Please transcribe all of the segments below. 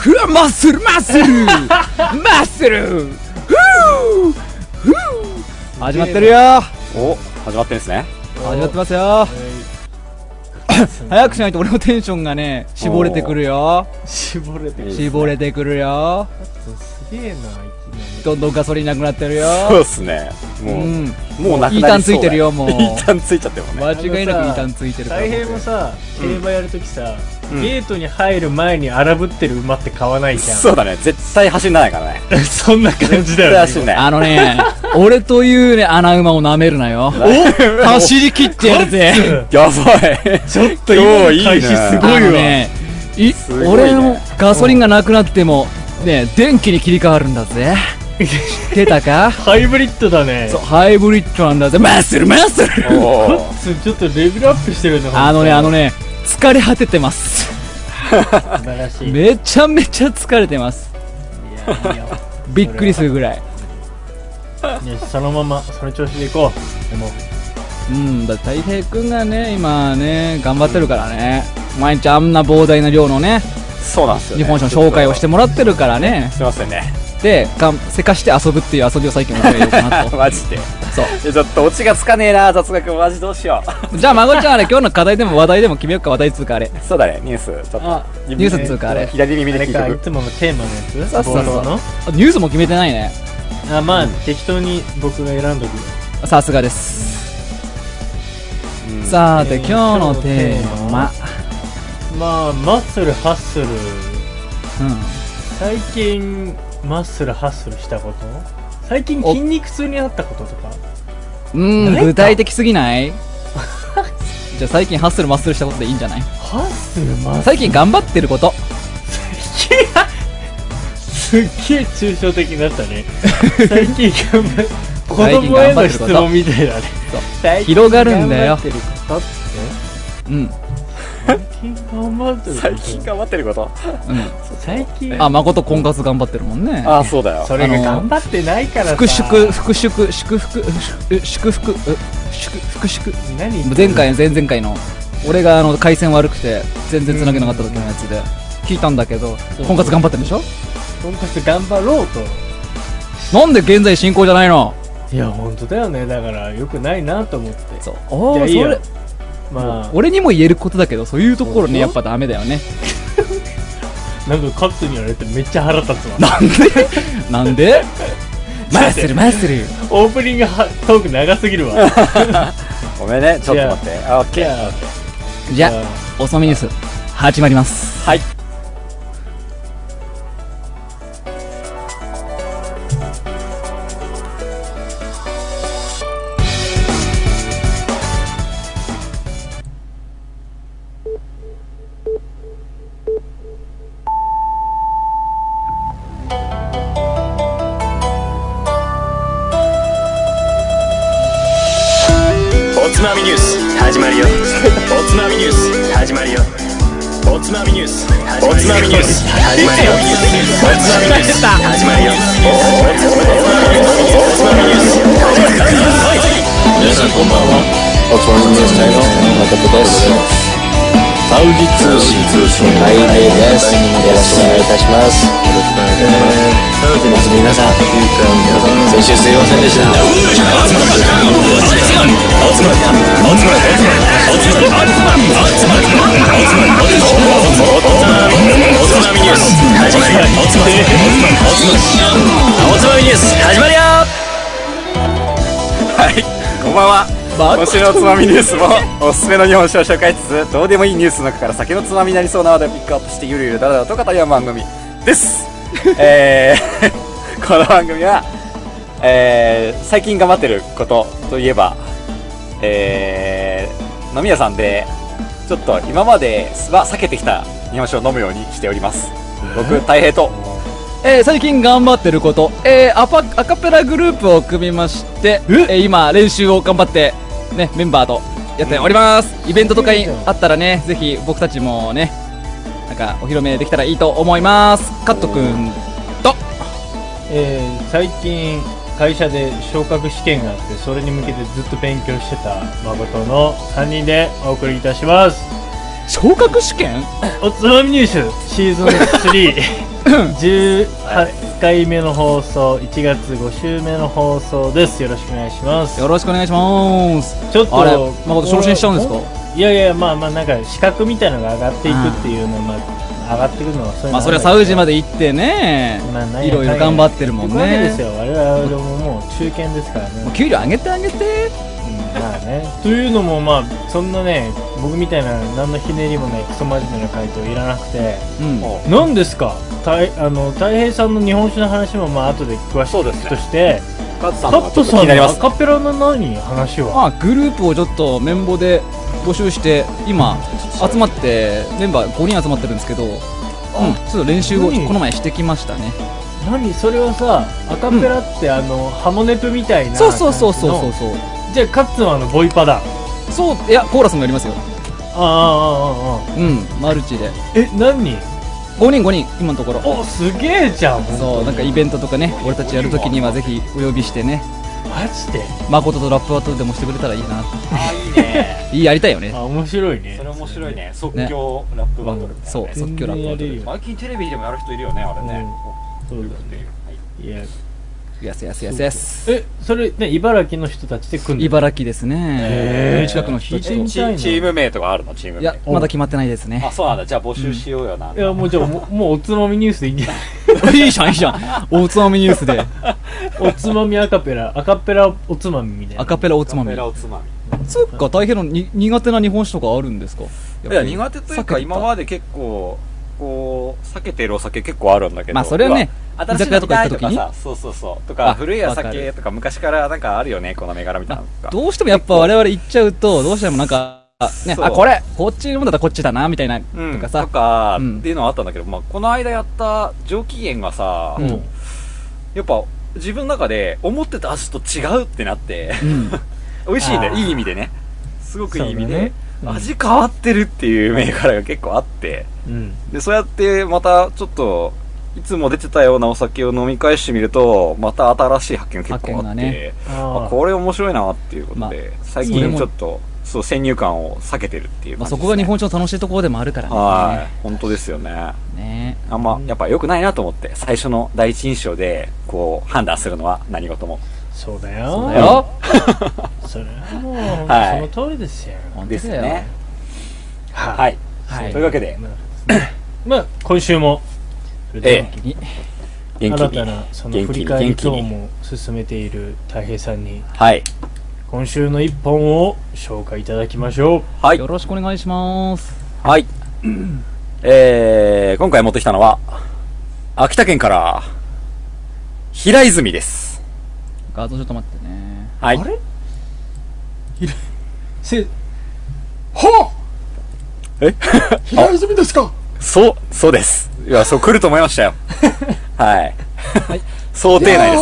ふわマッスルマッスルマッスルふうふう始まってるよお始まってんですね始まってますよ早くしないと俺のテンションがね絞れてくるよ絞れていいですね絞れてくるよすげえな、いきなどんどんガソリンなくなってるよそうっすねうもう、んもうなくなりいそうだいターンついてるよもう いいターンついちゃってるもんね間違いなくいいターンついてり。るから大平もさ、競馬やるときさ、うんゲートに入る前に荒ぶってる馬って買わないじゃん。そうだね絶対走んないから ねそんな感じだ絶対よね。走んないあのね俺というね穴馬を舐めるなよ走り切ってやるぜやばいちょっと今の開始すごいわあのねいすごいね俺のガソリンがなくなっても、ね、電気に切り替わるんだぜ知ってた かハイブリッドだね。そうハイブリッドなんだぜマッスルマッス ルおおそうちょっとレベルアップしてるね。あのねあの、のね疲れ果ててます素晴らしい。いめちゃめちゃ疲れてますやいやびっくりするぐらいよしそのままその調子でいこうでもうんだたい平君がね今ね頑張ってるからね毎日あんな膨大な量のねそうなんですよ、日ね、本酒の紹介をしてもらってるからねすいませんねでかんせかして遊ぶっていう遊びを最近もやろうかな とマジでそうえちょっとオチがつかねえな雑学マジどう しよじゃあ、まごちゃん、あれ、今日の課題でも話題でも決めようか、話題っつうか、あれ。うそうだねニュースちょっとあニニュースっつうか、あれ。左耳あでれ聞いてかくいつものテーマのやつそうそうそう冒頭のあニュースも決めてないね。あまあ適当に僕が選んどくさすがです。うんさーて、えー今日のテ今日のテーーママ。まあマッスルハッスルうん。最近マッスルハッスルしたこと最近筋肉痛になったこととかうーん、ないか具体的すぎないじゃあ、最近ハッスルマッスルしたことでいいんじゃないハッスルマッスル最近頑張ってること。すっげえ抽象的になったね最近頑張って子最近供へ頑張ってのる質こと問みたいだねそう最近広がるんだよ頑張ってることってうん。うん。最近頑張ってること最近頑張ってること最近あ、誠婚活頑張ってるもんね。ああそうだよそれがあの頑張ってないからさ復祝、復祝、祝福、祝祝福、う祝福、祝福。何言ってんの前回、前々回の、俺があの、回線悪くて、全然繋げなかった時のやつで、聞いたんだけど、婚活頑張ってるでしょ婚活頑張ろうとなんで現在進行じゃないのいや本当だよねだからよくないなと思ってそうおじゃあーいいそよれまあ俺にも言えることだけどそういうところねそうやっぱダメだよ ねなんかカッツに言われてめっちゃ腹立つ わなんでなんでマッスルマッスルオープニングはトーク長すぎ るわごめんねちょっと待ってあオッいケーやじゃあ遅めニュース始まりますはいおつまみニュース始まるよおつまみニュース始まるよおつまみニュースおつまみニュース始まるよおつまみニュース始まるよ皆さんこんばんはおつまみニュース隊の誠ですサウジ通信通信はいですよろしくお願いいたしますサウジの皆さん先週すいませんでしたおつまみニュース始まるよおつまみニュースおつまみニュース始まるよはいこんばんは今週のつまみニュースもおすすめの日本酒を紹介しつつどうでもいいニュースの中から酒のつまみになりそうな話題をピックアップしてゆるゆるだらだらと語り合う番組ですえー、 この番組は、えー、最近頑張ってることといえばえー、飲み屋さんでちょっと今までは避けてきた日本酒を飲むようにしております僕たい平とえー、最近頑張ってること、えー、アパアカペラグループを組みまして、えー、今練習を頑張って、ね、メンバーとやっております、イベントとかにあったらねぜひ僕たちもねなんかお披露目できたらいいと思いますカットくんとえー最近会社で昇格試験があってそれに向けてずっと勉強してた誠の3人でお送りいたします昇格試験おつまみ入手シーズン318回目の放送1月5週目の放送ですよろしくお願いしますよろしくお願いしますちょっとあれ誠昇進しちゃうんですかいやいやまあまあなんか資格みたいのが上がっていくっていうのまあ上がってくるのはそういうのまあそりゃサウジまでで行ってねいろいろ頑張ってるもんわけですねよ我々ももう中堅ですからねもう給料上げてあげてうんまあね、というのもまあそんなね僕みたいな何のひねりもないクソ真面目な回答いらなくてうんも何ですかたいあの太平さんの日本酒の話もまあ後で詳しそうですねくとして、う、カットさんのカがちッょトっと気さんになりのまアす。カペラの何話はまあグループをちょっと綿棒で募集して今集まってメンバー5人集まってるんですけどうんちょっと練習を五人この前してきましたね何それはさアカペラってあの、ハモネプみたいなそうそうそうそうそう感そうじのじゃあカッツンはあのボイパだあそういやコーラスもやりますよあああああうんマルチでえ何人5人5人今のところおすげえじゃんそうなんかイベントとかね俺たちやるときにはぜひお呼びしてねマジで誠とラップバトルでもしてくれたらいいなあ、いいね。いいやりたいよねあ面白いねそれ面白いね。即興ラップバトルみたいなね。そう即興ラップバト全然やれるルよ最近テレビでもやる人いるよね、あれね。そうだねいややすやすやすやすえそれね茨城の人たちで組んでる茨城ですねへー近くの人たち聞いてみとチーチチーム名とかあるのチームい名。やまだ決まってないですねあ、そうなんだ。じゃあ募集しようよな。いやもうじゃあもうもうおつまみニュースでいいんじゃないいいじゃんいいじゃんおつまみニュースでおつまみアカペラアカペラおつまみみたいなアカペラおつまカみメラおつまみ。そっか大変のに苦手な日本酒とかあるんですかいや、苦手というか、今までで結構、こう、避けてるお酒結構あるんだけど。まあそれはねうわ新しい居酒屋とか行ったの時に見いさそうそうそう。とあか、古いおわか酒るとか、昔からなんかあるよね、この銘柄みたいなのが。どうしてもやっぱ我々行っちゃうとどうしてもなんかねそうあこれこっちのもんだったらこっちだなみたいなとうんかさとかうんっていうのはあったんだけど、まあ、この間やった上機嫌がさ、うんやっぱ自分の中で思ってた味と違うってなって、うん美味しいあね、ーいい意味でね。すごくいい意味そうだでね、うん味変わってるっていう銘柄が結構あって、うんで、そうやってまたちょっと、いつも出てたようなお酒を飲み返してみると、また新しい発見が結構発見あがって、ねあああこれ面白いなっていうことで、ま最それ近もちょっと、そう、先入観を避けてるっていうまあ感じです、そね。こが日本酒の楽しいところでもあるからねはい、本当ですよね。ねあんま、やっぱ良くないなと思って、最初の第一印象で、こう、判断するのは何事も。そうそだようだよそれはもう、はいその通りですよ本当ですだよね。ははい。というわけで、まあ今週もそれではえに元気新たになそ、の元気振りに、返元り気等に。も進めているたい平さんにはい。今週の一本を紹介いただきましょうはいよ。ろしくお願いしますはい。えー、今回持ってきたのは、秋田県から、平泉です。画像ちょっと待ってねはい。あれせはえ あ平泉ですかそう、そうです。いや、そう来ると思いま したよ。はい。 想定内で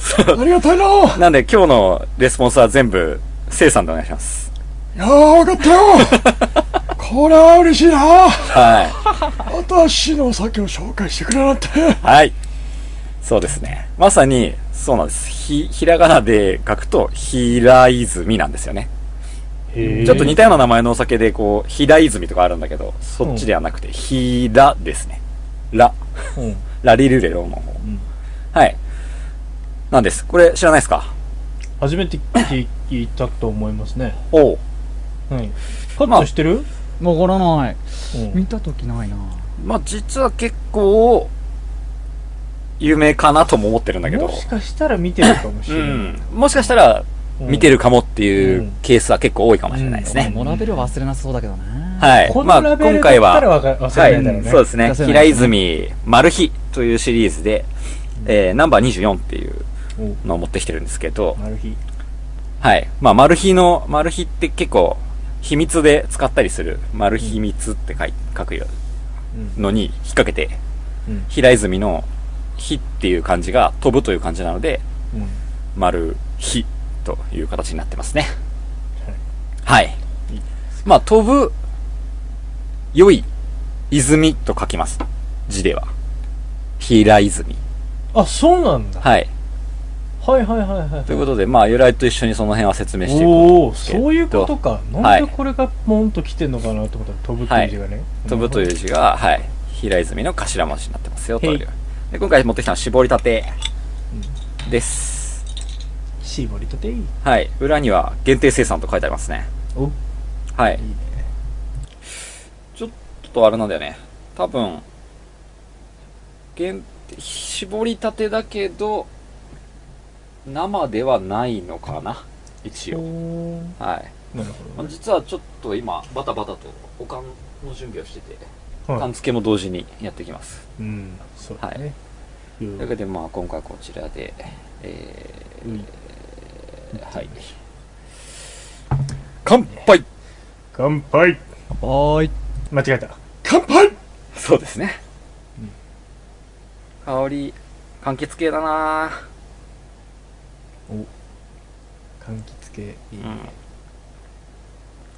すよ。ありがたいなぁなんで今日のレスポンスは全部、せいさんでお願いします。いやー、わ かったよこれは嬉しいなぁはい。私のお酒を紹介してくれなんて。はい。そうですね。まさに、そうなんです。ひ、ひらがなで書くと、ひらいずみなんですよね。へーちょっと似たような名前のお酒で、こう、ひらいずみとかあるんだけど、そっちではなくて、ひらですね。ら、うんラリルレロの方。んはい。なんです。これ知らないですか初めて聞いたと思いますね。おう。はい。カまッあトしてる、わからないうん見た時ないなまあ、実は結構、有名かなとも思ってるんだけども。しかしたら見てるかもしうれない。ん。もしかしたら、見てる。るかもっていうケースは結構多いかもしれないですね。モラベルは忘れなさそうだけどなはい。こまあ、のラベ今ルだった回はら、わか忘はれい、ないだろうね。そうですね忘れないですね平泉マルヒというシリーズで、えー、ナンバー24っていうのを持ってきてるんですけどお、なる日。はい。まあ、マルヒの、マルヒって結構、秘密で使ったりする、マル秘密って書い書くようんのに引っ掛けて、うん平泉の、火っていう漢字が飛ぶという漢字なので、うん丸日という形になってますね。はい。まあ、飛ぶ、良い、泉と書きます。字では。平泉。あ、そうなんだ。はい。はいはいはいはいということで、まあ、由来と一緒にその辺は説明していこおおそういうことかとなんでこれがポンと来てんのかなと思ったら飛ぶという字がね、う。飛ぶという字が、はい。平泉の頭文字になってますよ、とへい。いうで、今回持ってきたのは絞りたて。です。絞りたていいはい。裏には限定生産と書いてありますね。おはいい。ねちょっとあれなんだよね。多分、限定、絞りたてだけど、生ではないのかな一応。おーはい。なまるほあどね実はちょっと今、バタバタと、おかんの準備をしてて、は缶い付けも同時にやっていきます。うんそうだね、というわけで、まあ、今回こちらで、えうんー、はい。乾杯乾杯はーい間違えた乾杯そうですね。香り、柑橘系だなぁ柑橘系いい、うん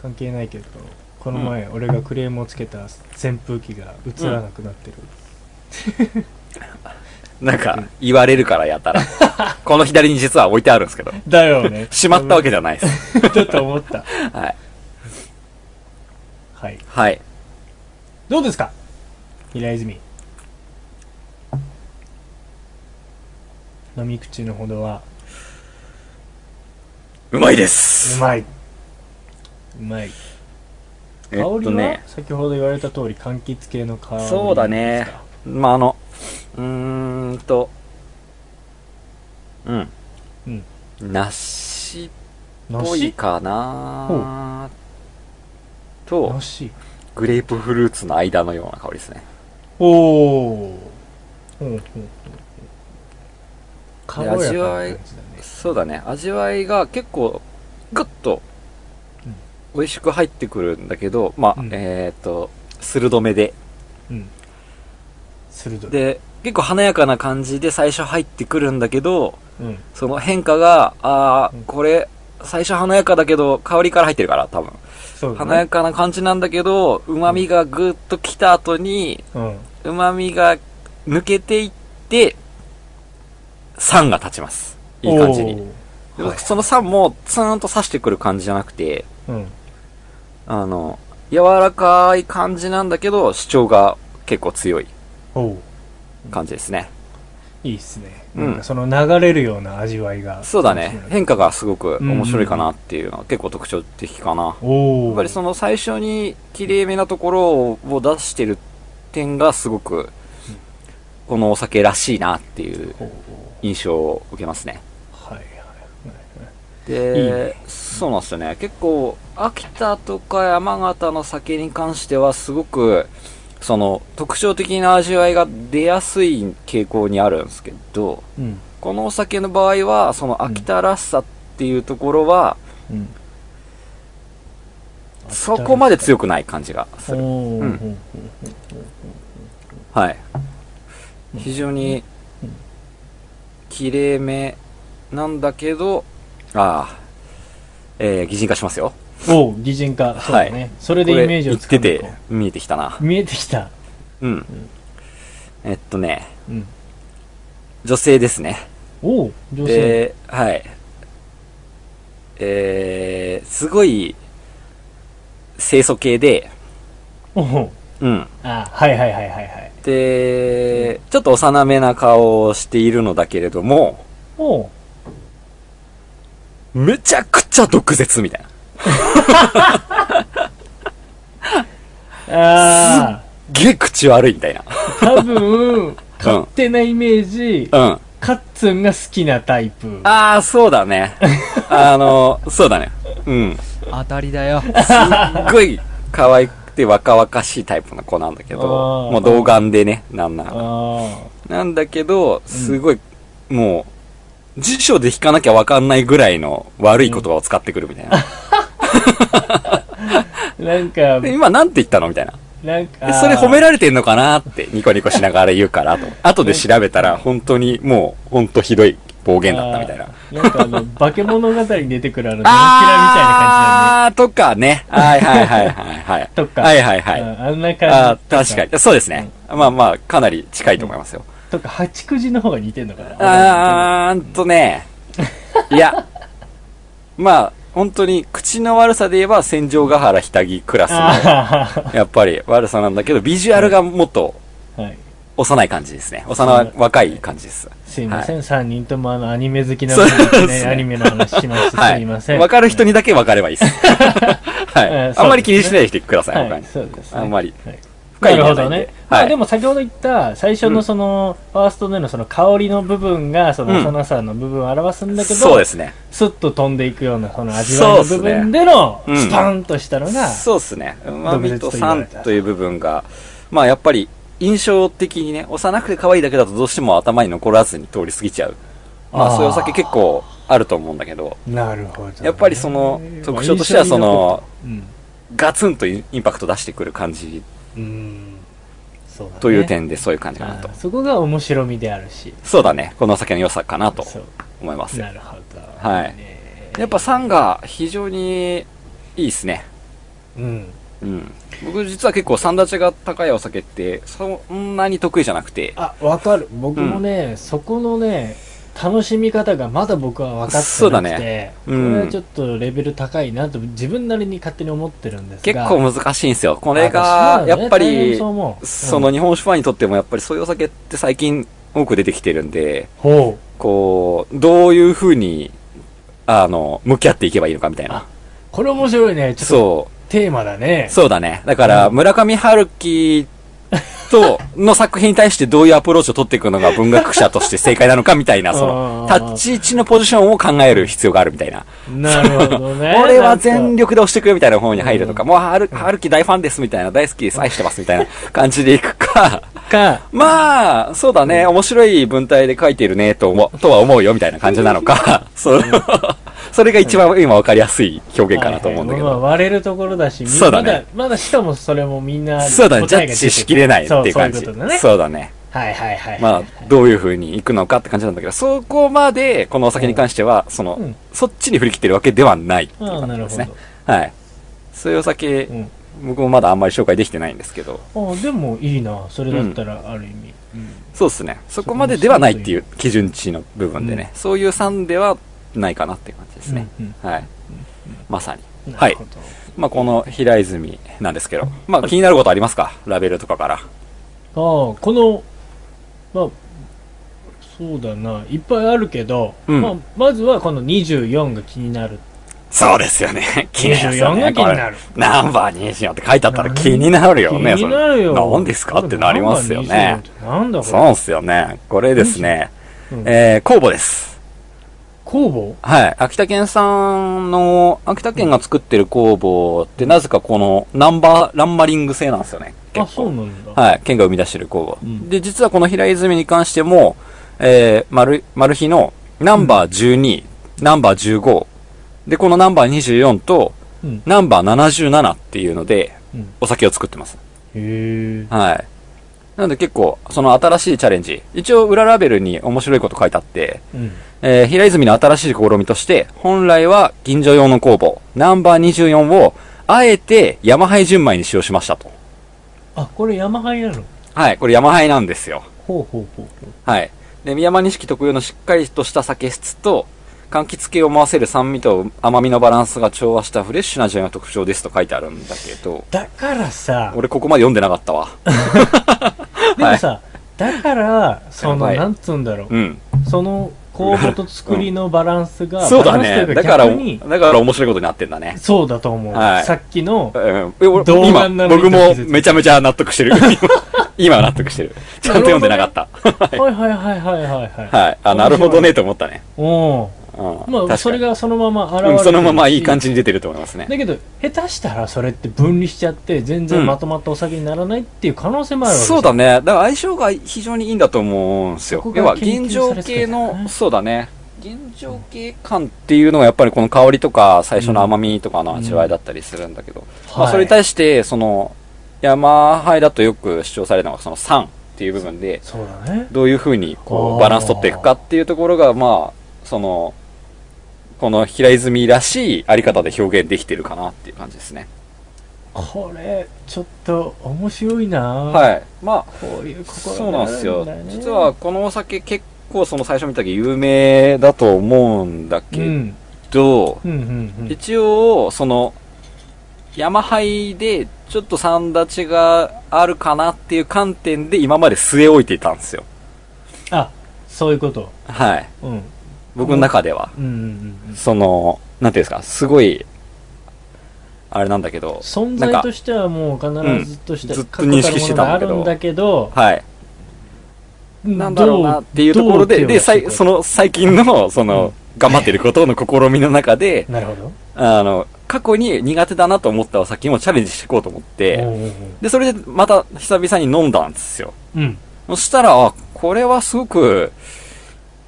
関係ないけどこの前俺がクレームをつけた扇風機が映らなくなってる、なんか、言われるからやた ら。この左に実は置いてあるんですけど。だよね しまったわけじゃない です。だと思った はい。はいはい。どうですか平泉飲み口のほどはうまいでうす。まいうまいえっ香りとは、ね、先ほど言われた通り柑橘系の香りそうだね。まあ、あの、うーんと、うん。うん梨っぽい梨かなと、梨グレープフルーツの間のような香りですね。おおほうほうほう軽やかな味わい感じだねそうだね味わいが結構グッとうん美味しく入ってくるんだけどまあ、うんえっ、と鋭めでうん鋭いで結構華やかな感じで最初入ってくるんだけどうんその変化があー、うんこれ最初華やかだけど香りから入ってるから多分そうだ華やねかな感じなんだけどうまみがグッときた後にうんうまみが抜けていって酸が立ちますいい感じにでもその酸もツーンと刺してくる感じじゃなくて、おーうんあの、柔らかい感じなんだけど、主張が結構強いおう感じですね。いいっすね、うんなんかその流れるような味わいがそうだね。変化がすごく面白いかなっていうのは結構特徴的かな。おおやっぱりその最初に綺麗めなところを出してる点がすごく、このお酒らしいなっていうおう印象を受けますね。はいはいはいはいいいでねそうなんですよね結構秋田とか山形の酒に関してはすごくその特徴的な味わいが出やすい傾向にあるんですけどうんこのお酒の場合はその秋田らしさっていうところは、うんそこまで強くない感じがすおるお、うんうんはい非常に綺麗めなんだけどああえー、擬人化しますよおう擬人化そうだね、はそれこでれイメージ言をっつかてんでいてこ見えてきたなう見えてきたうん。えっとね、うん女性ですね。おお女性で、はい。えー、すごい、清楚系で、おおうん。あはいはいはいはいはいで、ちょっと幼めな顔をしているのだけれども、おおめちゃくちゃ毒舌みたいな。ああげ口悪いみたいな。多分 うん。ってなイメージうん。カッツンが好きなタイプあー、そうだ ね。あの、そうだね。うん。す当たりだよっごい可愛くて若々しいタイプの子なんだけど、あーもう童顔でね、なんなら。あなんだけど、すごい、もう、辞書で引かなきゃわかんないぐらいの悪い言葉を使ってくるみたいな。あなんかで今なんて言ったのみたいな。なんかでそれ褒められてんのかなってニコニコしながら言う からと。後で調べたら本当にもう、本当ひどい暴言だったみたいな。あーなんかあの、化け物語に出てくるあの、ドラキュラあーとかね。はいはいはいはいはい。 とかはいはいみたはいな感じだよね。い。うんあんなあ感ーじ。確かに。そうですね。まあまあ、かなり近いと思いますよ。とか、八九時の方が似てんのかな。 あーんとね、いや、まあ、本当に、口の悪さで言えば、戦場ヶ原ひたぎクラスの、あやっぱり悪さなんだけど、ビジュアルがもっとあ はい幼い感じですね。幼い、若い感じです。すいませはん、三人ともあのアニメ好きなそのうで、ですね、ねアニメの話しました。はすいません。わかる人に、にだけ分かれば いいです。はえーそうでい。すねあんまり気にしないでください、他はにい、。そうです、ね。あんまりはい深ない意る味ほはないんどで。ね。まはあい。でも先ほど言った、最初のその、ファーストでのその香りの部分が、そのうん幼さの部分を表すんだけど、そうですね。スッと飛んでいくような、その味わいの部分での、そうっすねうんスパンとしたのが、そうですね。うまみと毒舌と言われ酸たという部分が、まあやっぱり印象的にね、幼くて可愛いだけだとどうしても頭に残らずに通り過ぎちゃう。まああーそういうお酒結構あると思うんだけど、なるほどね、やっぱりその特徴としてはそのまあ、印象に残っガツンとインパクト出してくる感じたうん。うん。そうだね。という点でそういう感じかなとあ。ーそこが面白みであるし。そうだね。このお酒の良さかなとそう思いますよなるほど。はいねやっぱ酸が非常にいいですね。うん。うん。僕実は結構酸立ちが高いお酒ってそんなに得意じゃなくて。あ、わかる。僕もね、そこのね、楽しみ方がまだ僕は分かってなくて、そうだねうんこれはちょっとレベル高いなと自分なりに勝手に思ってるんです結が、構難しいんですよ。これが、やっぱり、そその日本酒ファンにとってもやっぱりそういうお酒って最近多く出てきてるんで、ほう。こう、どういう風に、あの、向き合っていけばいいのかみたいなあ。これ面白いね。ちょっとそテーマだう。ね。そうだね。だから、村上春樹と、の作品に対してどういうアプローチを取っていくのが文学者として正解なのかみたいな、その、あー立ち位置のポジションを考える必要があるみたいな。なるほどね。 俺はなん全か力で押してくれみたいな方に入るとか、うもう春、春樹大ファンですみたいな、大好きです、愛してますみたいな感じでいくか、か、まあ、そうだね、面白い文体で書いてるね、と思う、とは思うよ、みたいな感じなのか、 そう、それが一番今わかりやすい表現かなと思うんだけはいはいど。まあ割れるところだし、みそうだねまだ、まだしかもそれもみんな、そうだね、ジ答ャえがッ出てジしきれないっていう感じそうそういうことだね。。そうだね。はいはいはい。まあ、どういう風に行くのかって感じなんだけど、そこまで、このお酒に関しては、その、うんそっちに振り切ってるわけではないっていうああ、感なじるですほどね。。はい。そういうお酒、うん。僕もまだあんまり紹介できてないんですけど、ああでもいいなそれだったらある意味、そうですね。そこまでではないっていう基準値の部分でね、そういう3ではないかなっていう感じですね。うんはい。まさに。うんはいなるほどまあ、この平泉なんですけど、まあ、気になることありますかラベルとかから。ああこのまあそうだないっぱいあるけど、うんまあ、まずはこの24が気になるそうですよ ね。気になる、ね。 24が気になる。ナンバー24って書いてあったら気になるよね。気になるよそれ何ですかってなりますよね。なんだこそうれですよね。これですね。うんえー、公募です。工はい。秋田県産の、秋田県が作ってる工房って、なぜかこのナンバー、ランマリング製なんですよね。房あ結そ構う。なんだ、はい。県が生み出してる工房。んで、実はこの平泉に関しても、えー、丸、丸日のナンバー12、ナンバー15、で、このナンバー24と、うん、へナンバー77っていうのでうん、お酒を作ってます。えはい。なので結構、その新しいチャレンジ。一応、裏ラベルに面白いこと書いてあって、うんえー平泉の新しい試みとして、本来は銀座用の工房、ナンバー24を、あえて山灰純米に使用しましたと。あこれ山ハイなのはい、これ山灰なんですよ。ほうほうほうほうはい。で、宮山錦特有のしっかりとした酒質と、柑橘系を思わせる酸味と甘みのバランスが調和したフレッシュな味わいが特徴ですと書いてあるんだけど、だからさ俺ここまで読んでなかった わ。でもさ、だからその やばいなんつうんだろううん。その酵母と作りのバランスが、そうだバランね。スというだから、逆にだから面白いことになってんだね。そうだと思う、はいさっきのうん、え俺動画にな今、る僕もめちゃめちゃ納得して る。今今は納得してる。ちゃんと読んでなかった。はいはいはいはいはいはいはい。あ、なるほどね、と思ったね。おうん。おまあそれがそのまま現れてるうんしそのままいい感じに出てると思いますね。だけど下手したらそれって分離しちゃって全うん然まとまったお酒にならないっていう可能性もあるわけそうだね。だから相性が非常にいいんだと思うんですそよこ。が要は、研現究状されて系たんだねの、そうだね。現状系感っていうのがやっぱりこの香りとか最初の甘みとかの味わいだったりするんだけど、まあはいそれに対して、その、山杯だとよく主張されるのがその酸っていう部分で、そうだねどういうふうにこあうーバランス取っていくかっていうところが、まあ、その、この平泉らしいあり方で表現できてるかなっていう感じですね。これちょっと面白いなはい。まあ、こういう心そうなんですよ。実はこのお酒結構その最初見た時有名だと思うんだうん。うけん。ど、うん。うん。一応、その、山杯で、ちょっと三立ちがあるかなっていう観点で今まで据え置いていたんですよ。あ、そういうこと。はい。うん。うん僕の中では。うんうん。その、なんていうんですか、すごい、あれなんだけど、存なん在かとしてはもう必ずとして、うんずっと認識してたんだけど確固たるものがあはい。るんだけど、なんだろうなっていうところどで、う手で、をつけさるいその最近の、その、頑張ってることの試みの中で、なるほど。あの、過去に苦手だなと思ったお酒もチャレンジしていこうと思って、で、それでまた久々に飲んだんですよ。うん。うん。そしたら、あこれはすごく、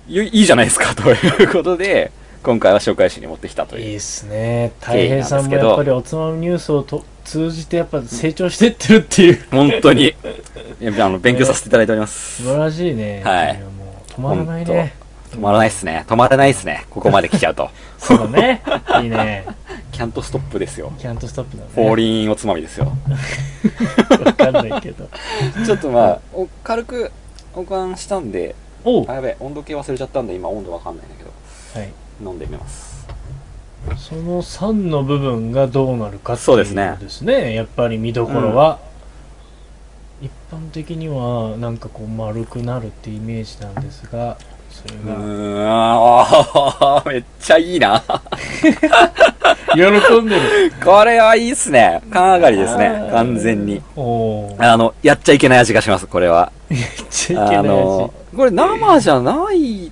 いいいじゃないですか、ということで、今回は紹介しに持ってきたといいう。いっすね。た経い緯なんで平すさんもけどやっぱりおつまみニュースをと通じてやっぱ成長してってるって いう。本当に、いやあの、勉強させていただいております。素晴らしいね。はいやもう止まらないね。止まらないですね。止まらないですね。ここまで来ちゃうと。そうだね。いいね。 キャントストップですよ。キャントストップだね。フォーリンおつまみですよ。わかんないけど。 ちょっとまあ、お軽く、保管したんで、おう。あ、はやべえ、温度計忘れちゃったんで、今温度わかんないんだけど、い。飲んでみます。その3の部分がどうなるかってそいううですねことですね。やっぱり見どころは。一般的にはなんかこう丸くなるってイメージなんですが、それうが。ーん、あー、 めっちゃいいな。喜んでる。これはい いっすね。缶上がりですね。完全に。おー。あの、やっちゃいけない味がします、これは。言っちゃいけあない味の。、これ生じゃない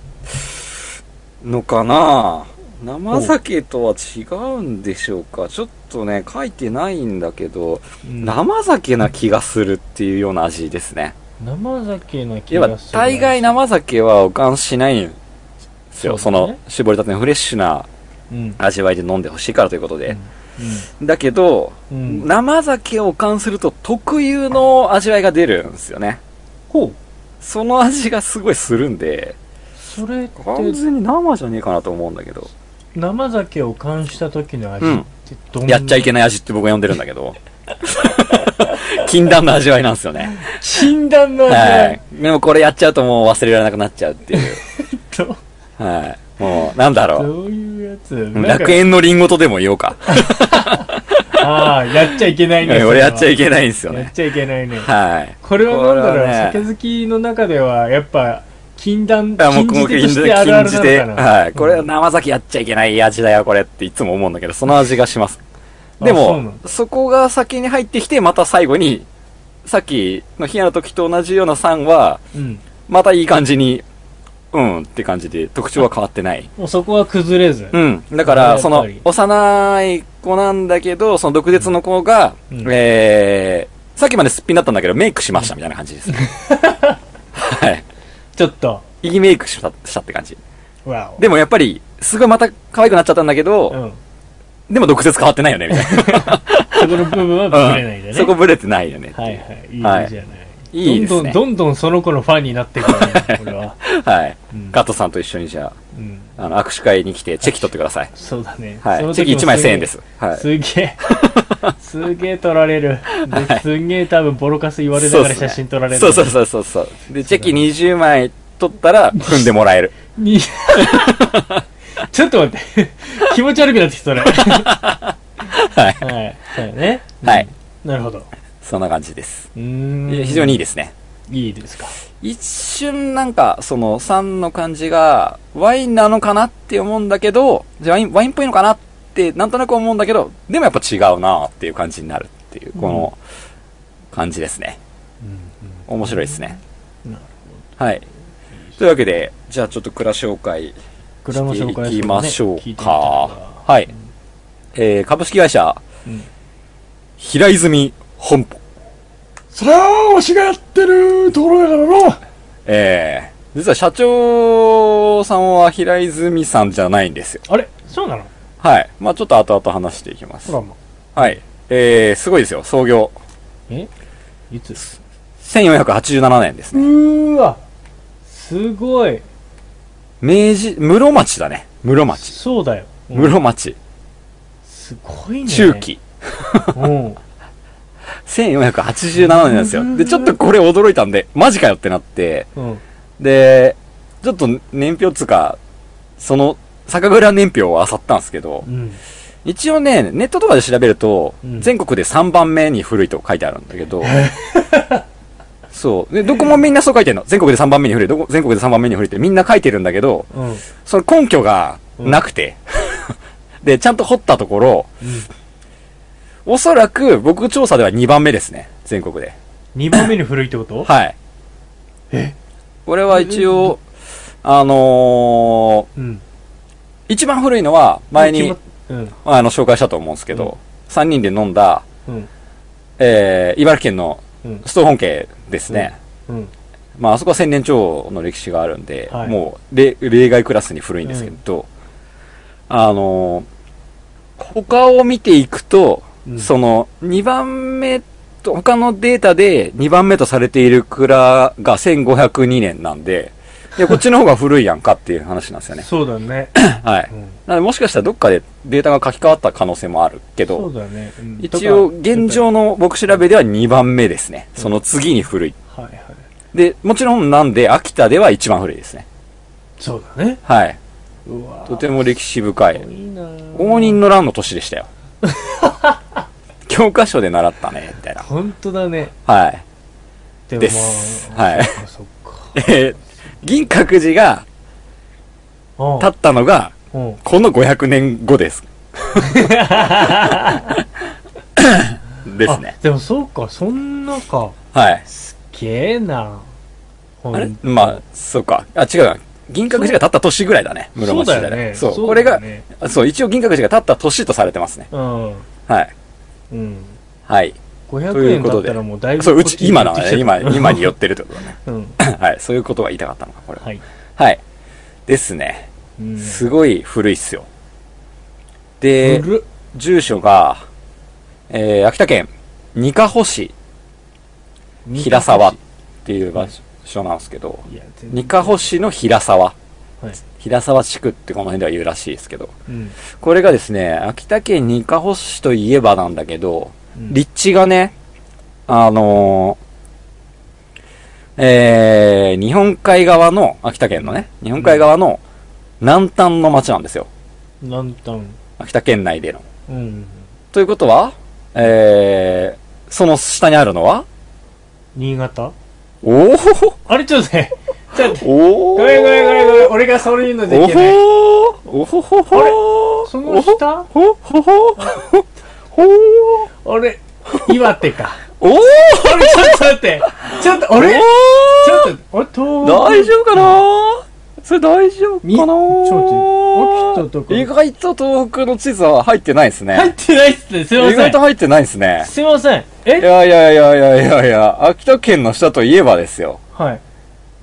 のかな生酒とは違うんでしょうかちょっとね、書いてないんだけど、うん生酒な気がするっていうような味ですね。生酒の気要がは、する。大概生酒はおかんしないんですよ。そそうだねの、絞りたてのフレッシュなうん。味わいで飲んでほしいからということで。うだけど、ん。うん。生酒をおかんすると特有の味わいが出るんですよね。ほう。その味がすごいするんで、それって、完全に生じゃねえかなと思うんだけど。生酒を感した時の味うっんてどんな、やっちゃいけない味って僕が呼んでるんだけ ど。禁断の味わいなんですよね。い。禁断の味はだい。でもこれやっちゃうともう忘れられなくなっちゃうっていう。と。はい。もう、なんだろう。どういうやつ楽。園のリンゴとでも言おうか。なんかああ、やっちゃいけない ね。俺やっちゃいなけないんですいよやねっ。ちゃいけないね。はい。これはなんだろう、これはね酒好きの中では、やっぱ、禁断、だからもう禁じ手としてあるあ禁るなじのて、かな。はい。これは生酒やっちゃいけない味だよ、これっていつも思うんだけど、その味がします。あでそうなもん、そこが先に入ってきて、また最後に、さっきのヒアの時と同じような酸は、うん。またいい感じに、うんって感じで、特徴は変わってない。もうそこは崩れず。うん。だから、やっぱりその、幼い子なんだけど、その毒舌の子が、うんえー、さっきまですっぴんだったんだけど、メイクしましたみたいな感じですね。はい。ちょっと。いいメイクしたしたって感じ。わお。でもやっぱり、すごいまた可愛くなっちゃったんだけうど、ん。でも毒舌変わってないよね、みたい そこの部分はな。崩れないでうね。んそこブレてないよね。はいはい。いいじゃはないい。いいですねどんどん、どんどんその子のファンになっていくるね、これは。はい。うんガットさんと一緒にじゃうん。あ、あの、握手会に来て、チェキ取ってください。そうだね。はそい。のチェ時キも1枚1000円です。はい。すげ え。すげえ撮られる。ですんげえ多分ボロカス言われなそうがっらすね写真撮られる。そうそうそうそうそう。で、チェキ20枚取った ら、踏んでもらえる。に ちょっと待って。 気持ち悪くなってきた、それ。はい。はい。そうだね。はい。なるほど。うそんな感じです。ーん。非常にいいですね。いいですか。一瞬なんか、その酸の感じが、ワインなのかなって思うんだけど、じゃあワイン、ワインっぽいのかなって、なんとなく思うんだけど、でもやっぱ違うなっていう感じになるっていう、この感じですね。面白いですね。なるはい。というわけで、じゃあちょっと蔵紹介グラム紹介していきましょう聞いてみたいか。なはい。えー、株式会社、うん平泉本舗。それはわしがやってるところだからな。えー、実は社長さんは平泉さんじゃないんですよ。あれそうなのはい。まあちょっと後々話していきますほ。らもはい。えー、すごいですよ。創業。う。えいつ1487年ですうね。ーわすごい明治、室町だね。室町。そうだよ。うん室町。すごいね。中。期。うん。 1487年なんですよ。で、ちょっとこれ驚いたんで、マジかよってなって、うん。で、ちょっと年表っつうか、その、酒蔵年表を漁ったんですけど、うん。一応ね、ネットとかで調べると、うん全国で3番目に古いと書いてあるんだけど、そう。で、どこもみんなそう書いてるの。全国で3番目に古い、どこ、全国で3番目に古いってみんな書いてるんだけど、うん。その根拠がなくて、 で、ちゃんと掘ったところ、おそらく僕調査では2番目ですね。全国で。 2番目に古いってことはい。えこれは一応、あのうん。ー、一番古いのは前に決、まっあの、紹介したと思うんですけど、3人で飲んだ、うん。うん。えー、茨城県のうん。ストー本家ですね。うん。まあ、あそこは千年長の歴史があるんで、はいもうれ例外クラスに古いんですけど、あのー他を見ていくと、うんその、2番目と、他のデータで2番目とされている蔵が1502年なんで、 いや、こっちの方が古いやんかっていう話なんですよね。そうだね。はい。うんなので、もしかしたらどっかでデータが書き換わった可能性もあるけそどう、だね。うん一応、現。状の僕調べでは2番目ですね。その次に古い。とかはいはい。で、もちろんなんで、秋田では一番古いですね。そうだね。はい。うわとても歴史深い。いいなぁ応仁の乱の年でした よ。教科書で習ったね、みたいな。本当だね。はい。でもですまあはいそっかそっか。えー銀閣寺があ建ったのが、うん。この500年後 です。ですねあ。でもそうか、そんなか。はい。すっげえなほんあれとまあ、そうか。あ、違うな。銀閣寺が建った年ぐらいだね。室そう町時だ代よね。そう。そうこれだよが、ねそう、一応銀閣寺が建った年とされてますね。うん。はい。うん。はい。と500いう円こだとっでたらもうだいぶ。そう、うち、今だこっね。ち今、今によっってるってこと だね。て。うん。はい。そういうことが言いたかったのか、これは。はい。はい。ですね。うんすごい古いっすよ。で、古っ住所が、えー、秋田県、にかほ市平沢っていう場所なんですけど、いや、全然にかほ市の平沢。はい平沢地区ってこの辺では言うらしいですけど、うん。これがですね、秋田県にかほ市といえばなんだけど、うん立地がね、あのーえー、日本海側の、秋田県のね、日本海側の南端の町なんですよ。南端。秋田県内での。うん。ということは、えー、その下にあるのは、新潟おーあれちょっとね。 ちょっと。おーごめんごめんごめんごめん。俺がそういうのでおきない。ほーおほほほあれーその下おほほほーほー俺、岩手か。 おーあれちょっと待って。ちょっと、あれちょっと、俺、東おー北。大丈夫かなーそれ大丈夫かなみちょっとー秋田とか意外と東北の地図は入ってないです入っね。てないっすね。すいま意せ外とん。入ってないですね。すいません。いえやいやいやいやいやいや、秋田県の下といえばですよ。はい。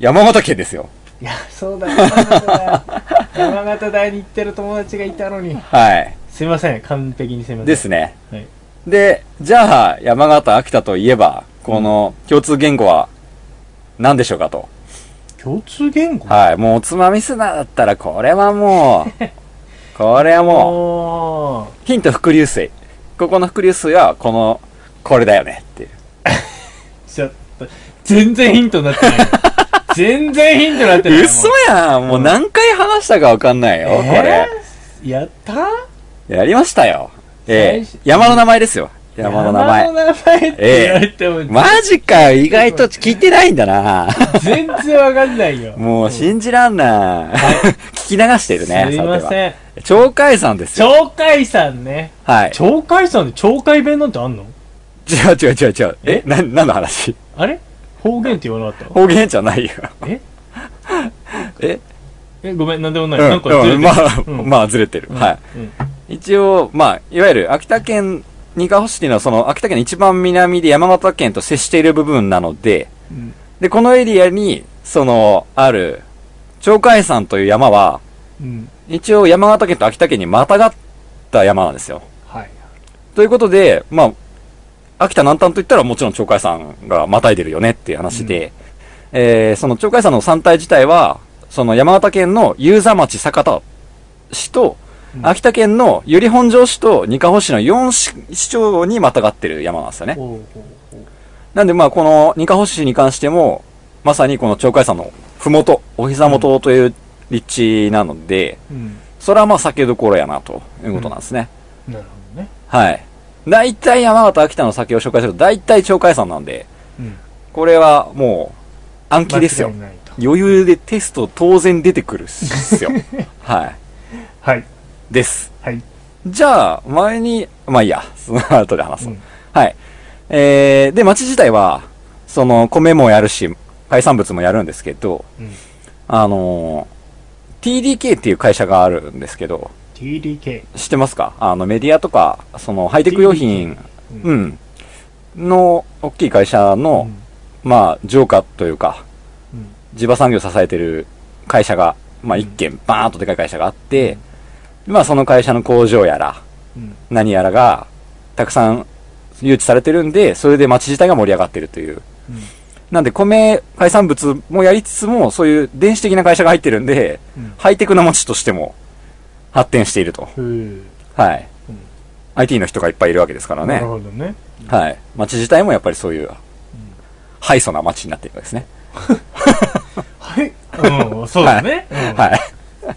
山形県ですよ。いや、そうだよ、山形だよ山形大に行ってる友達がいたのに。はい。すいません、完璧にすいません。ですね。はいで、じゃあ、山形、秋田といえば、この共通言語は何でしょうかと。共通言語はい。もうおつまみ砂だったら、これはも う、これはもおう、ヒント伏流水。ここの伏流水は、この、これだよねっていう。ーちょっと、全然ヒントになっ てない。全然ヒントになってない。嘘もやんもう何回話したかわかんないよ、うこれ。えーやったやりましたよ。ええ最初山の名前ですよ。山の名前。山の名前って言われても、マジかよ、意外と聞いてないんだな。全然わかんないよ。もう信じらんない。聞き流してるね。すいまさては。せん。鳥海山ですよ。鳥海さんね。はい。鳥海さんで鳥海弁なんてあんの違う違う違う違う。え、な、何の話あれ方言って言わなかった方言じゃないよ。えええ、ごめん、なんでもない。うなんかずれてんるまあ、うんまあずれてる。はうんい。一応、まあ、いわゆる秋田県、にかほ市っていうのはその秋田県の一番南で山形県と接している部分なので、うんで、このエリアに、その、ある、鳥海山という山は、うん。一応山形県と秋田県にまたがった山なんですよ。はい。ということで、まあ、秋田南端といったらもちろん鳥海山がまたいでるよねっていう話で、えー、その鳥海山の山体自体は、その山形県の遊佐町酒田市と、うん秋田県の由利本荘市と二カ保市の4市市町にまたがってる山なんですよね。ほうほうほうなんでまあこの二カ保市に関しても、まさにこの鳥海山のふもと、お膝元という立地なので、うん。それはまあ酒どころやなということなんですね。なるほどね。はい。大体山形、秋田の酒を紹介すると大体鳥海山なんで、うん。これはもう暗記ですよ間違。いないと余裕でテスト当然出てくるっす よ。ははい。い。です。はい。じゃあ、前に、まあいいや、その後で話そう。うんはい。えー、で、町自体は、その、米もやるし、海産物もやるんですけど、うんあのー TDK っていう会社があるんですけど、 TDK。知ってますかあの、メディアとか、その、ハイテク用品、う。うんん、の、大きい会社の、まあ、浄化というか、うん地場産業を支えてる会社が、まあ、うん一軒、バーンとでかい会社があって、まあ、その会社の工場やら、うん。何やらが、たくさん誘致されてるんで、それで町自体が盛り上がってるという。うんなんで、米、海産物もやりつつも、そういう電子的な会社が入ってるんで、うんハイテクな町としても発展していると。ふう。はい。うん IT の人がいっぱいいるわけですからなねる。ほどね。はい。町自体もやっぱりそういう、敗訴な町になっているわけですね。はい。うん、そうだね。うんはい。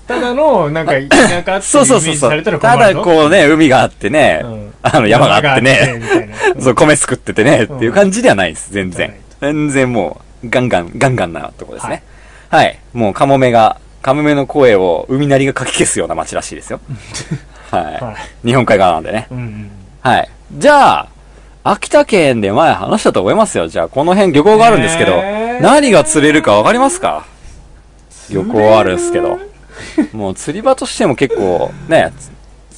ただの、なんか、田舎っていそううそうイメそーうジそされう。たたら困だるぞこうね、海があってね、うんあの山があってね、みたい な。そう、米作っててね、っていう感じではないです、全じゃ然ない。全然もう、ガンガン、ガンガンなとこですね。はい。もう、カモメが、カモメの声を海なりがかき消すような街らしい ですよ。は。はい日本海側なんでね。うんうん。はい。じゃあ、秋田県で前話したと思いますよ。じゃあ、この辺漁港があるんですけどえ、ー何が釣れるかわかりますか漁港あるんですけど。もう釣り場としても結構、ね、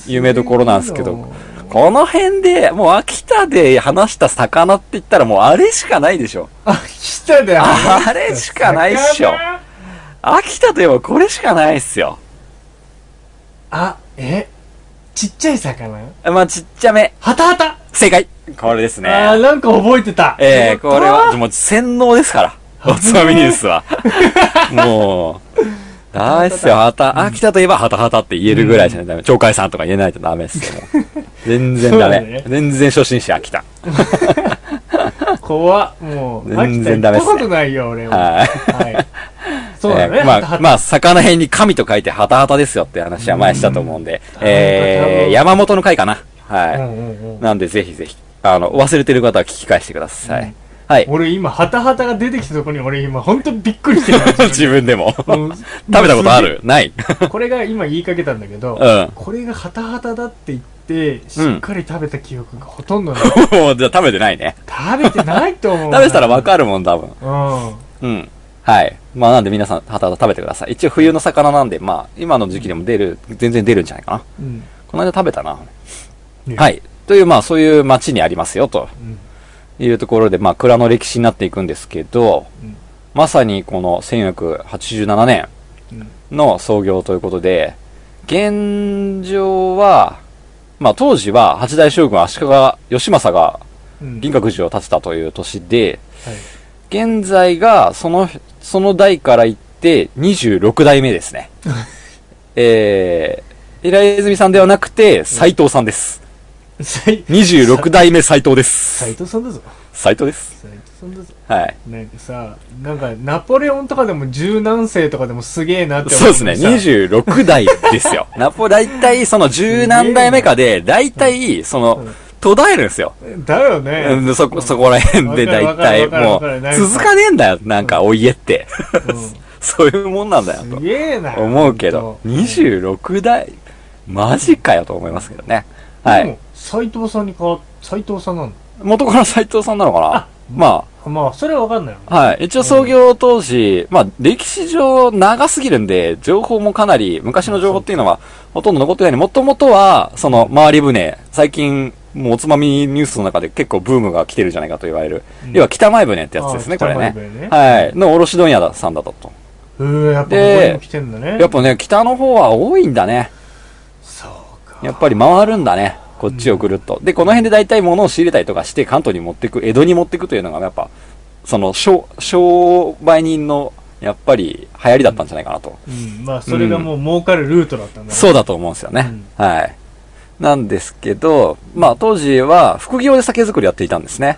有名どころなんですけど、この辺で、もう秋田で話した魚って言ったらもうあれしかないでしょ。あ、来たで、あれしかないっしょ。秋田といえばこれしかないっすよ。あ、えちっちゃい魚まあちっちゃめ。ハタハタ正解これですね。あー、なんか覚えてた。ええやったこれは、。もう洗脳ですから。おつまみニュースは。もう、大好きよ、はた、秋田といえばはたはたって言えるぐらいじゃないとダメ。鳥海さんとか言えないとダメですよ。 全然ダそうだメね。全然初心者、秋田。怖っもう、全然ダメっ秋すね田行ったことないよ、俺は。はい。はい。そうだえね。ーハタまあ、ハまあ、魚辺に神と書いてはたはたですよって話は前したと思うんで、えうー、ん山本の会かな。はタ。い。うんうんうん。なんで、ぜひぜひ、あの、忘れてる方は聞き返してください。はい。俺今、ハタハタが出てきたとこに俺今、ほんとびっくりして る自分 でも。食うんべたことあるない。 これが今言いかけたんだけど、うん これがハタハタだって言って、しっかり食べた記憶がほと んどない。もう、じゃあ食べてないね。食べてないと思う。食べてたらわる。かるもん、多分。うん。うん。はい。まあなんで皆さん、はたはた食べてください。一応冬の魚なんで、まあ、今の時期でも出る、全然出るんじゃないかな。うん。この間食べたな。ねはい。という、まあそういう町にありますよ、とうんいうところで、まあ蔵の歴史になっていくんですけど、うんまさにこの1487年の創業ということで、現状は、まあ当時は八代将軍足利義政がうん。銀閣寺を建てたという年で、はい現在がその、その代から言って26代目です ね。えー、平泉さんではなくて斎藤さんです。斎26代目斎藤です。斎藤さんだぞ。斎藤です。斎藤さんだぞ。はい。なんかさ、なんかナポレオンとかでも十何世とかでもすげえなってそう思ですね。26代です よ。ナポ、だいたいその十何代目かで、だいたいそのうん、途絶えるんですよ。 20。だよね。うん、そこ、そこら辺でだいわかたいるわかるもわうかるなん、か続かねえんだよ。なんかお家 って。うそういうもんなんだよ。んすげえな。思うけど、26代、マジかよと思いますけどね。ははいい。。斎藤さんに変わっ、斎藤さんなの元から斎藤さんなのかなままあ、それはわかんないよね。あ、はい。一応創業当時、まあ、歴史上長すぎるんで、情報もかなり、昔の情報っていうのはほとんど残ってないんでもともとは、その、回り船、最近、もうおつまみニュースの中で結構ブームが来てるんじゃないかと言われる。うん要は北前船ってやつですね、あこれ北前ね船ね。はい。の卸問屋さんだったと。うーやっぱここでにも来てんだね。やっぱね、北の方は多いんだね。そうか。やっぱり回るんだね。こっちをぐるっと。で、この辺で大体物を仕入れたりとかして、関東に持ってく、江戸に持ってくというのが、やっぱ、その、商、商売人の、やっぱり、流行りだったんじゃないかなと。うん。まあ、それがもう儲かるルートだったんだね。そうだと思うんですよね。はい。なんですけど、まあ、当時は、副業で酒造りやっていたんですね。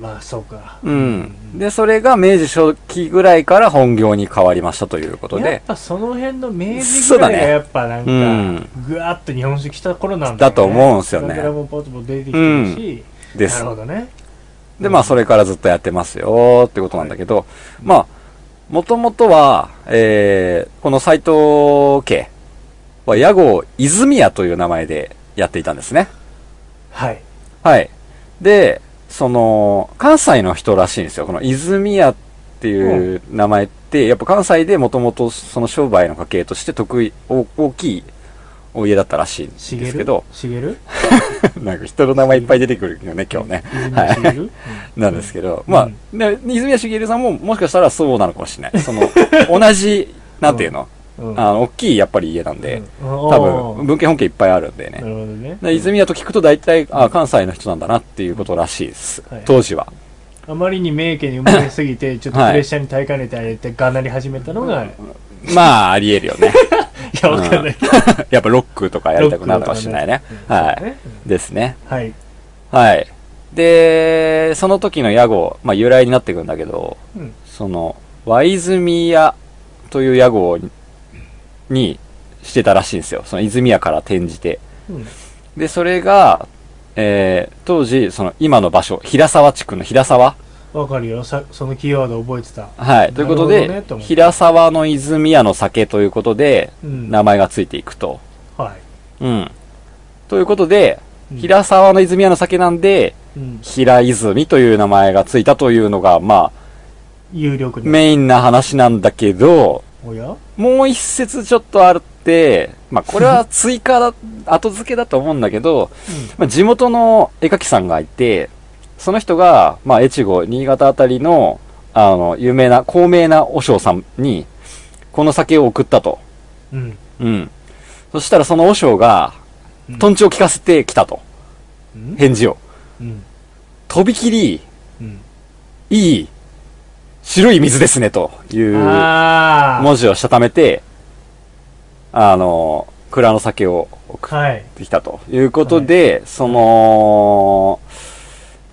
まあそうかうん。で、それが明治初期ぐらいから本業に変わりましたということやっで、ぱその辺の明治そぐうだらいねがやっぱなんか、うんぐわっと日本酒来た頃なんだと思うんすよねだからもうポツポツ出てきてるし、でなする。ほどねで、まあ、それからずっとやってますよってことなんだけど、まあ、もともとは、えー、この斎藤家は屋号泉屋という名前でやっていたんですね。はいはい。で、その、関西の人らしいんですよ。この泉屋っていう名前って、やっぱ関西でもともとその商売の家系として得意、お大きいお家だったらしいんでしすげるけど、しげる なんか人の名前いっぱい出てくるよね、今日ね。は泉谷いしげる、なんですけど、まあ、ね泉谷しげるさんももしかしたらそうなのかもしれない。その、 同じ、なんていうの、うんうんあの、大きいやっぱり家なんで、多うん分、おー文家本家いっぱいあるんでなね。るほどねで泉谷と聞くと大体、あ関西の人なんだなっていうことらしいですはい。当時は。あまりに名家に生まれすぎてちょっとプレッシャーに耐えかねてあれってがなり始めたのが、いまあ、ありえるよね。 やわかんないけど、やっぱロックとかやりたくなるかもしれないね。はねい。ですね。はいはい。で、その時の屋号、まあ由来になってくるんだけど、うんその、和泉屋という屋号ににしてたらしいんですよ。その泉屋から転じて。うんで、それが、えー当時、その今の場所、平沢地区の平沢わかるよさそのキーワード覚えてたはい。ということで、なるほどねと思って平沢の泉屋の酒ということで、うん名前がついていくと。はうん。ということで、い、うん、平沢の泉屋の酒なんで、うん、平泉という名前がついたというのが、まあ、有力なメインな話なんだけど、おやもう一節ちょっとあるって、まあこれ は追加だ、後付けだと思うんだけど、まあ、地元の絵描きさんがいて、その人が、まあ越後、新潟あたりの、あの、有名な、高名な和尚さんに、この酒を送ったと。うんうん。そしたらその和尚がうん、トンチを聞かせてきたと。うん返事を。うんとびきり、うんいい、白い水ですね、という。ああ文字をしたためて、あの、蔵の酒を送っはいてきたということで、その、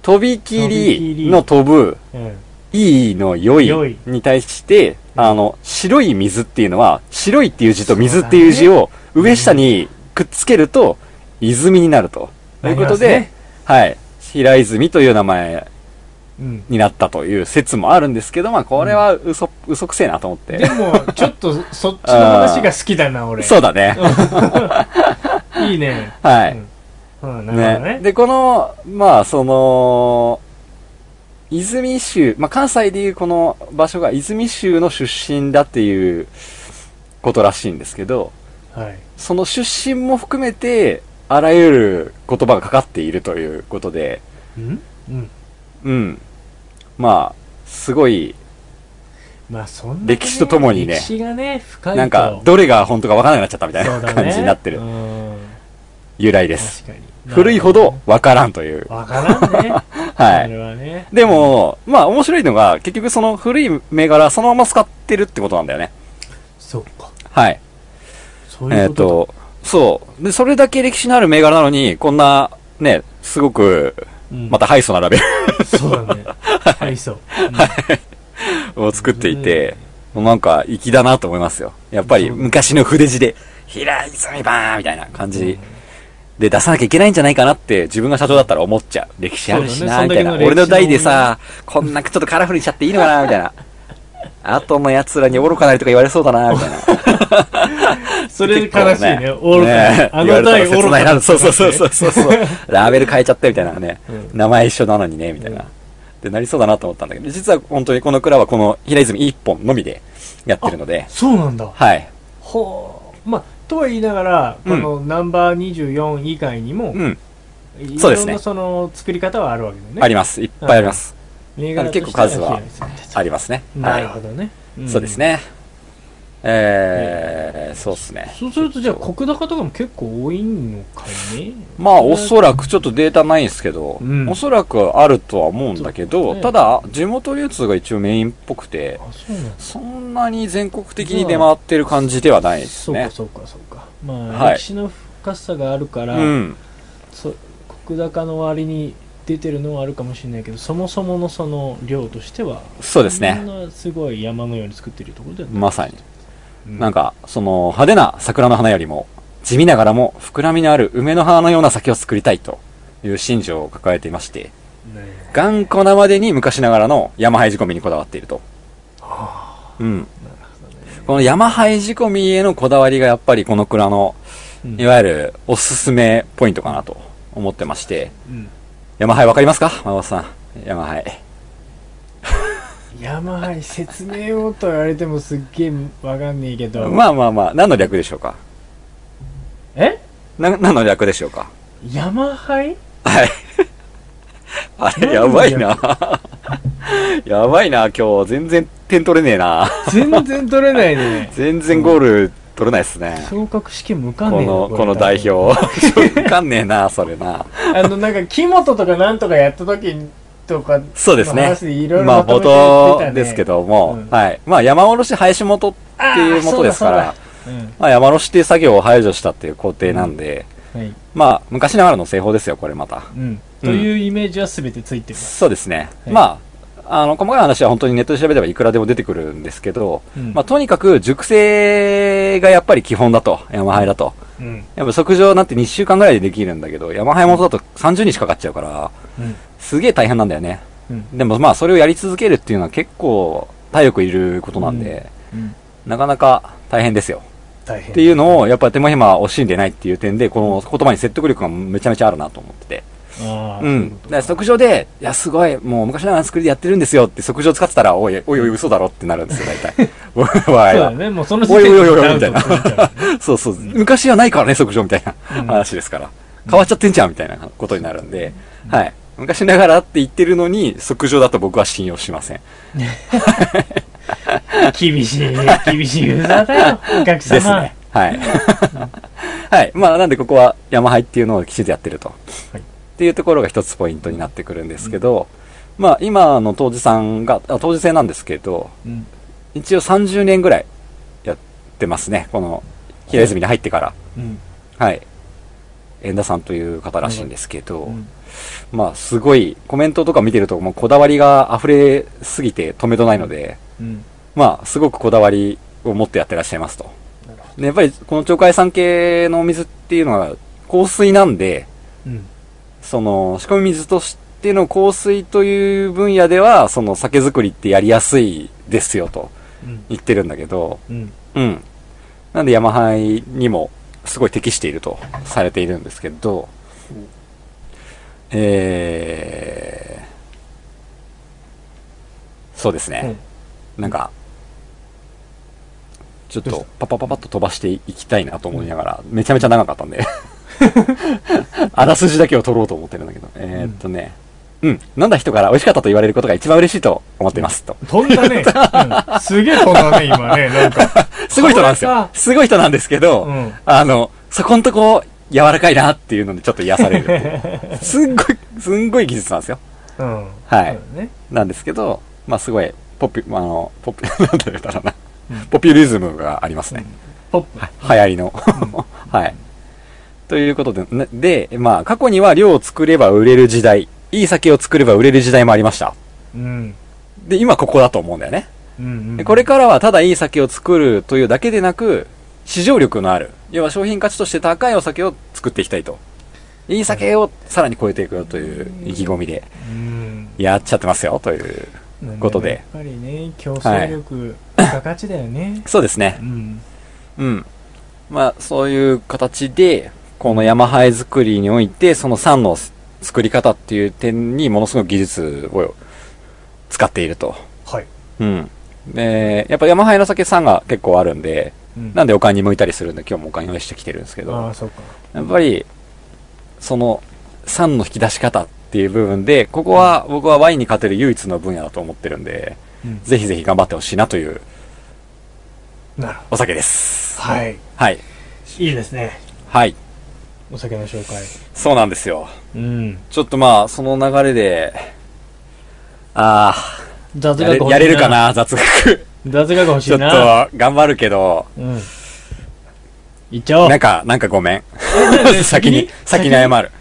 飛び切飛び切りりの飛ぶ、うんいいの良良いいに対して、あの、白い水っていうのは、白いっていう字と水っていう字を上下にくっつけると、泉になると。ということで、なりますねはい。平泉という名前うんになったという説もあるんですけど、まあ、これは嘘、嘘くせえなと思って。でもちょっとそっちの話が好きだな俺そうだね。うん いいねはい。うんなるほどねね。で、この、まあ、その、泉州、まあ、関西でいうこの場所が泉州の出身だっていうことらしいんですけど、はいその出身も含めて、あらゆる言葉がかかっているということで、うんうんうん。まあ、すごい、まあそんなね歴史とともにね歴史がね深いとなんか、どれが本当かわからなくなっちゃったみたいそうだなね感じになってるうん由来です。確かに 古いほどわからんという。わからんね はそいれ。はねでも、まあ面白いのが、結局その古い銘柄そのまま使ってるってことなんだよね。そうかはい。そうえいっ、うことと、そう。で、それだけ歴史のある銘柄なのに、こんな、ね、すごく、うんまたハイソなラベルそうだねあ りそううんを作っていて、もうなんか、粋だなと思いますよ。やっぱり昔の筆字で、平泉バーみたいな感じで出さなきゃいけないんじゃないかなって、自分が社長だったら思っちゃう。歴史あるしな、そうみただねいな。そんだけの俺の代で歴史のさ、こんなちょっとカラフルにしちゃっていいのかな、みたいな。後の奴らに愚かなりとか言われそうだな、みたいな。 それ悲しいね結構愚かねにあ言わのれたら代切ない愚かなにそうそうそうそうそうそう。 ラベル変えちゃったみたいなね。名前一緒なのにね、みたいな。ってなりそうだなと思ったんだけど、実は本当にこの蔵はこの平泉一本のみでやってるので、そうなんだはい。ほうまあとは言いながらこうんのナンバー24以外にもうん、いそうろですんねなその作り方はあるわけだよねあります。いっぱいあります。銘柄として結構数はヒラリさんありますね。なはるい。ほどねそうですね。えー、そうですね。そうするとじゃあ国高とかも結構多いのかねまあ、おそらくちょっとデータないんですけど、うんおそらくあるとは思うんだけそうど、ねただ、地元流通が一応メインっぽくて、あそうなんだそんなに全国的に出回ってる感じではないですそうねか。そうかそうかまはあい歴史の深さがあるかうらん。そ国高の割に出てるのはあるかもしれないけどそもそものその量としてはそうですねそんなすごい山のように作ってるところではないまさに。なんか、その派手な桜の花よりも、地味ながらも膨らみのある梅の花のような酒を作りたいという心情を抱えていまして、ね頑固なまでに昔ながらの山灰仕込みにこだわっていると。うん。この山灰仕込みへのこだわりがやっぱりこの蔵の、うんいわゆるおすすめポイントかなと思ってまして、うん山灰わかりますか孫さん。山灰。山はい説明をと言われてもすっげえわかんねえけど、まあまあまあ、何の略でしょうかえな、何の略でしょうか山灰はい。あれ、や何ばの略いな。 やばいな、今日。全然点取れねえな。全然取れないね全然ゴール取れないっすね。昇格試験向かんねこえなの、れこの代表。わ かんねえな、それな。あのなんか木本とかなんとかやった時とかそうですのね話でいろいろまあ、ま冒とめて言ってたね頭ですけども、うんはい。まあ、山おろし廃止元っていう元ですかあーら、そうだそうまあ、山おろしっていう作業を排除したっていう工程なんで、だうんはいまあ、昔ながらの製法ですよ、これまた。うんというイメージは全てついてます、そうですね。はいまあ、あの、細かい話は本当にネットで調べればいくらでも出てくるんですけど、うんまあ、とにかく熟成がやっぱり基本だと。山ハイだと。うんやっぱ即上なんて2週間ぐらいでできるんだけど、山ハイ元だと30日かかっちゃうから、うんすげえ大変なんだよね。うんでもまあ、それをやり続けるっていうのは結構体力いることなんで、うんなかなか大変ですよ。大変っていうのを、やっぱ手間暇惜しんでないっていう点で、この言葉に説得力がめちゃめちゃあるなと思ってて。ああうそいん。こだとから即上で、いや、すごい、もう昔ながらの作りでやってるんですよって即上使ってたら、おい、おいおい、嘘だろってなるんですよ、大 体。おいおそういだおいねもうその時点でおいおいおいおいみたいなダウトされちゃう そうそう。昔はないからね、即上みたいなうん話ですから。変わっちゃってんじゃん、みたいなことになるんで。はい。昔ながらって言ってるのに、即上だと僕は信用しません。厳しい、厳しいユーザー だよ、お客様。ですね。はい。 はい。まあ、なんでここは山ハイっていうのをきちんとやってると。はいっていうところが一つポイントになってくるんですけど、まあ、今の当時さんが、あ当時制なんですけど、うん一応30年ぐらいやってますね。この、平泉に入ってから。うん。はい。遠田さんという方らしいんですけど、うんまあ、すごい、コメントとか見てると、もうこだわりが溢れすぎて止めどないので、うん。まあ、すごくこだわりを持ってやってらっしゃいますと。でやっぱり、この鳥海山系のお水っていうのは、香水なんで、うん。その、仕込み水としての香水という分野では、その酒造りってやりやすいですよとうん。言ってるんだけど、うん。うん。なんで、ヤマハイにも、すごい適しているとされているんですけど、えー、そうですね。なんか、ちょっどうとパパパパッと飛ばしていきたいなと思いながら、めちゃめちゃ長かったんで。 あらすじだけを取ろうと思ってるんだけど。えーっとね、うん、飲んだ人から美味しかったと言われることが一番嬉しいと思っていますと。 飛んだね。うんすげえ飛んだね、今ね。なん か。すごい人なんですこれよさ。すごい人なんですけど、うん。あの、そこんとこ、柔らかいなっていうのでちょっと癒されるっていう。すんごい、すんごい技術なんですよ。うん。はいそうだね。なんですけど、まあすごい、ポピュ、あの、ポピ ュ、なんて言ったらな、ポピュリズムがありますね。ポップ。流行りの。 はい。ということで、ねで、まあ過去には量を作れば売れる時代、いい酒を作れば売れる時代もありました。うん。で、今ここだと思うんだよね。うんうん。でこれからはただいい酒を作るというだけでなく、市場力のある、要は商品価値として高いお酒を作っていきたいと。いい酒をさらに超えていくよという意気込みで、 うん。やっちゃってますよという。ことでやっぱりね、競争力、が価値だよね。そうですねう。ん。うん。まあ、そういう形で、このヤマハイ作りにおいて、その3の作り方っていう点にものすごく技術を使っていると。はい。うん。で、やっぱヤマハイの酒3が結構あるんで、うんなんでおかんに向いたりするんで、今日もおかん用意してきてるんですけど。ああ、そうか。やっぱり、その、酸の引き出し方っていう部分で、ここは僕はワインに勝てる唯一の分野だと思ってるんで、うんぜひぜひ頑張ってほしいなというなるほお酒です。ど。はい。はい。いいですね。はい。お酒の紹介。そうなんですよ。うん。ちょっとまあ、その流れで、あ雑あ、学やれ欲しいやれるか。な、雑学。雑学欲しちょいっとな。、頑張るけど、うん。いっちゃおう なん。か、なんかごめん。先に、先に謝る。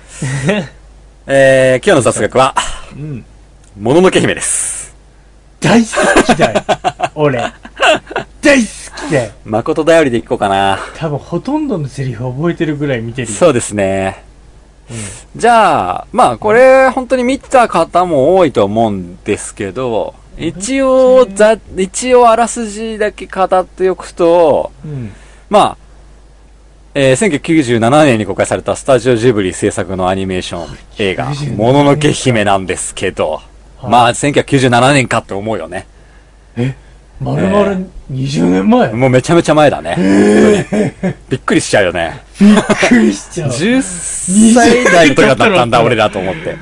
えー、今日の雑学は、うん。もののけ姫です。大好きだよ。俺。 大好きだよ。誠頼りでいこうかな。多分ほとんどのセリフ覚えてるぐらい見てるよ。そうですね。じゃあ、まあこれ、本当に見た方も多いと思うんですけど、一応、ざ、一応あらすじだけ語っておくと、うん。まあ、えー1997年に公開されたスタジオジブリ制作のアニメーション映画、 97年もののけ姫なんですけど、はいまあ、1997年かって思うよね。まるまる20年前。びっもうめちゃめちゃ前だね。本 当にびっくりしちゃうよね。くりしちゃう。 10歳代とかだったんだ、俺らと思って。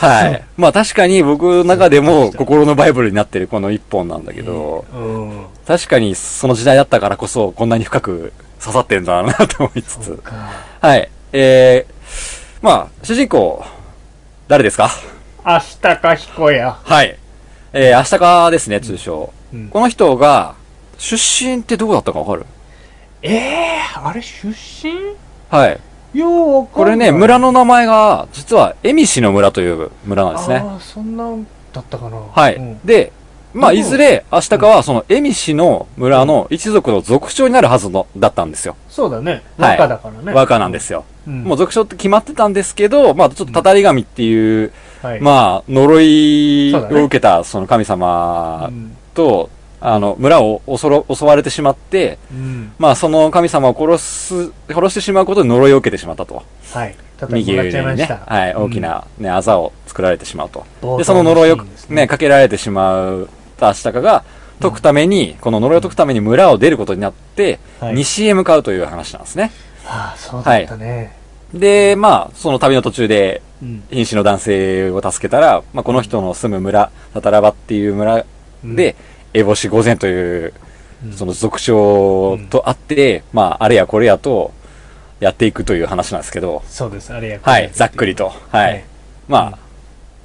はい。まあ確かに僕の中でも心のバイブルになってるこの一本なんだけど、うん。確かにその時代だったからこそこんなに深く刺さってんだなと思いつつ。かはい。えー、まあ、主人公、誰ですか明日か彦や。はい。えー、明日かですね、通称。うんこの人が、出身ってどこだったかわかるええー、あれ出身はい。ようわかんこれね、村の名前が、実は、恵美市の村という村なんですね。ああ、そんなんだったかな。はい。うんで、まあ、うんいずれ、明日かは、その、恵美市の村の一族の族長になるはずの、だったんですよ。そうだね。はい和歌だからね。和歌なんですよ。うん。もう族長って決まってたんですけど、まあ、ちょっとたたり神っていう、はい。まあ、呪いそうだねを受けた、その神う様んと、あの、村を襲ろ襲われてしまって、うん。まあ、その神様を殺す、殺してしまうことで呪いを受けてしまったと。はい。ただ、も右らっち腕ゃいまにしね、た。はい、大きなね、あざを作られてしまうと。うん。で、その呪いを冒頭シーンですね、。かけられてしまうアシタカが、解くために、この呪いを解くために村を出ることになって、はい西へ向かうという話なんですね。ああ、そうだったね。で、まあ、その旅の途中で、うん。瀕死の男性を助けたら、まあ、この人の住む村、タタラバっていう村で、烏帽子御前という、うんその族長と会って、まあ、あれやこれやと、やっていくという話なんですけど、そうです、あれやはい、ざっくりと。。はい。はいまあ、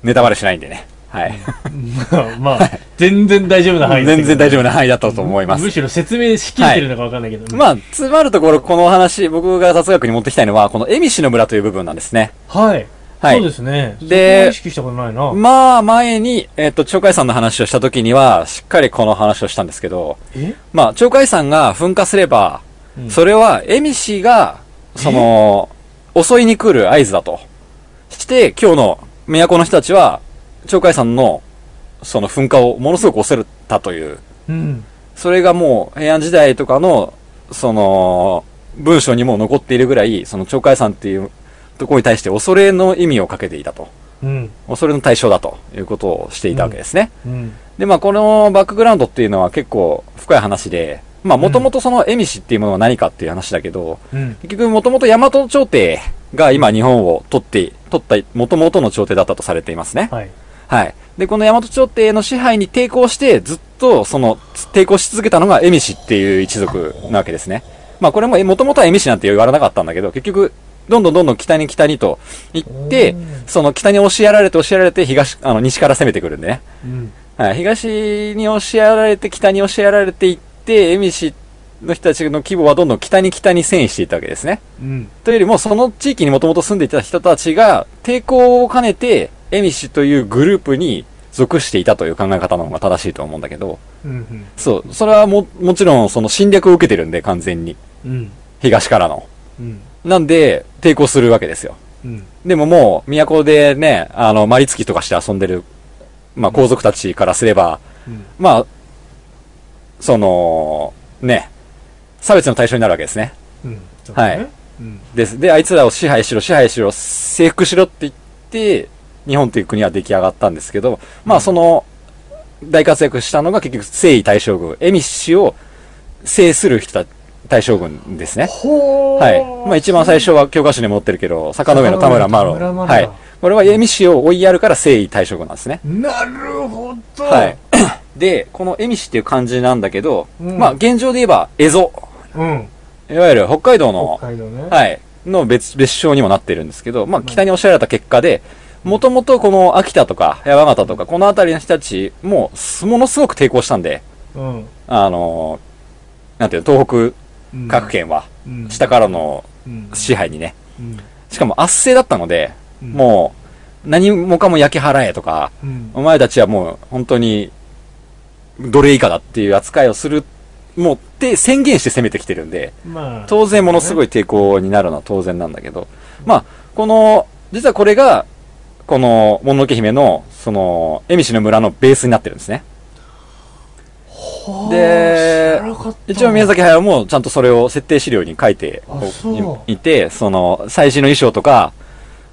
ネタバレしないんでね。はい。 まあ、まあ、全然大丈夫な範 囲全然大丈夫夫な範囲だったと思いますむ。しろ説明しきってるのかわかんないけど。まあ、つまるところ、この話、僕が雑学に持ってきたいのは、この、恵美市の村という部分なんですね。あ、はい。はいそうですね。そこでは意識したことないな。まあ、前に、えっ、と、鳥海山の話をした時には、しっかりこの話をしたんですけど、えまあ、鳥海山が噴火すれば、うんそれは、恵美市が、その、襲いに来る合図だと。して、今日の、都の人たちは、鳥海山の、その噴火をものすごく恐れたという。うん。それがもう平安時代とかの、その、文章にも残っているぐらい、その鳥海山っていうところに対して恐れの意味をかけていたと。うん。恐れの対象だということをしていたわけですね。うん。で、まあこのバックグラウンドっていうのは結構深い話で、まあもともとその恵美市っていうものは何かっていう話だけど、うん。結局もともと大和朝廷が今日本を取って、取った、もともとの朝廷だったとされていますね。はい。はい。で、この大和朝廷の支配に抵抗して、ずっと、その、つ抵抗し続けたのが、恵美氏っていう一族なわけですね。まあ、これも、もともとは恵美氏なんて言われなかったんだけど、結局、どんどんどんどん北に北にと行っておー、その北に押しやられて押しやられて、東、あの、西から攻めてくるんでね。うん。はい。東に押しやられて、北に押しやられていって、恵美氏の人たちの規模はどんどん北に北に遷移していったわけですね。うん。というよりも、その地域にもともと住んでいた人たちが、抵抗を兼ねて、エミシというグループに属していたという考え方の方が正しいと思うんだけど、うん。そう、それはも、もちろん、その侵略を受けてるんで、完全に。うん。東からの。うん。なんで、抵抗するわけですよ。うん。でももう、都でね、あの、マリツキとかして遊んでる、まあ、皇族たちからすれば、うん。まあ、その、ね、差別の対象になるわけですね。うん。そうだねはい。うん。です。で、あいつらを支配しろ、支配しろ、征服しろって言って、日本という国は出来上がったんですけど、まあその、大活躍したのが結局、征夷大将軍、恵美氏を制する人た、大将軍ですね。ほー。はい。まあ一番最初は教科書にも載ってるけど、坂の上の田村麻坂の上呂。の田村麻は呂い。これは恵美氏を追いやるから征夷大将軍なんですね。なるほど。はい。。で、この恵美氏っていう漢字なんだけど、うんまあ現状で言えば、蝦夷。うん。いわゆる北海道の北海道ね。はい。の別、別称にもなってるんですけど、まあ、北におっしゃられた結果で、もともとこの秋田とか山形とか、この辺りの人たちも、すものすごく抵抗したんで、うん。あのーなんていうの、東うん北各県は、うん下からのうん支配にね、うんしかも圧政だったので、うんもう、何もかも焼き払えとか、うんお前たちはもう本当に奴隷以下だっていう扱いをする、もうって宣言して攻めてきてるんで、まあ、当然ものすごい抵抗になるのは当然なんだけど、まあ、この、実はこれが、この、もののけ姫の、その、えみしの村のベースになってるんですね。ほうで知らなかった一応宮崎駿もちゃんとそれを設定資料に書いてあそういて、その、最新の衣装とか、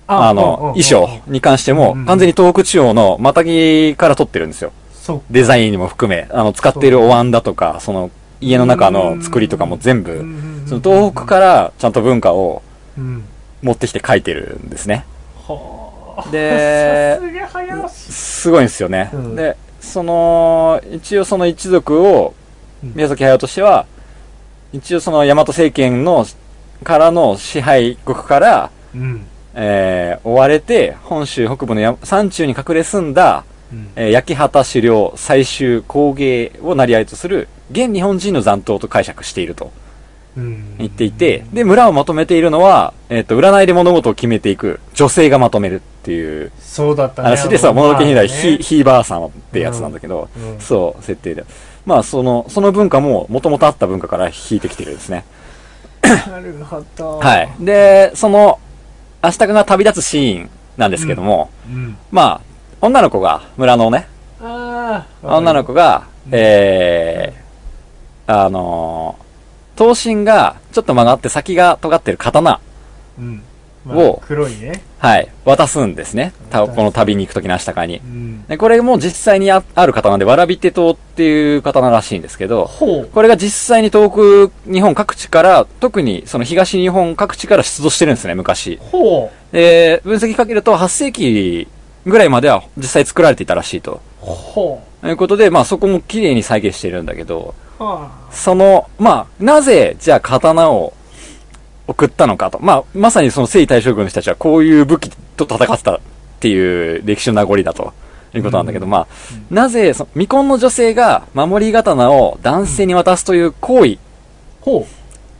あうんうんうんの、衣装に関してうもんうん、完全に東北地方のまたぎから撮ってるんですよ。そうデザインも含め、あの、使っているお椀だとか、その、家の中の作りとかも全う部、んその東北からちゃんと文化をうん持ってきて書いてるんですね。はあでさすが林すごいんですよね。うんで、その、一応その一族を、うん宮崎駿としては、一応その大和政権の、からの支配国から、うんえー追われて、本州北部の山山中に隠れ住んだ、うんえー焼き畑狩猟、採集、工芸をなり合いとする、現日本人の残党と解釈しているとうん言っていて、で、村をまとめているのは、えっ、と、占いで物事を決めていく、女性がまとめるっていうそうだったね話で、そう、物のけにまあだねヒヒーバーさんってやつなんだけど、うんそう、設定で。まあ、その、その文化も、もともとあった文化から引いてきてるんですね。なるほどはい。で、その、明日が旅立つシーンなんですけども、うんまあ、女の子が、村のね、ああ女の子が、えー、あのー、刀身がちょっと曲がって先が尖ってる刀、うんまあを黒いねはい、渡すんですね。た渡すこの旅に行くときの明日かにう。んで、これも実際にあある刀で、わらび手刀っていう刀らしいんですけど、ほうこれが実際に遠く日本各地から、特にその東日本各地から出土してるんですね、昔。ほうで、分析かけると8世紀ぐらいまでは実際作られていたらしいと。ほということで、まあそこも綺麗に再現してるんだけど、うはその、まあ、なぜ、じゃあ刀を送ったのかと。まあ、まさにその征夷大将軍の人たちはこういう武器と戦ってたっていう歴史の名残だということなんだけど、まあ、なぜ、その未婚の女性が守り刀を男性に渡すという行為、あほう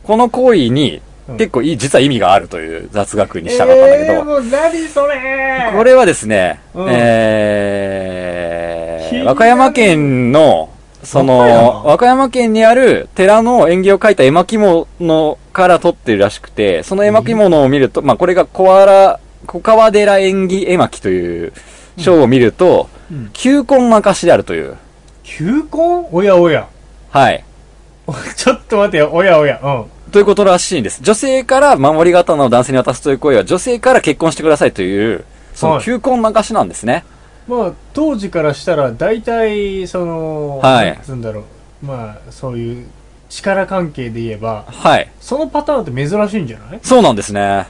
この行為にうん結構いい、実は意味があるという雑学にしたかったんだけえーど、もう何それこれはですね、うんえ気にー、なる和歌山県の、その、和和歌歌山山県にある寺の園芸を描いた絵巻物から撮ってるらしくて、その絵巻物を見ると、まあこれが小原、小川寺縁起絵巻という章を見ると、うん球根の証であるという。球根おやおやはい。 ちょっと待てよおやおやうんということらしいんです。女性から守り方の男性に渡すという行為は、女性から結婚してくださいという、そはのい球根の証なんですね。まあ当時からしたら大体その、はいなんつうんだろうまあそういう力関係で言えばはい。そのパターンって珍しいんじゃないそうなんですね。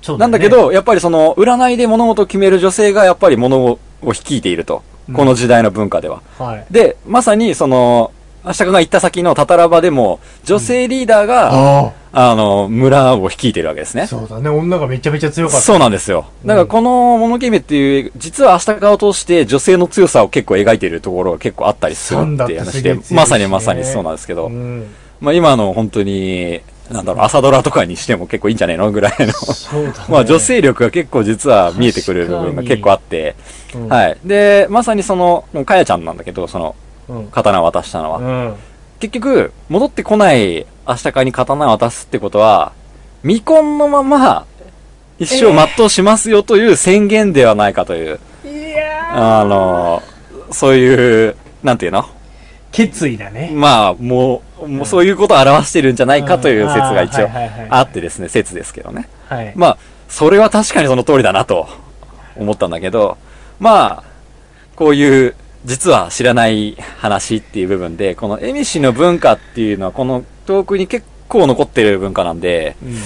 そうなんだけど、やっぱりその、占いで物事を決める女性がやっぱり物を率いているとうん。この時代の文化では。はいで、まさにその、明日香が行った先のタタラ場でも、女性リーダーが、ああの、村を率いているわけですあね。そうだね女がめちゃめちゃ強かったそうなんですよ。だからこの物決めっていう、実は明日香を通して女性の強さを結構描いているところが結構あったりするっていう話サンダーってすげえ強でいし、ねまさにまさにそうなんですけど、 うん、まあ今の本当に、なんだろう、朝ドラとかにしても結構いいんじゃねえのぐらいの。そうだねまあ女、性力が結構実は見えてくる部分が結構あって、うん、い、はい。で、まさにその、もうかやちゃんなんだけど、その、うん刀を渡したのは。うん、結局、戻ってこない明日かに刀を渡すってことは、未婚のまま、一生全うしますよという宣言ではないかという、いやーあの、そういう、なんていうの決意だねまあ、もう、もうそういうことを表してるんじゃないかという説が一う応んあーはいはいはいあってですね、説ですけどね。はい、まあ、それは確かにその通りだなと思ったんだけど、まあ、こういう、実は知らない話っていう部分で、このエミシの文化っていうのは、この遠くに結構残ってる文化なんで、うん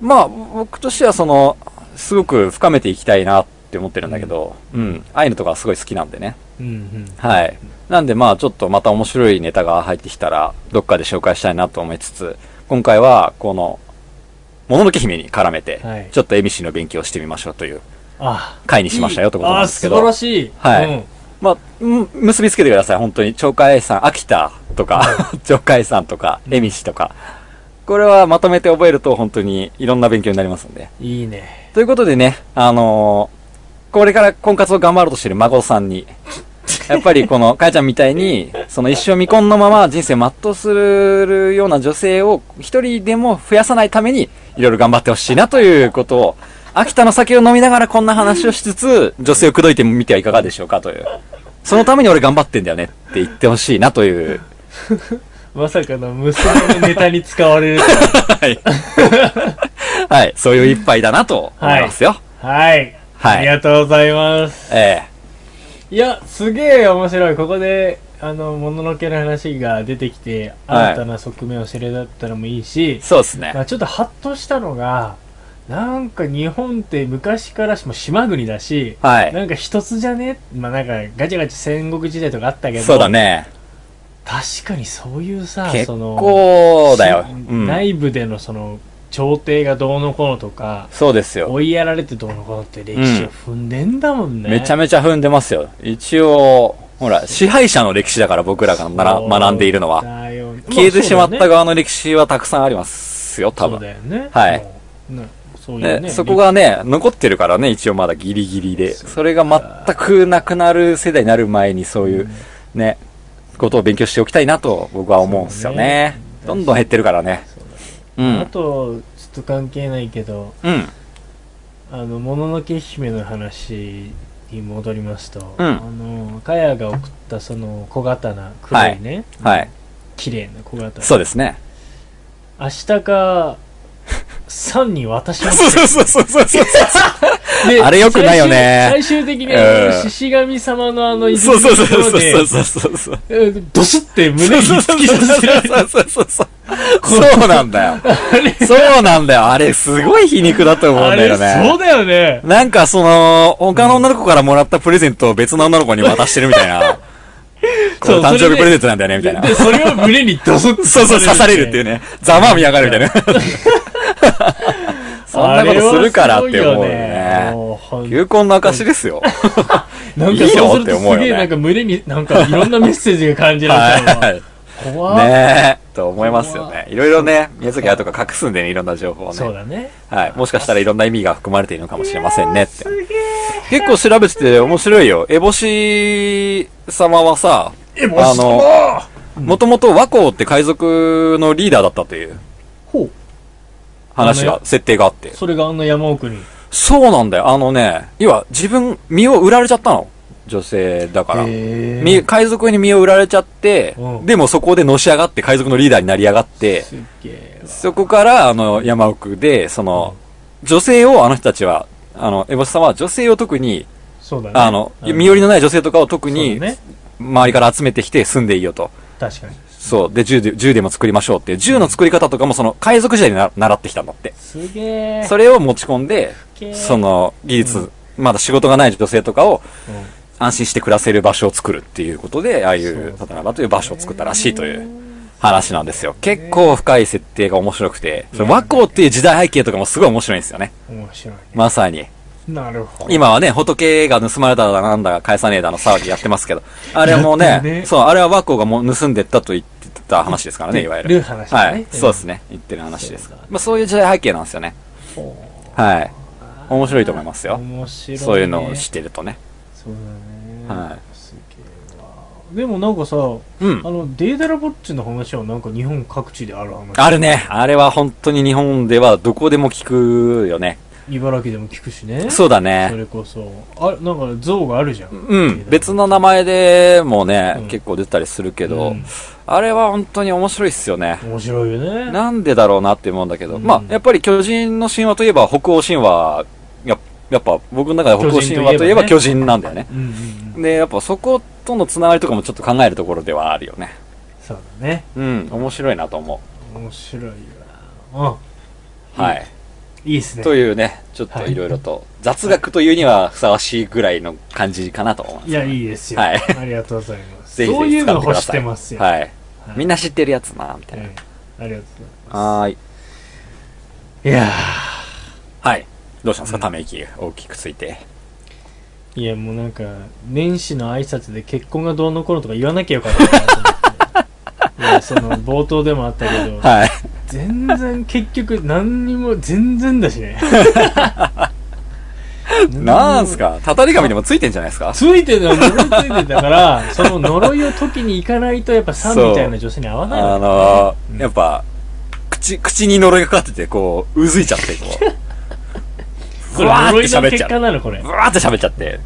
まあ、僕としてはその、すごく深めていきたいなって思ってるんだけど、うん、ああいうのとかすごい好きなんでね。うんうんはい。なんでまあちょっとまた面白いネタが入ってきたら、どっかで紹介したいなと思いつつ、今回はこの、もののけ姫に絡めてはい、ちょっとエミシの勉強をしてみましょうというあ回にしましたよってことなんですけあど、ー素晴らしい。はいうんまあ、うん結びつけてください、本当に。鳥海山、秋田とか、 鳥海山とか、エミシとか。これはまとめて覚えると本当にいろんな勉強になりますんで。いいね。ということでね、あのーこれから婚活を頑張ろうとしてる孫さんに、やっぱりこ の、かやちゃんみたいに、その一生未婚のまま人生を全うするような女性を一人でも増やさないために、いろいろ頑張ってほしいなということを、秋田の酒を飲みながらこんな話をしつつ、女性を口説いてみてはいかがでしょうかという。そのために俺頑張ってんだよねって言ってほしいなという。まさかの娘のネタに使われるとは。はい。 はい、そういう一杯だなと思いますよ。はい。はいありがとうございます。えいや、すげえ面白い。ここで、あの、もののけの話が出てきて、はい新たな側面を知れだったのもいいしえ、そうですねま。あ、ちょっとハッとしたのが、なんか日本って昔からしもう島国だし、はいなんか一つじゃねまあなんかガチャガチャ戦国時代とかあったけど、そうだね。確かにそういうさ、結その構だよ。しうん。内部でのその朝廷がどうのこうのとか、そうですよ。追いやられてどうのこうのって歴史を踏んでんだもんね。めちゃめちゃ踏んでますよ。一応、ほら、支配者の歴史だから僕らがなら学んでいるのは。だよね。消えてしまった側の歴史はたくさんありますよ、多そう分。だよね。はいもう。ねそういうね。ね、そこがね、残ってるからね、一応まだギリギリで。それが全くなくなる世代になる前にそういう、ね、ことを勉強しておきたいなと僕は思うんですよね。どんどん減ってるからね。うあん。と、ちょっと関係ないけど、うん。あの、もののけ姫の話に戻りますと、うんあの、かやが送ったその小刀、黒いね、はい。綺麗な小刀。そうですね。明日か、さんに渡しまそうす。そうそうそうそうそう。であれ良くないよね最終最終的にうん、獅子神様のあの、いそうそうのとこそうろそうでそうそうそうそう。うんドスって胸に突き刺せられそうそうそうそう。そうなんだよ。そうなんだよ。あれ、すごい皮肉だと思うんあだれ、よそうね。だよね。なんか、その、他の女の子からもらったプレゼントを別の女の子に渡してるみたいな。こそうの誕生それ日でプレゼントなんだよね、みたいな。で、それを胸にドスッとそうそう、刺されるっていうね。ね。ざまあみやがるみたいな。そんなことするからって思うよね。あれはすごいよもうほん求婚の証ですよ。なんいかいよそっうすてると思うよすねげえなんか 胸になんかいろんなメッセージが感じられちゃうわ。は怖い。っ、ねえ。と思いますよね。いろいろね、宮崎あとか隠すんでね、いろんな情報をね。そうだね。はい。もしかしたらいろんな意味が含まれているのかもしれませんねって。結構調べてて面白いよ。エボシ様はさ、え、もあの、もともと倭寇って海賊のリーダーだったというほう。話あが、設定があって。それがあの山奥に。そうなんだよ。あのね、要は自分、身を売られちゃったの。女性だから。へー身海賊に身を売られちゃってう、んでもそこでのし上がって海賊のリーダーになり上がって、すっげえわ。そこから、あの、山奥で、その、女性を、あの人たちは、あの、エボシさんは女性を特に、そうだね。あの、身よ寄りのない女性とかを特に、ね。周りから集めてきて住んでいいよと。確かに。そう。で、銃で、銃でも作りましょうっていう。銃の作り方とかも、その、海賊時代にな習ってきたんだって。すげえ。それを持ち込んでげ、えその、技術、まだ仕事がない女性とかを、うん安心して暮らせる場所を作るっていうことで、ああいう、そタうタナバという場所を作ったらしいという話なんですよ。結構深い設定が面白くて、その和光っていう時代背景とかもすごい面白いんですよね。面白いね。まさに。なるほど。今はね、仏が盗まれただなんだが返さねえだの騒ぎやってますけど、あれもやねっ、てるねそう、あれは和光がもう盗んでったと言ってた話ですからね、いわゆる。る話だねはい、うんそうですね。言ってる話ですそうだ。まあそういう時代背景なんですよね。はい。面白いと思いますよ。面白い、ね。そういうのを知ってるとね。そうだね。。はいすげえわ。でもなんかさ、うんあ。の、デーダラボッチの話はなんか日本各地である話。あるね。あれは本当に日本ではどこでも聞くよね。茨城でも聞くしね。そうだそね。れこそ。あ、なんか像があるじゃん。うん。別の名前でもね、うん結構出たりするけど、うんあれは本当に面白いっすよね。面白いよね。なんでだろうなって思うんだけど、うんまあ、やっぱり巨人の神話といえば北欧神話、ややっぱ僕の中で北欧神話といえば巨巨人なんだよね。うんうんうん。で、やっぱそことのつながりとかもちょっと考えるところではあるよね。そうだね。うん、面白いなと思面白いわ。う。はい。うん。いいっすね。というね、ちょっといろいろと雑学というにはふさわしいぐらいの感じかなと思います。いや、いいですよ。はいありがとうございます。 ぜひぜひそういう使のってくだ欲さいしてますよ。い。はい。はいみんな知ってるやつな、みたいな。ありがとうございまはーい。す。いやはい。どうしたんですか、ため息大きくついて。ーいや、もうなんか、年始の挨拶で結婚がどうのこうのとか言わなきゃよかったなと思って。いや、その、冒頭でもあったけど、はい。全然、結局、何にも、全然だしね。 なんすかたたり神でもついてんじゃないですかついてるの呪いついてたから、その呪いを解きに行かないと、やっぱサンみたいな女性に合わないあわのー、やっぱ、口、口に呪いがかかってて、こう、うずいちゃって、こう、 これ呪いの結果なの、これぶ。わーって喋っちゃって、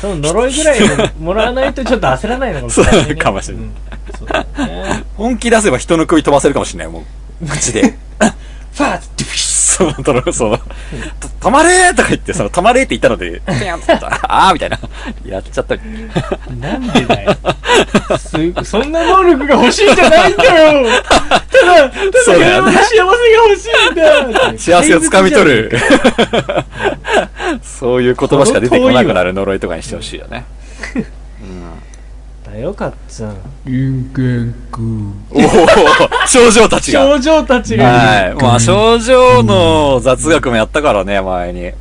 その呪いぐらいもらわないとちょっと焦らないのかもしれない、 そうね。かもしれないうんそうだね。本気出せば人の首飛ばせるかもしれない、もう、口 で。ファーッそのドラその、と止まれーとか言って、その、止まれーって言ったので、ペンってやったらあーみたいな。やっちゃった。なんでだよ。すそんな能力が欲しいんじゃないんだよただ、たそうだ、だよね幸せが欲しいんだ幸せを掴み取る。 そういう言葉しか出てこなくなる呪いとかにしてほしいよ ね。だよ、かっつん。おお少女たちが。少女たちがはい。まあ、少女の雑学もやったからね、前に。いる。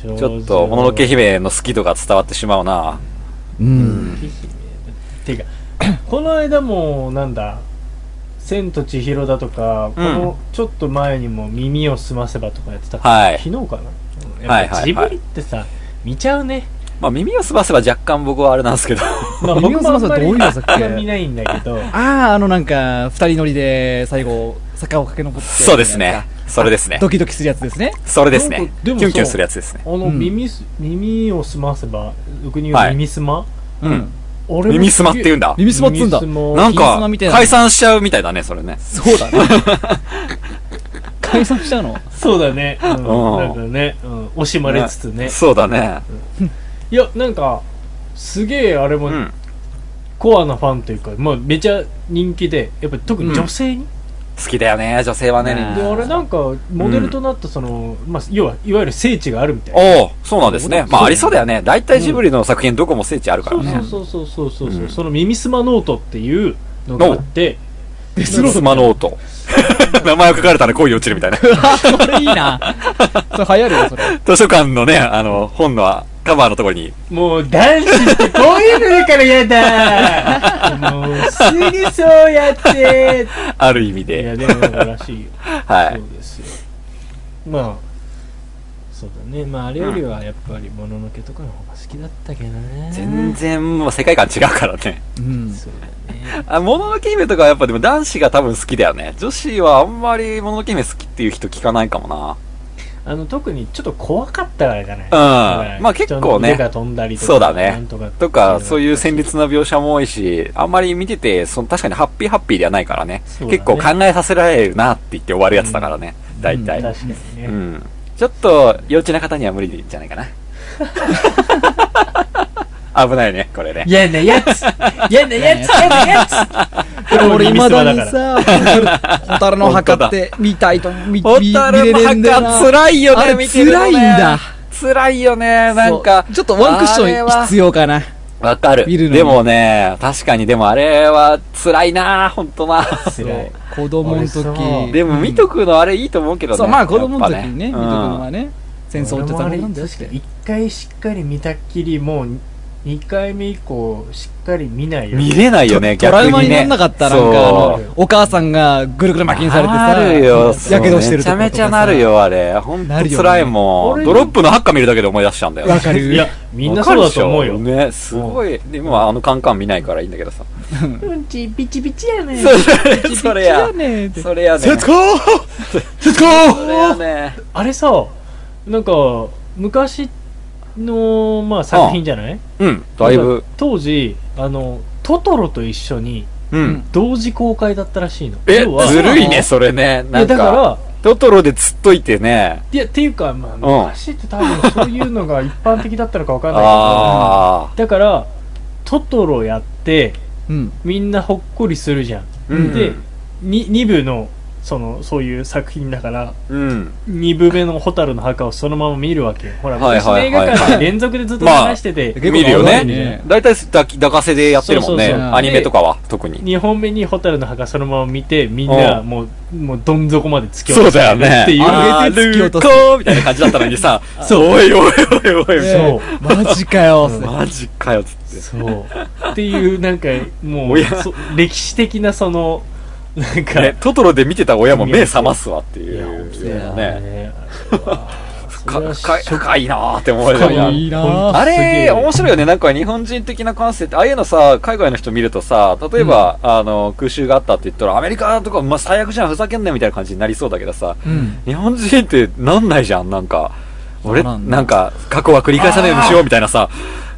ちょっと、もののけ姫の好き度が伝わってしまうな。うん。ていうかこの間もなんだ「千と千尋」だとか、このちょっと前にも「耳をすませば」とかやってた、はい昨日かな、はいやっぱはいジはいブリってさ見ちゃうね、まあ、耳をすばせば若干僕はあれなんですけど。まあ、耳をすませば僕もあんどういう作品あんま見ないんだけどああ、あのなんか、二人乗りで最後、坂を駆け上って。そうですね。それですね。ドキドキするやつですね。それですね。キでもそうュンキュンするやつですね。あのうん耳す、耳をすませば俗に言はいう耳すま、うん。俺も耳すまって言うんだ。耳すまっつんだ。耳すまな金んスかマみたい、な解散しちゃうみたいだね、それね。そうだね。 解散しちゃう のそうだね、うん、うんなんかね、うん、惜しまれつつねそうだね。いやなんかすげえあれも、うん。コアなファンというか、まあ、めちゃ人気でやっぱり特に女性に、好きだよね、女性はね。うんであれなんかモデルとなったその、まあ、要はいわゆる聖地があるみたいなおおそうなんですね。まそあ、うありそうだよね。大体ジブリの作品どこも聖地あるかそらうね。そうそうそうそうそう、うんその耳すまノートっていうのがあってスロスマノート。 名前を書かれたら恋に落ちるみたいな。それいいな。それ流行るよ、それ。図書館のね、あの、本のカバーのところに。もう男子ってこういうのだから 嫌だもうすぐそうやってある意味いやで。でもらしいよはそ。いうですよまあそうだねまああれよりはやっぱりもののけとかの方が好きだったけどね全然、もう世界観違うからね。うん。そうだねあ、もののけ姫とかはやっぱでも男子が多分好きだよね。女子はあんまりもののけ姫好きっていう人聞かないかもな。あの特にちょっと怖かったからじゃないうんまあ結構ね人の腕が飛んだりとかそうだねなんとかとか、そういう戦戦慄な描写も多いし、あんまり見てて、その確かにハッピーハッピーではないからね。そうだね結構考えさせられるなって言って終わるやつだからね。大確か体。にね、うん。ちょっと、幼稚な方には無理じゃないか な。危ないね、これね。嫌なやつ嫌なやつ嫌なやつでも俺、俺未未だだににさ、ホタルの墓って見たいと、見、見、ホ見タルれのるんだよ墓、な。辛いよあね、れ見てるのね辛いんだ。辛いよね、なんかそう。ちょっとワンクッシあれョンは必要かな。わかる。見るのにでもね、確かに、でもあれは辛いなほん となそう辛い。子供の俺そう時。でも見とくのあれいいと思うけどね。そう、まあ子供の時やっぱにね、見とくのはね、戦争ってた俺もあもんれなんだよっ確かてに。一回しっかり見たっきりもう二回目以降しっかり見なういんよ見れないよね、ト逆に、ね。ラウマになんなかった、なんかあそうの、お母さんがぐるぐる巻きにされてさ、なるよ、やけどしてるとめちゃこめちゃなる。よ、あれ。ほんとなるよね辛いもん。俺ドロップのハッカ見るだけで思い出しちゃうんだよね。わかるいやみんなそうだと思うわよかるでしょね、すごい。でもあのカンカン見ないからいいんだけどさ。うんちビチビチやねそれ、それやだ。ねってそれやね。節子節そ子れやね。あれさなんか昔のまあ作品じゃないうん、だいぶ。当時あのトトロと一緒にうん。同時公開だったらしいのえ要は、ずるいね、それね。いなやんだかか、らトトロで釣っといてね。いやっていうか、まあ、ん昔って多分そういうのが一般的だったのかわかんないけあどだからトトロやってうん。みんなほっこりするじゃん、あ。うんでに2部のそのそういう作品だからうん。 2部目の「蛍の墓」をそのまま見るわけよほらはい昔のはい映はいはい画館で連続でずっと流してて、まあ見る結よ構長いねね。大体抱き、抱かせでやってるもんね。そうそうそうアニメとかは、特に。 2本目に「蛍の墓」そのまま見てみんなうんもう,、もうどん底まで突きそう落とださよれるね。っていうあ上ーげて突き落とすルーコーみたいな感じだったのにさ、そう、おいおいおいおい、みたいそうマジかよ、それなマジかよ、つって。そうっていうなんかもおうやそ歴史的なそのなんか、ね、トトロで見てた親も目覚ますわっていう。いやね。ねかそれはか深いなーって思うよ深いなな。いいなあすげえれ、面白いよね。なんか日本人的な感性って、ああいうのさ、海外の人見るとさ、例えば、あの、空襲があったって言ったら、アメリカとか、まあ、最悪じゃん、ふざけんなよみたいな感じになりそうだけどさ、うん日本人ってなんないじゃん、なんか。俺、そうななんだんか、過去は繰り返さないようにしようみたい なさ、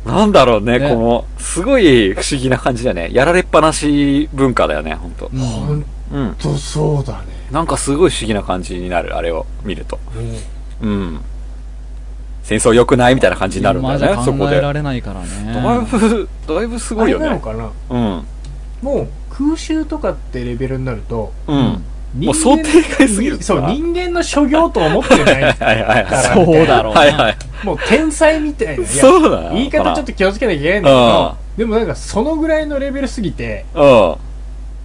なんだろうね、ねこの、すごい不思議な感じだよね。やられっぱなし文化だよね、ほんと。ほんうん。とそうだね。なんかすごい不思議な感じになる、あれを見ると。うん。戦争良くないみたいな感じになるんだ今じゃよね、そ考こえで。らだれないからねいぶ、だいぶすあごいれよなのね。かなうん。もう空襲とかってレベルになるとうん。人間もう想定外すぎるそう人間の所業とは思ってはな いいはいはいはい。そうだろうなはいはい。もう天才みたいな。いやそうだよ言い方ちょっと気をつけなきゃいけないんだけど、でもなんかそのぐらいのレベルすぎて、うん。も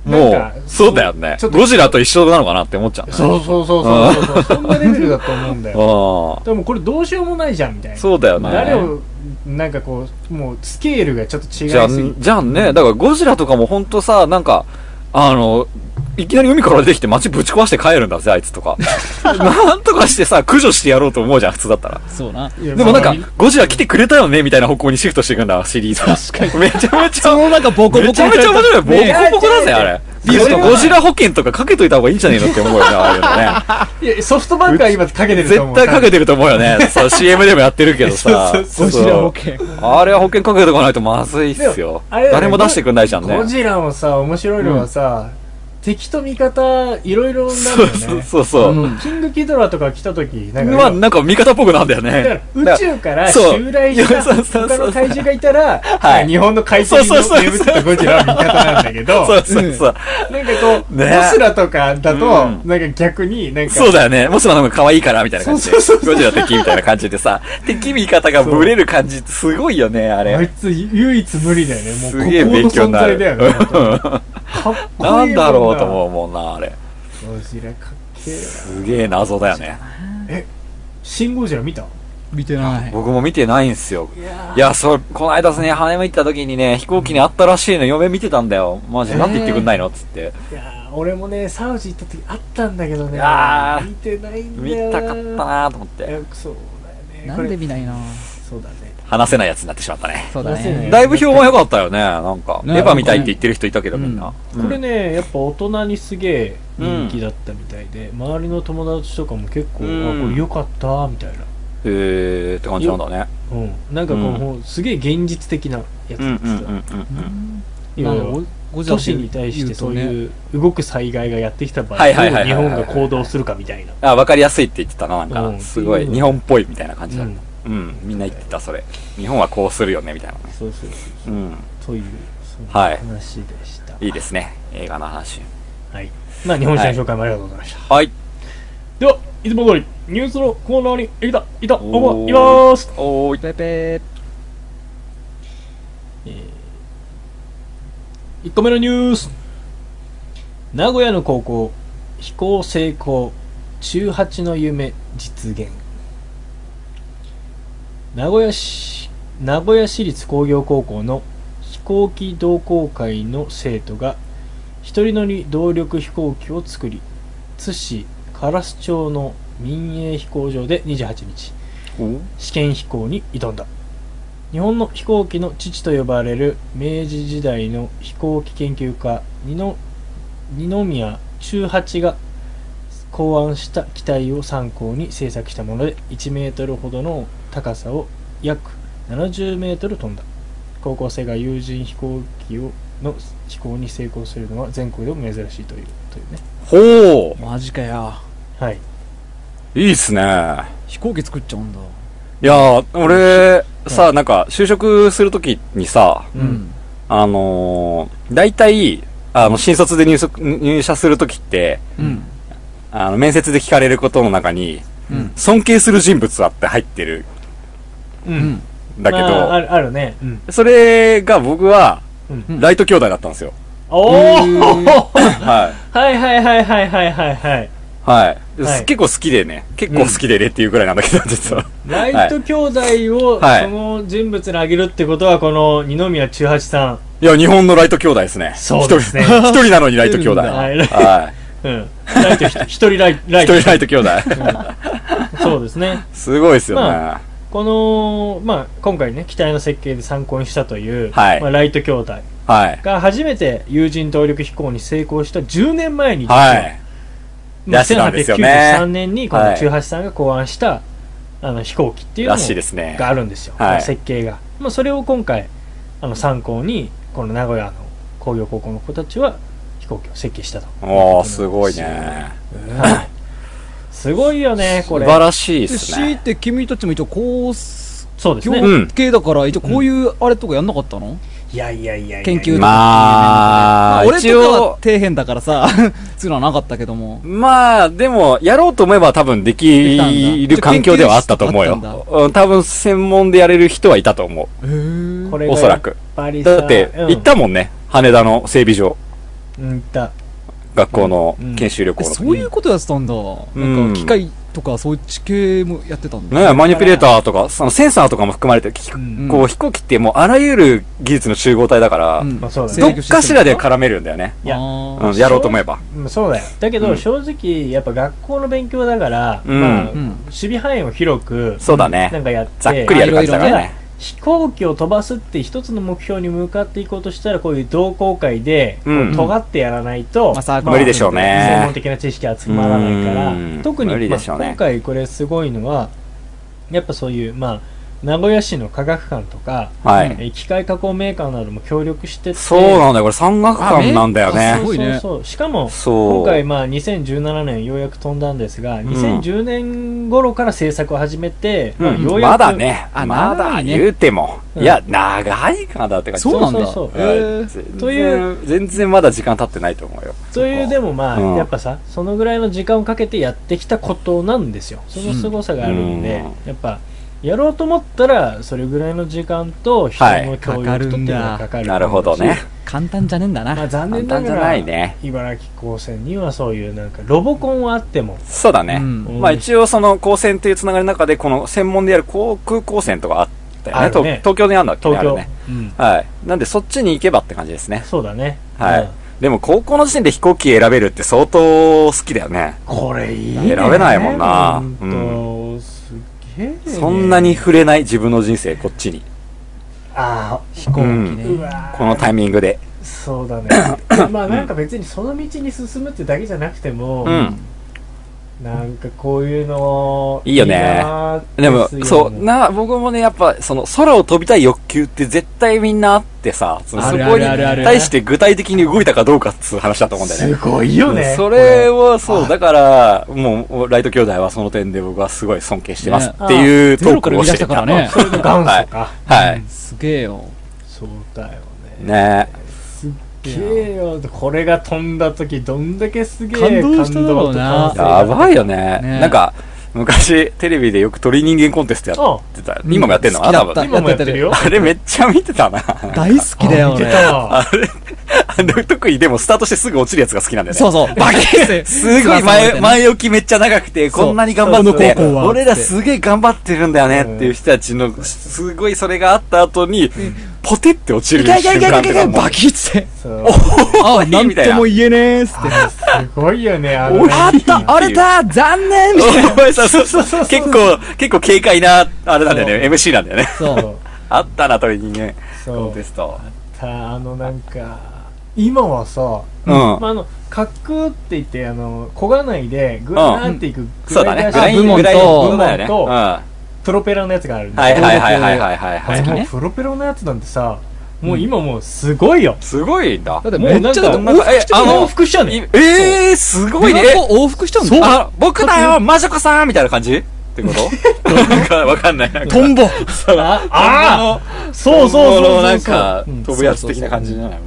なんかう、そうだよねちょ。っとゴジラと一緒なのかなって思っちゃうね。そうそうそうそう そう、そんなレベルだと思うんだよ。うでもこれどうしようもないじゃんみたいな。ん。そうだよね。誰を、なんかこう、もうスケールがちょっと違いじゃあ、すぎて。じゃんね。だからゴジラとかもほんとさ、なんか、あの、いきなり海から出てきて街ぶち壊して帰るんだぜ、あいつと か。なんとかしてさ、駆除してやろうと思うじゃん、普通だったら。そうないやでもなんかまあ、ゴジラ来てくれたよね、みたいな方向にシフトしていくんだ、シリーズは。確かめちゃめちそゃ、のなんかボコボコめにちゃめちゃ面白い。ボねコボコだぜ、あれ。ビーストゴジラ保険とかかけといた方がいいんじゃねえのって思うよね、ああいうのね。いやソフトバンクは今かけてる と思絶う。対かけてると思うよね。そう、CM でもやってるけどさ。 ゴ ジラ保険そうあれは保険かけておかないとまずいっすでよも。あれだね誰も出してくんないじゃんねゴ。ジラもさ、面白いのはさ、敵と味方、いろいろなんだそようそうね。そうそう。キングキドラとか来た時、なんか、まあ、なんか味方っぽくなんだよね。宇宙からそう襲来したそうそうそうそ他うの怪獣がいたら、はい日本の海底にそうそうそう眠ってたゴジラは味方なんだけど、そうそうそう。なんかこう、ねモスラとかだと、うなんか逆になんか、そうだよね。モスラの方が可愛いから、みたいな感じで。そうそゴうジラ敵みたいな感じでさ、敵味方がブレる感じってすごいよね、ああいれ。つ唯一無理だよね。もうすげえ勉孤強高にの存なる在だよね。。かっこないいもんんだろうと思うもんな、あれ。ゴジラかっけえな。すげえ謎だよね。シンゴジラ見た見てない僕も見てないんすよ。やいや、そう、この間ですね、羽向行った時にね、飛行機にあったらしいの、嫁見てたんだよ。マジで、なんて言ってくんないのっつって。いやー俺もね、サウジ行った時あったんだけどねあ、ー見てないんだ見よたかったなーと思っいて。やそうだよね。なこんれで見ないなそうだね。話せないやつになってしまったね。そうだ出せなねいだいぶ評判良かったよね、なんか。エねヴァみたいって言ってる人いたけど、みんな。これうんねやっぱ大人にすげえ人気だったみたいで、周りの友達とかも結構、うんあこれ良かったみたいな、へーって感じなんだね。うん、なんかこう、うんもうすげえ現実的なやつうんうんだってうんさ、うんうん。要なはんだろうゴジラ都って市言うに対してそうとねいう動く災害がやってきた場合、はいはいはいはいどう日本が行動するかみたいな、あ、わかりやすいって言ってたな、なうんんか。すごい、日本っぽいみたいな感じだね。ううん、みんな言ってた、それ。日本はこうするよね、みたいなね。そうそううん。そうというそういうはい話でした、はいいいですね、映画の話。まあ、日本史の紹介もありがとうございました、はい。ではいつも通りニュースのコーナーに行きたいた思いおますおーい。ペペ1個目のニュース名古屋の高校飛行成功中8の夢実現名古屋市名古屋市立工業高校の飛行機同好会の生徒が一人乗り動力飛行機を作り津市唐須町の民営飛行場で28日お試験飛行に挑んだ日本の飛行機の父と呼ばれる明治時代の飛行機研究家二の二宮中八が考案した機体を参考に制作したもので1メートルほどの高さを約70メートル飛んだ高校生が有人飛行機をの飛行に成功するのは全国でも珍しいというというねほーマジかよはいいいっすね。飛行機作っちゃうんだいやー、俺、さ、なんか、就職するときにさ、うんあのー、大体、あの、新卒で入職入社するときって、うんあの、面接で聞かれることの中に、うん尊敬する人物はって入ってるううんんだけど、まあ、あるあるね、うんそれが僕は、うんライト兄弟だったん ですよ。おお、はい。はいはいはいはいはいはいはいはい、はい結構好きでね、結構好きでねっていうぐらいなんだけど、実は。ライト兄弟をはいその人物にあげるってことは、この二宮中八さん。いや、日本のライト兄弟ですね。そうですね一人一人なのにライト兄弟。うんは。はいいは うん。ライトひと一人ライライト一人ライト兄弟。そうですねすごいですよね。この、まあ、今回ね機体の設計で参考にしたという、はいまあ、ライト兄弟はい。が初めて有人動力飛行に成功した10年前に、はい。まあ、らしいなんですよね1893年にこのはい中橋さんが考案した、あの飛行機っていうのらしいもですね。があるんですよ、はい設計が、まあ、それを今回あの参考にこの名古屋の工業高校の子たちは飛行機を設計したとおー、すごいね。はいすごいよねこ素れ晴らしいでで、す強いね。て君たちも一応工そうですね、うん業系だから、一応こういうあれとかやんなかったのいやいやいやいや研究とか。まあ、俺一とかは応、底辺だからさ、 そういうのはなかったけども。まあ、でも、やろうと思えば多分できる環境ではあったと思うできたんよ。うん多分専門でやれる人はいたと思へーこれう。がおそらくやっ。ぱりさだって、うん行ったもんね。羽田の整備場。うん行った学校の研修旅え行の時そういうことやってたんだ。なんか機械とかそっち系もやってたんだ。ねマニピュレーターとか、そのセンサーとかも含まれてる、きんこう飛行機ってもうあらゆる技術の集合体だから、うんまあそうだねどっかしらで絡めるんだよね。いやあうーん、やろうと思えば。うんそうだよだけど、うん正直やっぱ学校の勉強だから、うんまあううん守備範囲を広くそうだなね。んかやってざっくりやる感じだからね。飛行機を飛ばすって一つの目標に向かっていこうとしたらこういう同好会で、うん尖ってやらないと、まあサークル無理でしょう専門ね。的な知識は集まらないかうんら特に、無理までしょあうね今回これすごいのはやっぱそういう、まあ、名古屋市の科学館とか、はえい。ー機械加工メーカーなども協力しててそうなんだよ、これ山岳館なんだよあねね。すごいそうそうしかもそう。今回まあ2017年ようやく飛んだんですが、2010年頃から制作を始めて、う、まあようんやくまだね、あま長だいね言うても、うんいや、長いかなって感じ。そうなんだ。そうそううへんー全然という全然まだ時間経ってないと思うよ。そういうでもまあ、うんやっぱさそのぐらいの時間をかけてやってきたことなんですよその凄さがあるんで、うんやっぱやろうと思ったらそれぐらいの時間と人の教育とっていうのがかかる、なるほどね。。簡単じゃねえんだまあな。残簡念な単じゃがならいね。茨城高専にはそういうなんかロボコンはあっても、そうだね。うんまあ一応その高専っていうつながりの中で、この専門でやる航空高専とかあったよね。あるねと東京にあるんだっけね東京、あれねうん、はい。なんでそっちに行けばって感じですね。そうだね、はい。うんでも高校の時点で飛行機選べるって相当好きだよね。これいい選べないもんな本当、すげえねそんなに触れない自分の人生、こっちに。ああ飛行機ねうわーこのタイミングで。そう だねまあなんか別にその道に進むってだけじゃなくても、うん。なんかこういうのいいよねなーってでもすよ、ねそう、な、僕もね、やっぱ、その、空を飛びたい欲求って絶対みんなあってさ、そのあそるこにあるある対して具体的に動いたかどうかっつう話だと思うんだよね。すごいいいよ。よねそれは、そう、だから、もう、ライト兄弟はその点で僕はすごい尊敬してますねっていうトゼーロかクら生をみし出てしたたからね。これが元祖か、はい。すげえよ。そうだよねねすっげえよこれが飛んだ時どんだけすげえ感動しただろうな感動とや感性がばいよね。ねなんか、昔、テレビでよく鳥人間コンテストやあってた。今もやってんのかな、多好きだ分。今もやってるよあれめっちゃ見てたな。大好きだよ、見て俺。たわあの特にでもスタートしてすぐ落ちるやつが好きなんだよね。そうそう。バキって。すごい前、前置きめっちゃ長くて、そうこんなに頑張ってこの高校は俺らすげえ頑張ってるんだよねっていう人たちの、すごいそれがあった後に、ポテって落ちるいか瞬いかいかいか間っいてかのいもバキ って。そうあ、なんみたいなとも言えねえっつって。すごいよねあのおいあった、あれだ、残念みたいな。お前さ、そうそうそう結構、結構軽快な、あれなんだよね、MC なんだよね。そう。あったな、鳥人間。そコンうテスト。たあのなんか今はさ、うん。まあ、あの滑空って言ってあの漕がないでグワーっていくそうだね。グライダー部門とグライダー部門だよね。部う門ん。とはプロペラのやつがあるんいではいはいはいはいはいはあい。好きねプロペラのやつなんてさもう今もうすごいよ、すごいんだだ。ってめっちゃ、だってもうなんか往復してあたの往復しちゃういねえー、すごいね。琵琶湖往復したんだよ。あ、僕だよ、魔女子さんみたいな感じってことなんかわかんない。なんかトンボ。ああーそ本うそうそうそ物うのそうなんか、うん飛ぶやつ的な感じじゃない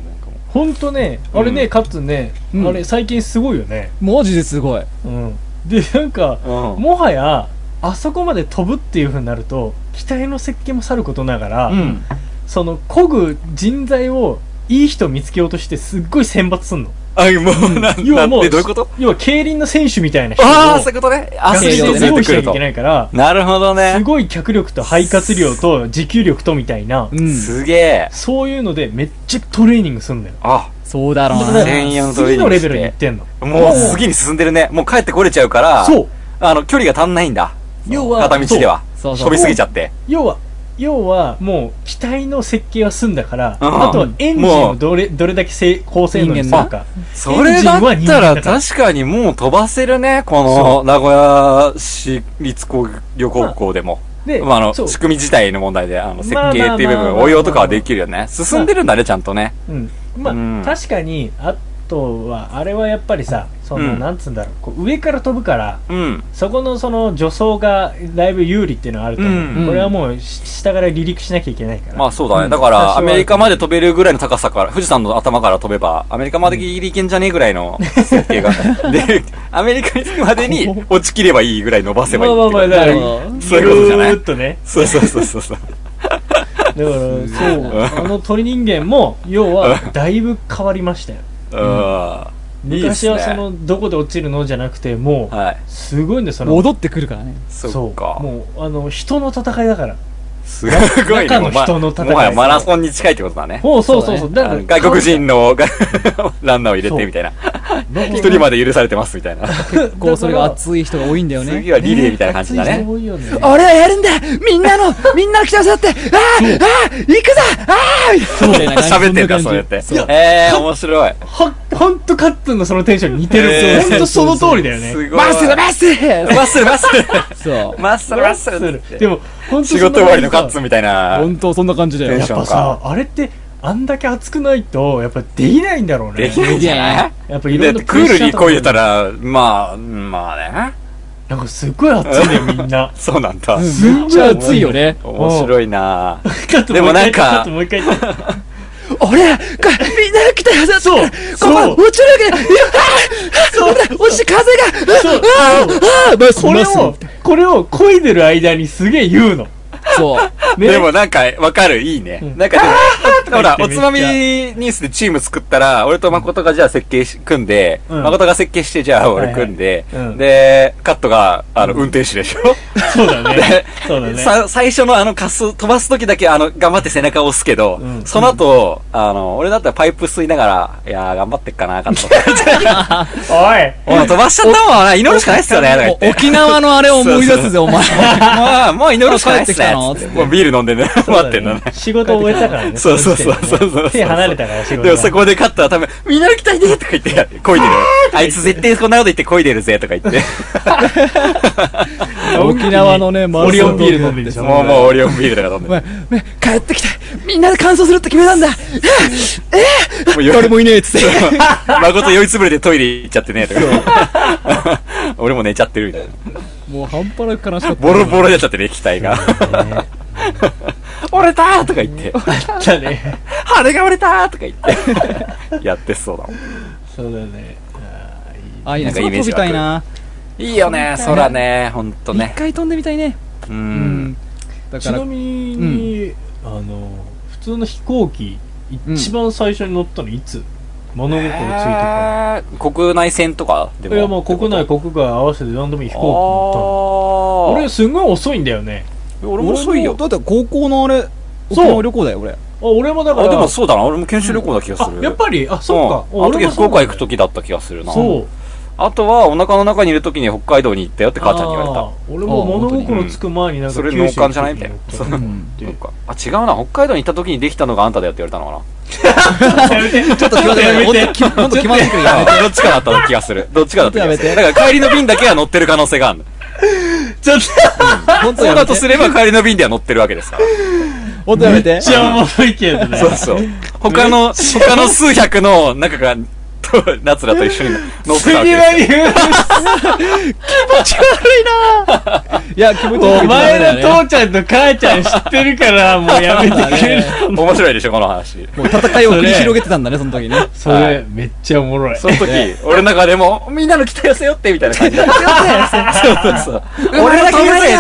ほんとねあれね、うんかつね、うんあれ最近すごいよねマジですごい。うんでなんか、うんもはやあそこまで飛ぶっていう風になると機体の設計もさることながら、うん。その漕ぐ人材をいい人見つけようとしてすっごい選抜すんのあ、もう、なん、要はなんもでうどういうこと要は競輪の選手みたいな人をああ、そういうことね。ア学スそうリいうーことトを連れ生で用て意しくるなきゃいとけ。ないからなるほどすね。ごい脚力と肺活量と持久力とみたいなうんすげえ。そういうのでめっちゃトレーニングすんだよあ、そうだろうだなから専用のトレーニングして次のレベルに行ってんのもう次に進んでるね。もう帰ってこれちゃうから、そうあの、距離が足んないんだ。要は片道では。そうそうそう飛びすぎちゃって。要は要はもう機体の設計は済んだから、うんあとはエンジンをどれどれだけせい高性能にするかそれだエンっジンは人た間らだから確かにもう飛ばせるね。こその、名古屋市立工業高校でも。で、まあ、あの、そう仕組み自体の問題で、あの、設計っていう部まあまあまあ分、まあ応用とかはできるよね。進んでるんだね、ちゃんとね。うんまあ、うん確かにあとはあれはやっぱりさその、うんなんつうんだろうこう上から飛ぶからうん。そこのその助走がだいぶ有利っていうのはあると思う、うんこれはもうし下から離陸しなきゃいけないから、まあそうだうね。んだから、多ア少はメリカまで飛べるぐらいの高さから、富士山の頭から飛べば、アメリカまでギリギリ行けんじゃねえぐらい の設計が。で、アメリカに着くまでに落ちきればいいぐらい伸ばせばいいっていう。まあまあまあだからそういうことじゃないぐーっとねそうそうそうそうそう。だからそうあの鳥人間も要はだいぶ変わりましたようん。いいっすね昔はそ、のどこで落ちるのじゃなくてもうはい。すごいんだよその戻ってくるからねそっか。もうあの人の戦いだからすごいね。中の人の戦いもはやマラソンに近いってことだね。もうそうそうそそううだあかのら外国人のがランナーを入れてみたいな。一人まで許されてますみたいな。結構それがい熱い人が多いんだよね 次はリレーみたいな感じだ熱いね人。多いよね俺はやるんだみんなの、みんなの来たさって、あーあー行くぞあーそうだよね喋ってんだ、そうやって。そうえー、面白い。ほほんとカッツンのそのテンションに似てる、えーほんとその通りだよねすごい。マッスルマッスルマッスルマッスルそう。マッスルマッスルってでもほんとそ仕んな事終わりのカッツンみたいな。本当そんな感じだテンよシ。ョやっンぱかさ。あれってあんだけ熱くないとやっぱできないんだろうねできないんじゃないやっぱいだろっんなてクールにこいでたらら、まあ、まあね。なんかすっごい熱いんだよみ んなそうなんだう。んめっちゃ熱いよね。面白いなカッツンでもなんかもう一回言ってカッツンもう一回言って俺は、こみんなの来たさって、そうこそうこ落ちるわけだいやあーあー落ちて風がそうあーあーあーマッスルこマれッスルをこれをこいでる間にすげえ言うのそう。ねでもなんか、わかる、いいね。んなんかでも、ほら、言おってつまみニュースでチーム作ったら、俺と誠がじゃあ設計し、組んで、うん誠が設計して、じゃあ俺組んではいはいうん、で、カットが、あの、運転手でしょ そうだねでそうだねさ最初のあの滑走飛ばす時だけあの頑張って背中を押すけど、うんその後、あの俺だったらパイプ吸いながらいやー頑張ってっかな かとおいお前飛ばしちゃったもんな祈るしかないっすよねとか言おって沖縄のあれを思い出すぜ、お前。まあもう祈るしかないっすねもう帰ってきたのつってもうビール飲んでね 待ってんだね仕事終えたからね。そうそうそうそうそうそう手離れたから仕事が。でもそこで勝ったら多分、みんな来たいねとか言って、こいでる。あいつ絶対こんなこと言ってこいでるぜとか言って。沖縄のね、マラソオリオンビールの飲んでるでしょ。もうもうオリオンビールとか飲んでお。前、ね帰ってきたみんなで乾燥するって決めたん だもう夜誰もいねえっつ って。誠酔いつぶれてトイレ行っちゃってねとか。 俺も寝ちゃってるみたいな。 もう半端なく悲しかった。ボロボロになっちゃってね、機体が。 折れたーとか言って、だね。羽が折れたーとか言って、やってそうだもん。そうだね。あ、いいなね。んか空イメー飛ジび湧くたいな。いいよね、空ね、ほんと一ね。回飛んでみたいね。う。。うんだちからな、みに、あの、普通の飛行機、一番最初に乗ったのいつ物心ついてかえー国内線とかでら。いや、もう国内、国外合わせて何度もいい飛あ行機乗ったの。俺、ーすごい遅いんだよね。俺も遅い俺。よもだって高校のあれ、沖そう縄旅行だよ、俺。あ、俺もだから。あ、でもそうだな、俺も研修旅行だ気がすある。やっぱり、あ、そっか。うんあの時俺も福そう岡行く時だった気がするな。そう。あとは、お腹の中にいる時に北海道に行ったよって母ちゃんに言われあた。ー俺も物心つく前になんかそれ九州行農く時家じゃないみたいな。そうに乗ったうんそっかあ、違うな。北海道に行った時にできたのがあんただよって言われたのかな。やめて ちょっと気まずいやめてほん と気まほんと気まずい けどやめて。どっちかだったの気がする。どっちかだった気がすちょっる。とだから帰りの便だけは乗ってる可能性があるの。ちょっと、ほんとそうやめだてと。すれば帰りの便では乗ってるわけです から。ほんとやめてめっ。ちゃおもろいけどね。 そうそう。他の、他の数百の中が、 と、夏らと一緒に乗ってたわけですよ。に言ういや、気持ち悪いお前だの父ちゃんと母ちゃん知ってるから、もうやめてくれる。面白いでしょ、この話。もう戦いを繰り広げてたんだね、その時ね。それ、めっちゃおもろい。その時、俺の中でも、みんなの期待を背負って、みたいな感じだった。そうそうそう。俺だけ許せ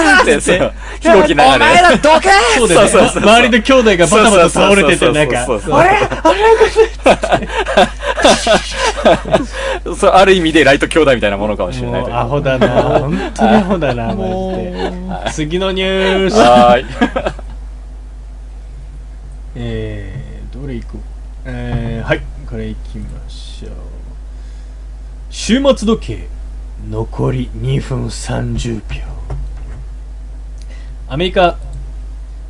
って、そう。飛行機流れ。お前らどけそうだよねそうそうそう周りの兄弟がバタバタ倒れてそて、うなんそうそうそうそうそうそうか、あれそうある意味でライト兄弟みたいなものかもしれないもとういうアホだな本当にアホだなマジで次のニュースはーいえー、どれいこうえー、はいこれいきましょう週末時計残り2分30秒アメリカ、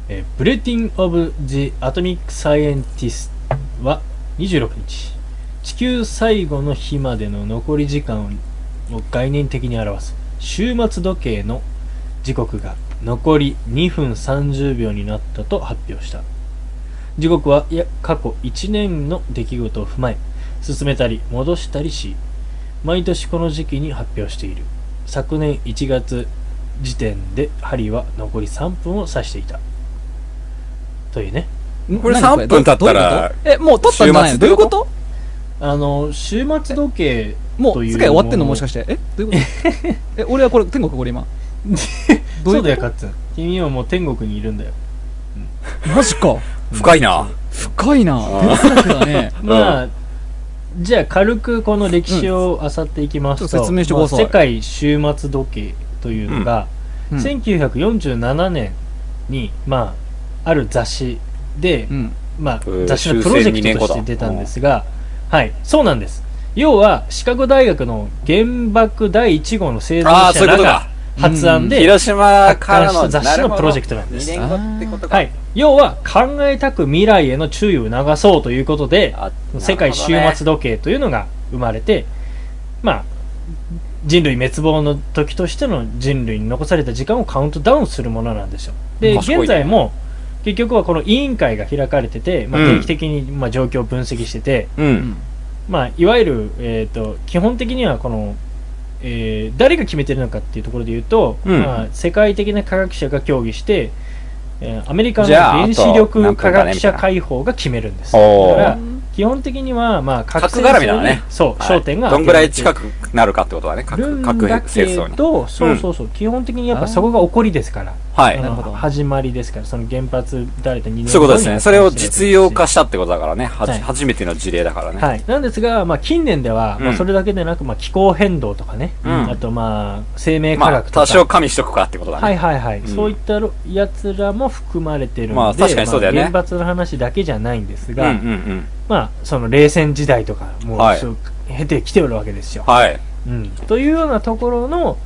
えーブレティン・オブ・ジ・アトミック・サイエンティストは26日地球最後の日までの残り時間を概念的に表す終末時計の時刻が残り2分30秒になったと発表した時刻はいや過去1年の出来事を踏まえ進めたり戻したりし毎年この時期に発表している昨年1月時点で針は残り3分を指していたというねこれ3分経ったらどういうことえ、もう取ったんじゃないの週末どっういてうことことあのも週末時計とう、いう世界終わってんのものもしかして。えどういうことえ、俺はこれ、天国これ今。どういそううだよこカッツン君はもう天国にいるんだよとマジか。深いな深いな。哲学だね。まあじゃあ軽くこの歴史を漁っていきますと,、ちょっと説明してくださいまあ世界終末時計というのが、うん1947年に、まあ、ある雑誌で、うん。まあう、ん雑誌のプロジェクトとして出たんですが、はい、そうなんです。要は、シカゴ大学の原爆第1号の生存ああそ者ういうことらがか発案で、広島からの発刊した雑誌のなるほどプロジェクトなんです二年後ってことかはい、要は考えたく未来への注意を促そうということで、あ世界終末時計というのが生まれて、まあ、人類滅亡の時としての人類に残された時間をカウントダウンするものなんですよ。で、賢いね現在も結局はこの委員会が開かれてて、まあ、うん定期的にまあ状況を分析してて、うんまあ、いわゆる、えー、と基本的にはこの、えー誰が決めてるのかっていうところで言うと、うんまあ、世界的な科学者が協議して、えーアメリカのじゃあ原子あと何力分か科ね学者み会報が決めるんですだかおーら基本的には、まあ、核戦争に核絡みだねそう、はい焦点がどんぐらい近くくなるかってことだねる各ん各だ戦け争にどそうそうそう、基本的にやっぱそこが起こりですからはあいの始まりですからその原発撃たれた2年そういうことですね。それを実用化ししたってことだからね。はじはい初めての事例だからね。はい、なんですが、まあ、近年では、うんまあ、それだけでなく、まあ、気候変動とかね、うんあと、まあ、生命科まあ、学とか、多少加味しとくかってことだね。はいはいはい、んそういったろやつらも含まれてるんで、まあ確かにそうだよねまあ原発の話だけじゃないんですうんうが、んうん。まあ、その冷戦時代とか、もう、はいそう経てきてるわけですよ、はい。うん。というようなところの、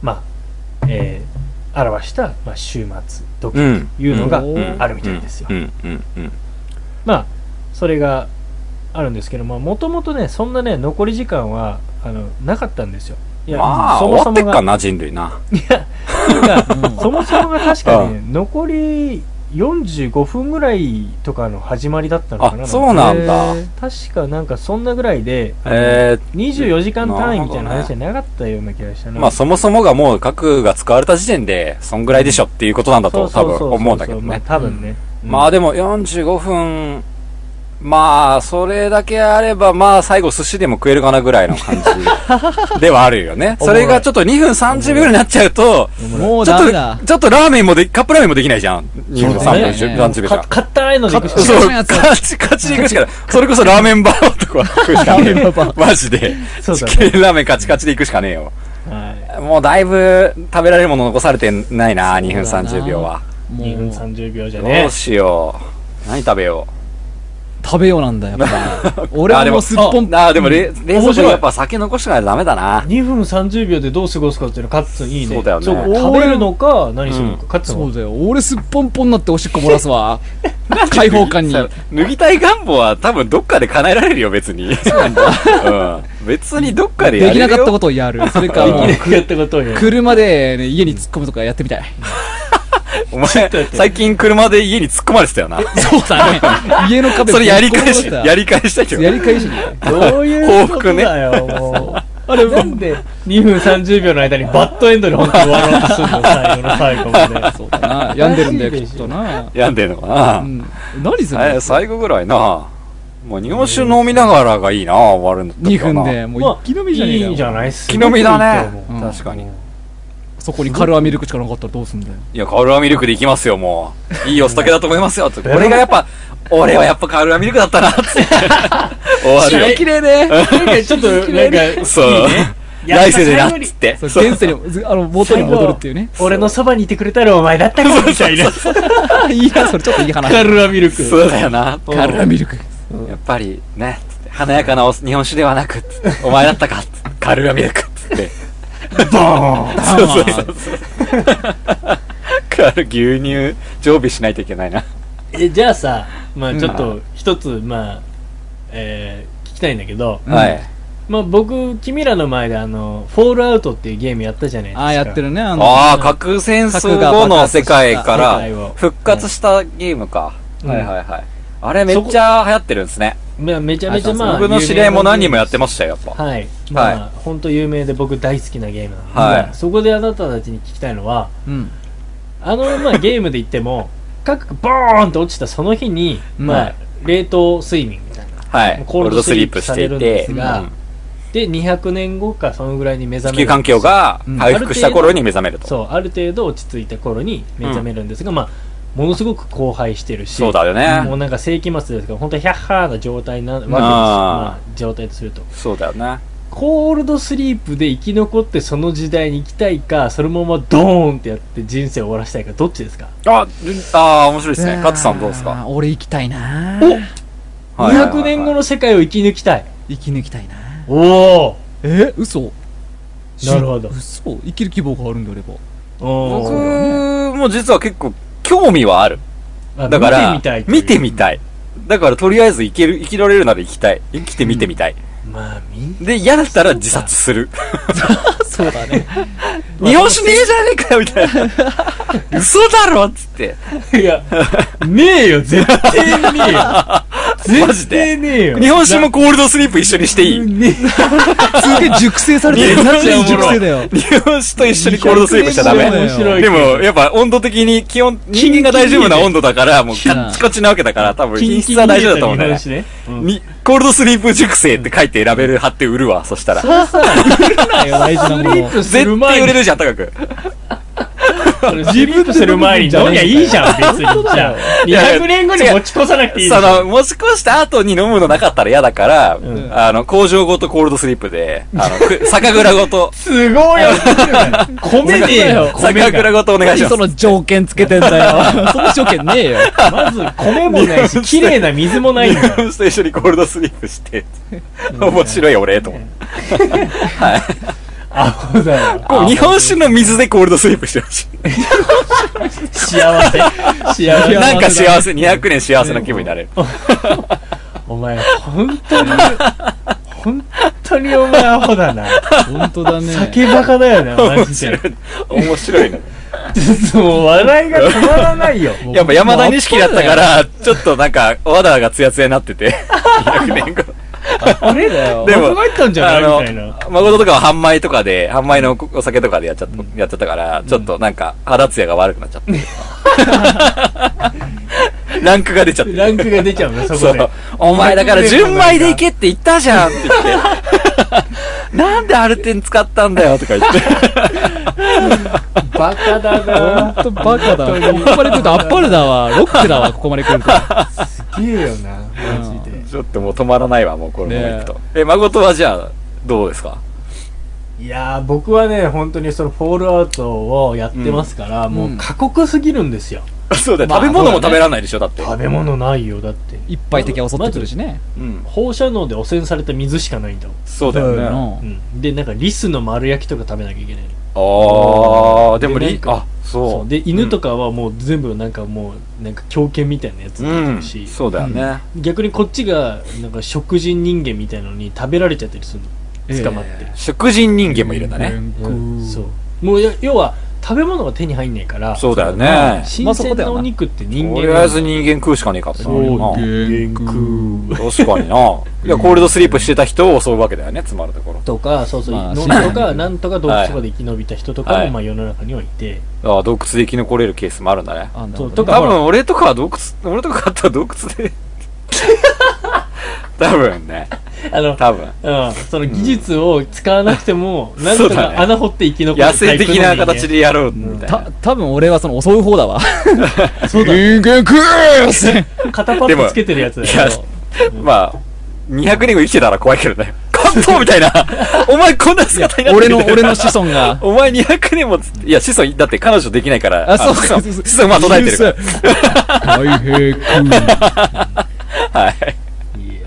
まあえー表した、まあ、終末時う計ん。というのがうんあるみたいですよ。うんうんうん。まあそれがあるんですけどもともとねそんなね残り時間はあのなかったんですよいや、まあ、そ終もわそってもっかがな、人類な。うんそもそもが確かね残り45分ぐらいとかの始まりだったのかなあ、そうなんだ。へー確かなんかそんなぐらいで、あのえ24時間単位みたいななる話ほじどゃなかったような気がしたー、なまあそもそもがもう核が使われた時点で、そんぐらいでしょっていうことなんだと多分思うんだけどまあね。多分ね、うんまあでも45分、まあ、それだけあれば、まあ、最後寿司でも食えるかなぐらいの感 じではあるよね。それがちょっと2分30秒になっちゃうと、もうちょダメっだと、。ちょっとラーメンもで、カップラーメンもできないじゃん。そう3だね分30秒じゃかん。硬いのでいくしかカップ ないそラーう、メンカチカチに行くしかない。それこそラーメンバーとか食うしかねラーえメン よバ。マジで。そうだねチキンラーメンカチカチで行くしかねえよ。はいもうだいぶ食べられるもの残されてないな、2分30秒は。も2分う、 30秒じゃねどうしよう。何食べよ食べようなんだ、やっぱ。俺はもうすっぽんう。。あ、でもれ冷蔵面庫白いにやっぱ酒残してないとダメだな。 2分30秒でどう過ごすかっていうのカッツンいいねそうだよね食べるのか何するのか、カッツンそはうだよ。俺すっぽんぽんなっておしっこ漏らすわ。開放感に。さ 脱ぎたい願望は多分どっかで叶えられるよ、別に。 うん。別にどっかでやでれるきなよ。かったことをやる。それか、もうできなかったこと を言う車でね家に突っ込むとかやってみたい。お前、最近車で家に突っ込まれてたよな。そうだね。家の壁 それやり返ボコボし、コだやり返したけど。やり返しに。どういうことだよ、報もうあれ なんで2分30秒の間にバッドエンドに本当に終わろうとするの最後の最後までそうだな。病んでる んだよ、マジきでしょっとな。病んでんのかな、うん。何するえーの最後ぐらいな。もう日本酒飲みながらがいいな、終わるんだったら ?2 分な。で、もまうあ一気飲みじゃねえかいいんじゃない一気飲みだすごいいいとね思。う確かに。そこにカルアミルクしかなかったらどうすんだよ。いや、カウルアミルクでいきますよ、も う。いいお酒だと思いますよ、と。俺がやっぱ、俺はやっぱカウルアミルクだったな、つって。終わるよ。綺麗ね。なんかちょっと、 なんか、そう。 来世でな、やっぱ最後っにつって。そう、現世に、ずあの、元に戻るっていうね。俺のそばにいてくれたらお前だったかみたいな。あいいな、それちょっといい話。カルアミルク。そうだよな。カルラミルク。やっぱり、ね、つって華やかなお日本酒ではなく、つってお前だったか、つってカルラミルク、つって。ドーンそうそうそうそう。 カル、牛乳、常備しないといけないな。えじゃあさ、まあちょっと一つ、まあ、えー、聞きたいんだけど、はい。まあ僕、君らの前であの、フォールアウトっていうゲームやったじゃないですか。ああ、やってるね、あの。ああ、核戦争後の世界か核が爆発した世界らを復活したゲームか。うんはいはいはい。あれめっちゃ流行ってるんですね。まあ。めちゃめちゃまあ、僕の知り合いも何人もやってまましたよ、やっぱ。はい。まあ、は本当有名で僕大好きなゲームなんで、はいそこであなたたちに聞きたいのは、うん。あの、 まあ、ゲームで言っても、各々ボーンと落ちたその日に、うんまあ、冷凍睡眠みたいな。はい。ココーールルドドススリリーーププさしてれるんいでてす、が、で、200年後か、そのぐらいに目覚地める。球環境がうん回復した頃に目覚めると。そう、ある程度落ち着いた頃に目覚めるんですが、まあ、ものすごく荒廃してるし、そうだよもね。うなんか世紀末ですから、本当にヒャッハーな状態なわけですよ。あーまあ、状態とすると。そうだよね。コールドスリープで生き残ってその時代に行きたいか、そのままドーンってやって人生を終わらしたいか、どっちですかあ、あー面白いですね。カツさんどうですあかー俺行きたいな。はいはいはい ?200 年後の世界を生き抜きたい。生き抜きたいな。おおえ嘘なるほどし嘘生きる希望があるんであれば。僕おも実は結構興味はある。ーだから、見てみたいという見てみたい。だからとりあえず生きる、生きられるなら生きたい。生きてみてみたい。まあみんで、嫌だったら自殺す る。そうだね。日本酒ねえじゃねえかよみたい な。嘘だろっつって。ないや ねえよ絶対ねえよ マジ絶対で。ねえよ日本酒もコールドスリープ一緒にしていい。ねすげえ熟成されてる。めっちゃガチで熟成だよ。日本酒と一緒にコールドスリープしちゃダ200メ。面白いでも、やっぱ温度的に気温、人間が大丈夫な温度だから、もうキンキンカッチコチなわけだから、多分キ品ンキ質ンはに大冷丈夫えだと思たうん日だよ本ね。酒ねうんに、コールドスリープ熟成って書いてラベル貼って売るわ、そしたら。大事なもの。する絶対前売にれるじゃん、高く。自分する前に飲みゃいいじゃん別にじゃあいや200年後に持ち越さなくていいじそゃんの、持ち越した後に飲むのなかったら嫌だから、んあの、工場ごとコールドスリープで、あのく、酒蔵ごと、すごいよ米ねえよ米酒蔵ごとお願いし何ますそ。の条件つけてんだよ。 その条件ねえよ。まず米もないし綺麗な水もないんだ よそして一緒にコールドスリープして、面白い俺、と思って。アホだよこう日本酒の水でコールドスリープしてほしい。幸せ幸せやなんか幸せ、200年幸せな気分になれる。お前、本当に、本当にお前アホだな。本当だね。酒バカだよね、マ面ジ白いで。。面白いな。 もう笑いが止まらないよ。 やっぱ山田錦だったから、ちょっとなんか、お肌がツヤツヤになってて、200年後。あれだ よ。でも間違えたんじゃないあのみたいな。誠とかは半米とかで、半米のお酒とかでやっちゃった、やっちゃったから、ちょっとなんか、肌ツヤが悪くなっちゃって。 ランクが出ちゃって。ランクが出ちゃうね、そそこでう。。お前だから純米でいけって言ったじゃんって言 って。なんでアルテン使ったんだよとか言って。バカだな。本当バカだ。ここまで来るとあっぱれだわ。ロックだわ、ここまで来 ると。すげえよな、マジで。ちょっともう止まらないわ、もうこれねえもう行くと。え、誠はじゃあ、どうですかいやー、僕はね、本当にそのフォールアウトをやってますから、もう過酷すぎるんですよ。 そうだよ、まあ食べ物も食べられないでしょ、だって。食べ物ないよ、だって。いっぱい敵が襲ってくるしね。うん。放射能で汚染された水しかないんだもん。そうだようね。んうん。で、なんかリスの丸焼きとか食べなきゃいけないの。ああ、でもでりなん、かあ、そそうう。で犬とかはもう全部なんかもうなんか狂犬みたいなやつうになってん。るし、そうだよね。逆にこっちがなんか食人人間みたいなのに食べられちゃったりするの捕まって、食人人間もいるんだね。うんそうもうや要は食べ物が手に入んないからそうだよまあね。新まあそこ鮮だなよなお肉って人と間りあえず人間食うしかねえからな。そうう元ん空確かにな。 いや、コールドスリープしてた人を襲うわけだよね、つまるところ。とかそうそう、まあの新鮮とかなんとか洞窟とかで生き延びた人とかはもいまあ世の中にはいて、ああ、洞窟で生き残れるケースもあるんだね。あ、なるそほうどとね。か多ほら分俺とかは洞窟、俺とかだったら洞窟 で。多分ね。あの多 分。うん、その技術を使わなくても、なんそとうだかね穴掘って生き残る野生的な形で。でやろう、みたいたな。、多分俺はその襲う方だわ。そう だ、人間食う肩パッドつけてるやつだいやよ。まあ、 200年後生きてたら怖いけどね。関東みた いな。お前こんな姿になって俺るの、みたいな俺の子孫が。お前200年もつ、いや、子孫、だって彼女できないから。 あ、そう子か孫。子孫まあ途絶えてる。大平君。はい。いや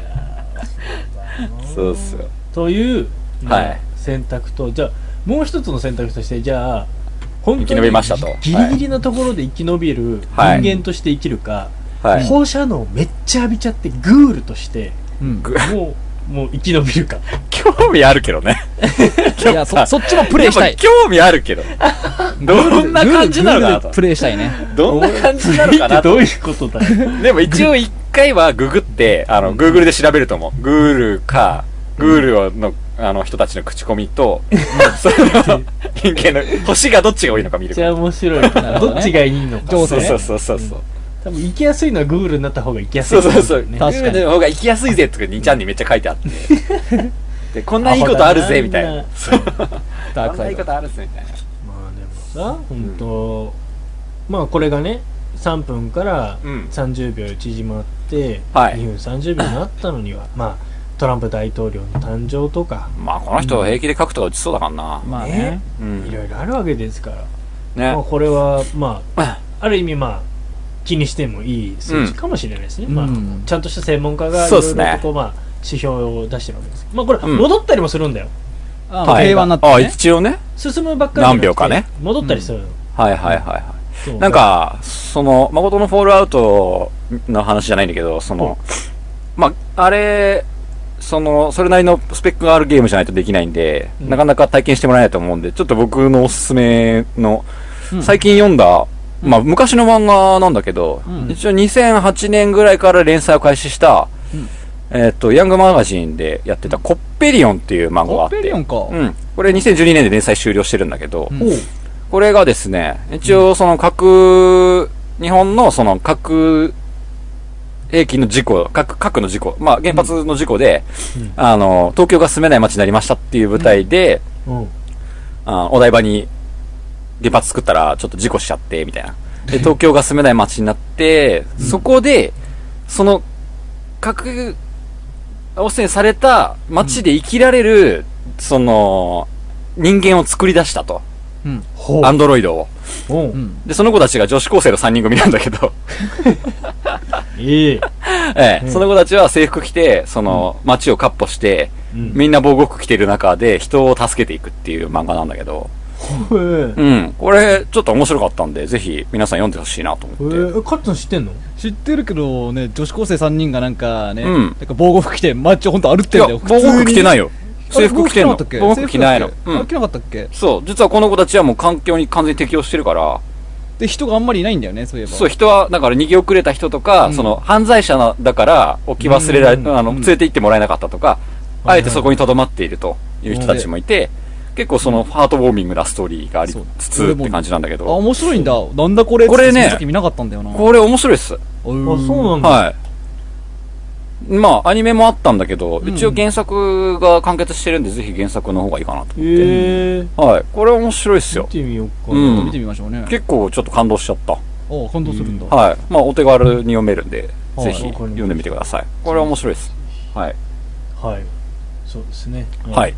そうっすよ。という、まあはい選択とじゃあもう一つの選択としてじゃあ本生き延びましたとギリギリのところで生き延びる人はい間として生きるか、はい。放射能めっちゃ浴びちゃってグールとしてうんもうもう生き延びるか興味あるけどね。 いや、そ、そっちもプレイしたいやっぱ。興味ある けど。どんな感じなのかなグーグーでと。プレイしたいね。どんな感じなのかってな どと。ういうことだよでも一応一回はググって、あの、グーグルで調べると思う。グールか、グールをの、あの人たちの口コミと、その、人間の、星がどっちが多いのか見めっるち。ゃ 面白いからるほどどねっちがいいのか上手そうねそうそうそうそう。多分行きやすいのはグールになった方が行きやすいそうそうそう。ねグールの方が行きやすいぜとか2ちゃんにめっちゃ書いてあって。 で、こんないいことあるぜ、みたいアホだな。なそうダークこんサないイいドこ。とあるぜ、みたいな。まあでもさ本当、まあこれがね3分からうん30秒縮まって、はい2分30秒になったのにはまあトランプ大統領の誕生とかまあ、この人平気で書くとか打ちそうだからな。まあねね。うんいろいろあるわけですから、ねまあ、。これはまあある意味まあ気にしてもいい数字かもしれないですね、うんまあうん、ちゃんとした専門家がいそうろっすいねろとこう、まあ、指標を出してるわけですまあこれうん戻ったりもするんだよ、あまあ平和になってあ、ね。一応ね。進むばっかりじゃな何くて秒かね戻ったりするの、はいはいはいはそうい。なんか、その、誠のフォールアウトの話じゃないんだけど、その、まあ、あれ、その、それなりのスペックがあるゲームじゃないとできないんで、うんなかなか体験してもらえないと思うんで、ちょっと僕のおすすめの、うん最近読んだ、まあ、昔の漫画なんだけど、うん一応2008年ぐらいから連載を開始した、うんえっと、ヤングマガジンでやってたコッペリオンっていう漫画があコっッて、ペリオンか。うん。これ2012年で連載終了してるんだけど、うんおうこれがですね、一応その核、日本のその核兵器の事故、核、核の事故、まあ原発の事故で、うんあの、東京が住めない街になりましたっていう舞台で、うんあお台場に原発作ったらちょっと事故しちゃって、みたいな。で、東京が住めない街になって、そこで、その、核汚染された街で生きられる、その、人間を作り出したと。うん。ほうアンドロイドを。おううん。で、その子たちが女子高生の3人組なんだけど、 いいえうえ、んその子たちは制服着て、その街をカッポして、うんみんな防護服着てる中で人を助けていくっていう漫画なんだけど、へうん、これちょっと面白かったんで、ぜひ皆さん読んでほしいなとえ思って。ー、カッツン知ってんの知ってるけどね、女子高生3人がなんかね、うなんんか防護服着て、マッチを本当歩っいてんや、だよ。防護服着てないよ。制服着てんの。防防護服着ないの。うあん着。なかったっけそう、実はこの子たちはもう環境に完全に適応してるから、で、人があんまりいないんだよね、そういえば。そう、人は、だから逃げ遅れた人とか、うんその、犯罪者なだから、置き忘れられ、うんうんうんあの、連れて行ってもらえなかったとか、はあいえてそこに留まっているという人たちもいて、結構その、ハートウォーミングなストーリーがありそうつつって感じなんだけあ、ど、面白いんだ。なんだこれこれねその時見なかったんだよな。これ面白いっす。うあんそうなんだ、はい。まあ、アニメもあったんだけど、うん一応原作が完結してるんで、ぜひ原作の方がいいかなと。ええはい。これ面白いっすー、見よ。てみよううか、ん見てみましょうね。結構ちょっと感動しちゃった。構。あ、感動するんだ。はい。まあ、お手軽に読めるんで、はぜいひわかりました読んでみてください。これ面白いです。はい。はいそうですねはい。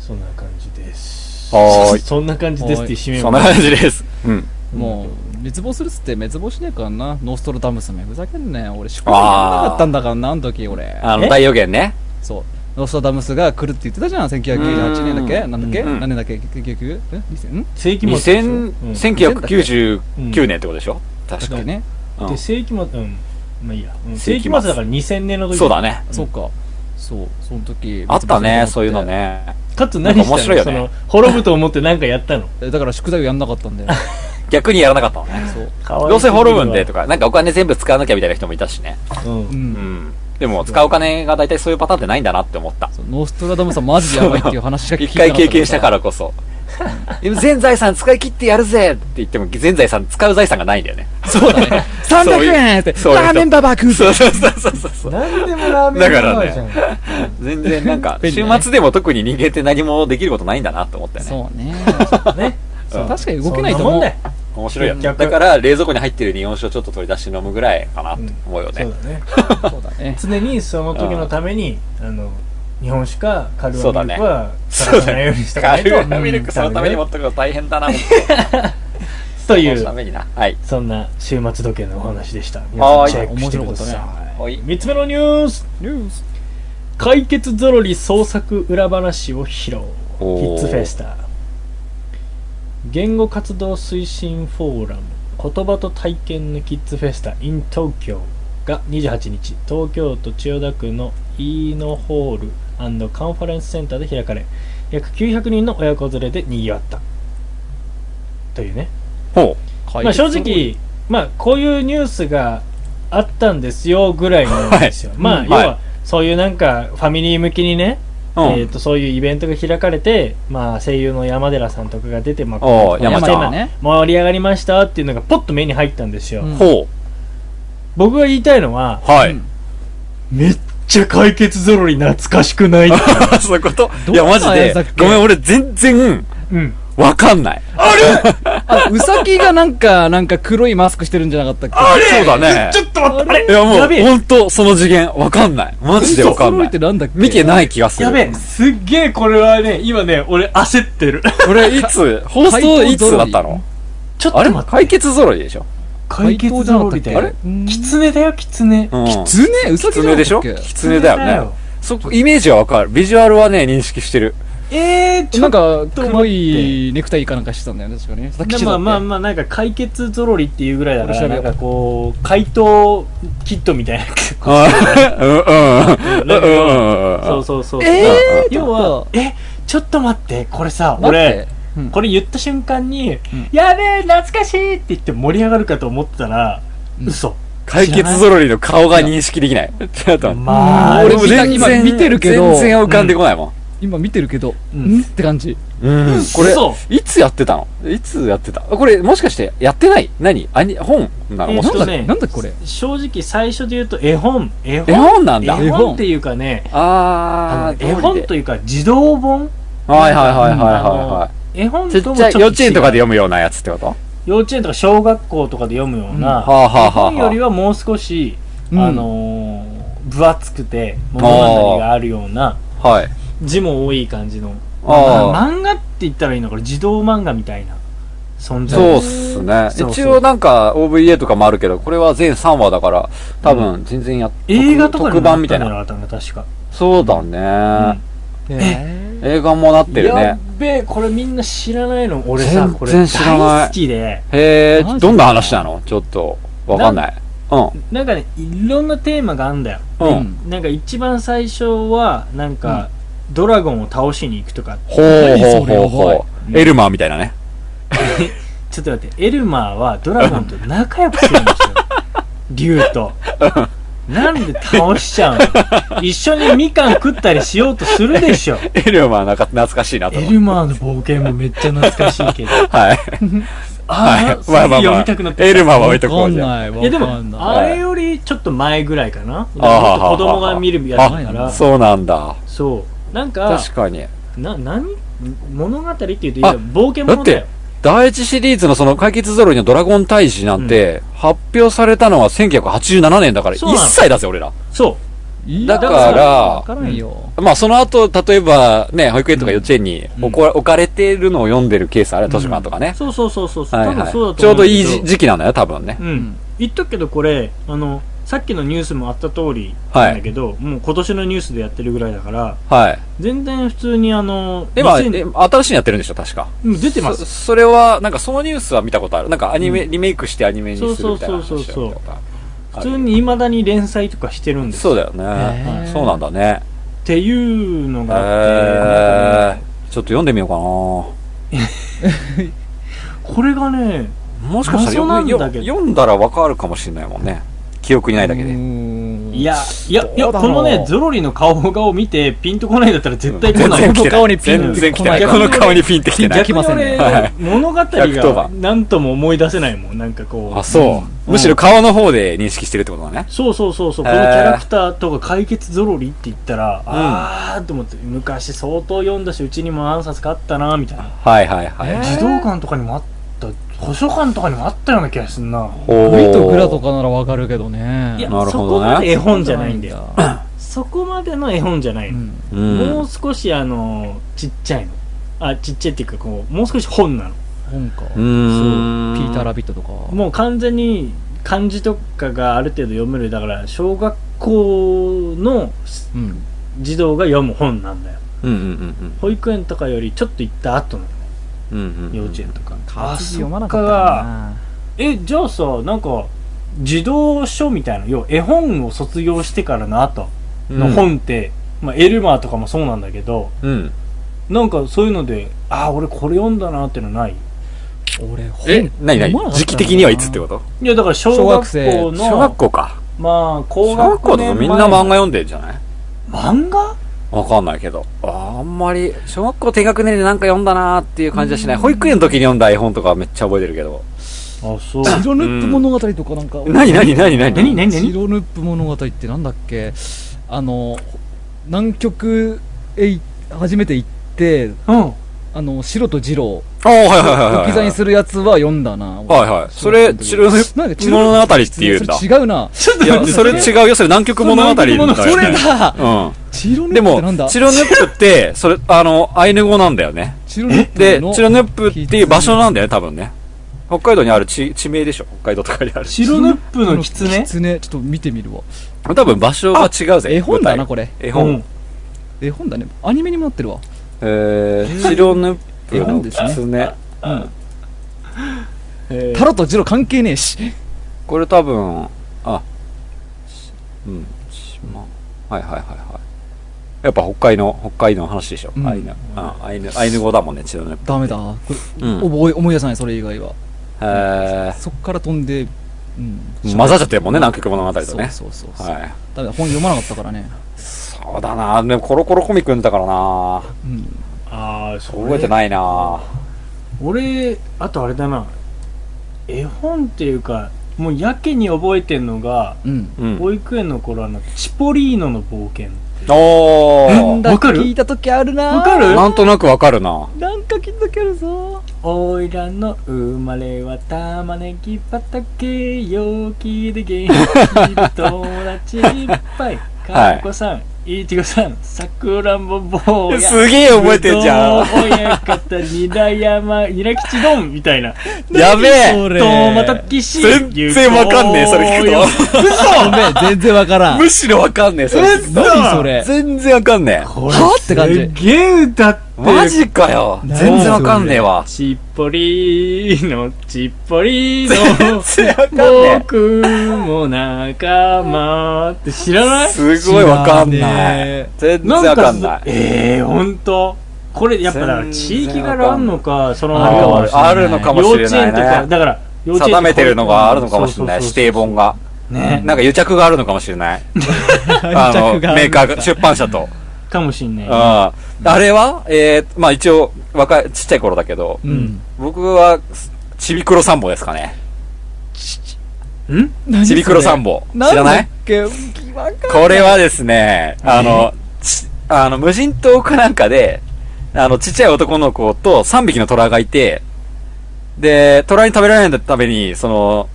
そんな感じですはーい そんな感じですって締めそんまなす感じです。うん。もう、滅亡するっつって滅亡しねえからな。ノーストロダムスめ。ふざけんなよ。俺、仕事やらなかったんだからな、あの時俺。あの、え大予言ね。そう。ノーストロダムスが来るって言ってたじゃん。1998年だっうけんなんだっけうん何年だっけ結局え ?2000? ん 世紀末ですよ2000うん1999うん年ってことでしょ確確かかに。ね。うんで世紀末うんまあいいや、うん世紀世紀末末だから2000年の時そうだね。そっか。そう、その時。あったね、滅亡すそうるいうと思っのて。ね。かつ何したの面白いよねその滅ぶと思って何かやったのえだから宿題をやんなかったんだよ。 逆にやらなかったのね。そう。どどうせ滅ぶんでとか、なんかお金全部使わなきゃみたいな人もいたしね。う、うん。うんん。でも、使うお金が大体そういうパターンってないんだなって思った。そうノーストラダムスはマジでやばいっていう話が聞い一た回経験したからこそ。でも全財産使い切ってやるぜって言っても、全財産、使う財産がないんだよね。そうだね。300円って、そういうラーメンババア食うそうぞ。そうそうそうそうそう。何でもラーメンだからバーねじゃん、全然なんか、便利週だね末でも特に人間って何もできることないんだなと思ったよね。そうね。ね 確かに動けないとそ思んなもんうだよ。面白いよ。うんだから、冷蔵庫に入ってる日本酒をちょっと取り出して飲むぐらいかなって思うよね。そうだねそうだね常にその時のためにあの日本酒かカルそうアだミルねクは そうなだいようにねし。とかカないとルーナミルクそのために持っもとくの大変だな。といそのたうめにな。はい。そんな週末時計のお話でしたはーい皆さんチェックしてくだ面白さおいい。3つ目のニュースニュース解決ゾロリ創作裏話を披露おーキッズフェスタ言語活動推進フォーラム言葉と体験のキッズフェスタ in 東京が28日東京都千代田区のイーノホールカンファレンスセンターで開かれ約900人の親子連れでにぎわったというねほまあ正直、まあ、こういうニュースがあったんですよぐらいなんですよ、はいまあ、うん要はいはそういうなんかファミリー向きにね、う。えー、とそういうイベントが開かれて、まあ、声優の山寺さんとかが出て、まあ、おうこう山山ちゃんちゃんね盛り上がりましたっていうのがポッと目に入ったんですよ、うんほ僕が言いたいのはう。はういん。めっちゃ解決ぞろり懐かしくない、 そういうことどいんなや、マジやでつだっ。けごめん、俺全然、うん、わかんない。ああウサギがなんかなんか黒いマスクしてるんじゃなかったっけれそうだね。ちょっと待ってあれいや、もやう、べえほんと、その次元、わかんない。マジでわかん黒ないってい。なんだっけ見てない気がする。やべえすっげえこれはね今ね俺焦ってるこれ、いつ、放送いつだったのちょっとあれ待って解決ぞろいでしょ解決ぞろりだよあれキツネだよキツネうん。キツネウサキギじツゃネなでしかょったっキツネだよね。そこ、イメージはわかる。ビジュアルはね、認識してる。えー、けちなょっんとか黒いネクタイかなんかしてたんだよね確かねさっきでしてたっまあけまあまあなんか解決ぞろりっていうぐらいだかこれ調べらなよんうかこう怪盗キットみたいなあうんうん。うんうんうん。そうそうそうえー要はえちょっと待ってこれさ待って俺うんこれ言った瞬間にん「やべえ懐かしい!」って言って盛り上がるかと思ったらうん嘘解決ぞろりの顔が認識できない。ちょっと待って。まあうん俺俺も見た全今然見てるけど全然浮かんでこないもん。今見てるけど、うんんって感じうん。これ嘘、いつやってたのいつやってたこれ、もしかして、やってない何アニ、本なのえもちしょっかとして。ねなんだこれ正直最初で言うと絵本絵絵本本なんだ。絵え本っていうかねああー、の絵本といういうか児童本はいはいはいはいあのは絵本い。ちっともちゃい、ょ幼っ稚園とかで読むようなやつってことは幼稚園とか小学校とかで読むようあな、はあはあ本よりははもう少し、うんあのー分厚くて物語があるようなあ。はい。字も多い感じのあーまあ漫画って言ったらいいのこれ児童漫画みたいな存在そうっすね。そう一応なんか OVA とかもあるけど、これは全3話だから、多分全然やっ、映画とか特に特もあ番っみたたいんだろな。うな確か、そうだね。え映画もなってるやっね。べえこれみんな知らないの俺さ全これ然知らない大好きでへマジえ、でどんな話なのちょっと、わかんない。うん。なんかねいろんなテーマがあるんだよう。うんんなんか一番最初はなんか、ドラゴンを倒しに行くとかほうほうほう何それやほう。エルマーみたいなね。ちょっと待って、エルマーはドラゴンと仲良くするんです よ。竜と。なんで倒しちゃうの一緒にみかん食ったりしようとするでしょ。エルマーなんか懐かしいなとエ思って。ルマーの冒険もめっちゃ懐かしいけど。 はい。ああ、まあまあ読まみあたくなっ。てきエルマーは置いとわこかうんじゃん。ないわた。いやでかんも、ないあれよりちょっと前ぐらいか な。あははは子供が見るやつだから。そうなんだ。そう。なんか、確かに。な、何物語っていうと、いや冒険だっ物だよて。、第一シリーズのその解決ゾロリのドラゴン大使なんて、発表されたのは1987年だから、そうな一の切だぜ、俺ら。そいいだからわからんよまあ、その後、例えば、ね、保育園とか幼稚園に置こ置かれているのを読んでるケースある、図書館とかう。ね。そうそうそうそう。はい多分はい。そうだと思うちょうどいいけじ時期なんだよ、多分ねう。ん、言っとくけどこれあのさっきのニュースもあった通りはいなんだけど、もう今年のニュースでやってるぐらいだからはい。全然普通にあの今、 2000え新しいのやってるんでしょ、確か。うん出てまそすそれは、なんかそのニュースは見たことある。なんかアニメ、リメイクしてアニメにするみたいな話そうそうそうそうを見たことある普通にいまだに連載とかしてるんですそうっだよね、へーそうなんだね。ていうのえがあって、ー、ちょっと読んでみようかこれがねなもしかしたら謎なんだ読むけどよ読んだらわかるかもしれないもんね。記憶にないだけで。いいやいやいどやうだころうのねゾロリの顔を見てピンとこないんだったら絶対来全ない然来てこの顔ない。にピン全然来てない。来こないの顔にピンって来てない来。ませんね逆に俺はい物語110が番何とも思い出せないもんなんかこうあ、そう。むしろ顔の方で認識してるってことだね。そうそうそうそう、へーこのキャラクターとか解決ゾロリって言ったら、あーと思って昔相当読んだしうちにも何冊かあったなみたいなはいはいはい。えー児童館とかにもあった図書館とかにもあったような気がするなおグリとグラとかならわかるけどねいやなるそほこどねまで絵本じゃないんだよそこまでの絵本じゃないの、う。もうん少しあのちっちゃいのあちっちゃいっていうかこうもう少し本なの本かうピん。ーター・ラビットとかもう完全に漢字とかがある程度読めるだから小学校のうん児童が読む本なんだようんうんうん保育園とかよりちょっと行った後なのうんうんうん。幼稚園とか、活字読まなそかっったかなえじゃあさなんか児童書みたいな要は絵本を卒業してからの後の本って、まあ、エルマーとかもそうなんだけどうん。なんかそういうのでああ俺これ読んだなってのない俺本え、なに読まなかったなんだにな時期的にはいつってこといやだから小小学学校生の小学校か。まあ高小学校学だと年前みんな漫画読んでんじゃない漫画わかんないけど。あんまり、小学校低学年でなんか読んだなーっていう感じはしない。保育園の時に読んだ絵本とかめっちゃ覚えてるけど。あそう白ヌップ物語とかなんかなになになにな何に何何白ヌップ物語ってなんだっけあの南極へい初めて行ってうんあの白と二郎ああ、はいはいはいはい。置き去りにするやつは読んだな俺はいはい。それ、チルなんかチル物語って言うんだ。それ違うないや、それ違うよ。それ南極物語だよね。それだうチロん。ヌでップってなんも、だチロヌップって、それ、あの、アイヌ語なんだよね。チロヌップで、のチロヌップっていう場所なんだよね、多分ね。北海道にある地地名でしょ。北海道とかにある。白ヌップの狐狐ちょっと見てみるわ多分場所が違うぜ。絵本だな舞台これ絵う本ん。絵本だねアニメにもなってるわえー、チロヌップ絵本のですね狐。えータロとジロ関係ねえしこれ多分、あ、しうん、島。はいはいはいはい。やっぱ北海の、北海道の話でしょ。うんアイヌ。あアイヌ、アイヌ語だもんね、チロヌップ。ダメだこうれん。覚え思い出さないそれ以外はえそっから飛んでうんー、混ざっちゃってるもんね、南極物語とね。そうそうそうそうはい。ダメだ本読まなかったからねそうだなでもコロコロコミック読んでたからなうんああそ覚えてないな俺あとあれだな絵本っていうかもうやけに覚えてんのがうんうん。保育園の頃あのチポリーノの冒険おなんー。だわかる聞いた時あるなわかるなんとなくわかるななんか聞いた時あるぞおいらの生まれは玉ねぎ畑陽気で元気で友達いっぱい はかいっこさんいちごさんさくらんぼ坊やすげえ覚えてんじゃんぶどう親方にら山にら吉丼みたいなやべえそれトマトキシ全然わかんねえ、それ聞くと。ごめん全然わ からんむしろわかんねえ、それ聞くと。何それ全然わかんねえ。はって感じすげえ歌ってるマジかよな全然わかんねえわ。ちっぽりーのちっぽ りー全然わかんのね僕も仲間って知らないえ。すごいわかん知らない。ね全然なわんかかんない。ええー、ほんとこれやっぱだから地域柄あんのかそのあれかもしれないあるのかもしれ幼稚園となかいね。だから幼稚園定めてるのがあるのかもしれない。指そうそうそう定本が。ねなんか癒着があるのかもしれない。あの、メーカーが、出版社と。かもしれなういん。あれはえー、まあ一応、若い、ちっちゃい頃だけど、うん僕は、ちびくろ三本ですかね。何ちびくろそれ三本。知んだらっないけわかんこれはですね、あの、ちあの、無人島かなんかで、あの、ちっちゃい男の子と3匹の虎がいて、で、虎に食べられないために、その、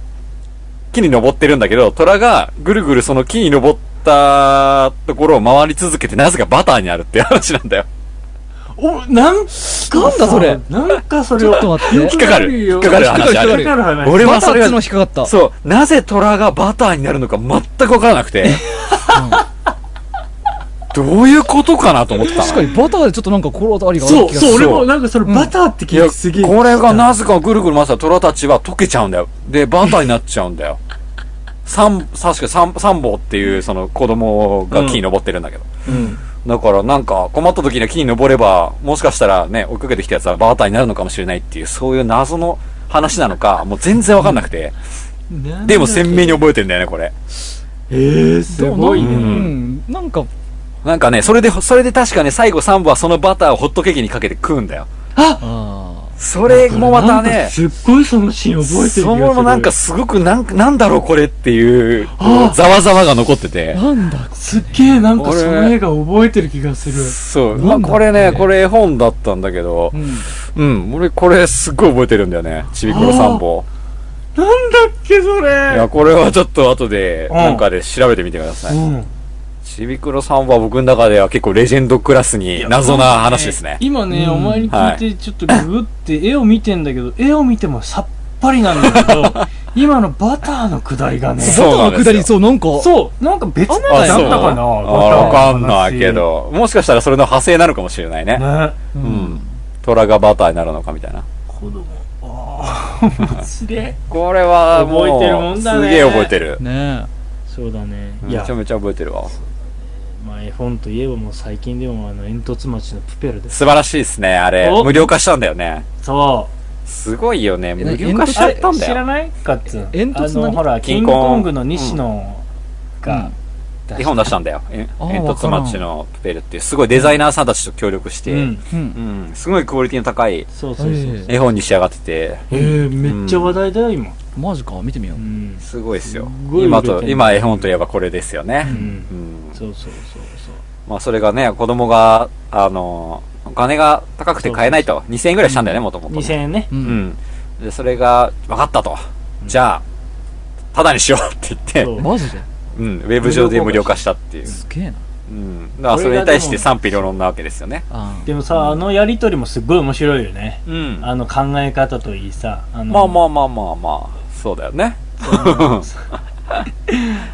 木に登ってるんだけど、虎がぐるぐるその木に登ったところを回り続けて、なぜかバターになるっていう話なんだよ。おなんかさなんだそれなんかそれちょっと待ってよ引くっかかなる。引よっかかる話あ引っる。かかかる話俺まはたそれあっちのが引っ、かかったそう、なぜ虎がバターになるのか全くわからなくて、どういうことかなと思ってたの確かにバターでちょっとなんか心当たりがあるそう気がそうする俺もなんかそれバターってい聞いやてすげえこれがなぜかぐるぐる回したら虎たちは溶けちゃうんだよ。で、バターになっちゃうんだよ。 三、確か三、三宝っていうその子供が木に登ってるんだけど。うんだからなんか困った時には木に登れば、もしかしたらね、追いかけてきたやつはバターになるのかもしれないっていう、そういう謎の話なのか、もう全然わかんなくて。なんだでも鮮明に覚えてんだよね、これ。えー、すごいどうねなんうんなんかなんかね、それで、それで確かね、最後三宝はそのバターをホットケーキにかけて食うんだよ。あそれもまたね、すっごいそのシーン覚えてる気がするそのもなんかすごくなんかなんだろうこれっていうあざわざわが残ってーてなんだすっげえなんかその絵が覚えてる気がするそう、なまあ、んだこれねこれこれ絵本だったんだけどうんうん、俺これすっごい覚えてるんだよね。ちびくろ散歩。なんだっけ、そいれ。や、これはちょっと後で、うんなんかで調べてみてくださうい。ん。ちびくろ散歩は僕の中では結構レジェンドクラスに謎な話ですね。今ね、うんお前に聞いてちょっとググって絵を見てんだけど、絵を見てもさっぱりなんだけ ど、今のバターの下りがね、そうなんですよバターの下り、そう、なんか、そう、なんか別なあ、のそうやったかな、あバターのわ話かんないけ。ど、もしかしたらそれの派生なのかもしれないね。ね、うん。虎がバターになるのかみたいな。子供。ああ、すげえ。これはもう、覚えてるもんだねすげえ覚えてる。ねそうだね。いめやちゃ、めちゃ覚えてるわ。まあ、絵本といえばもう最近でもあの、煙突町のプペルです。素晴らしいですね、あれお。無料化したんだよね。そすごいよね。え無料化しちゃったう。ん知だらよ。ないかっつん。煙突あの、何ほら、キングコングの西野が、日本出したんだよ。えあー煙わか突らん町のプペルっていう、すごいデザイナーさんたちと協力して、ううんん。え。うん。すごいクオリティの高いそうそうそうそう。絵本に仕上がってて、えー、めっちゃ話題だよ、今。マジか、見てみようう。ん。すごいですよ。ごい売れて今ると、今絵本といえばこれですよねう。んう。んそうそうそうそう。まあそれがね、子供が、あの、お金が高くて買えないと。2000円ぐらいしたんだよね、もともと。 2000円ね。うう。ん。で、それが、分かったと。じゃあ、ただにしようって言って、そうマジでうん、ウェブ上で無料化したっていう。すげえな。うん。だからそれに対して賛否両論なわけですよね。あでもさ、あのやりとりもすごい面白いよね。うん。まあの考え方といいさ、あの、あまあまあまあまあ、そうだよね。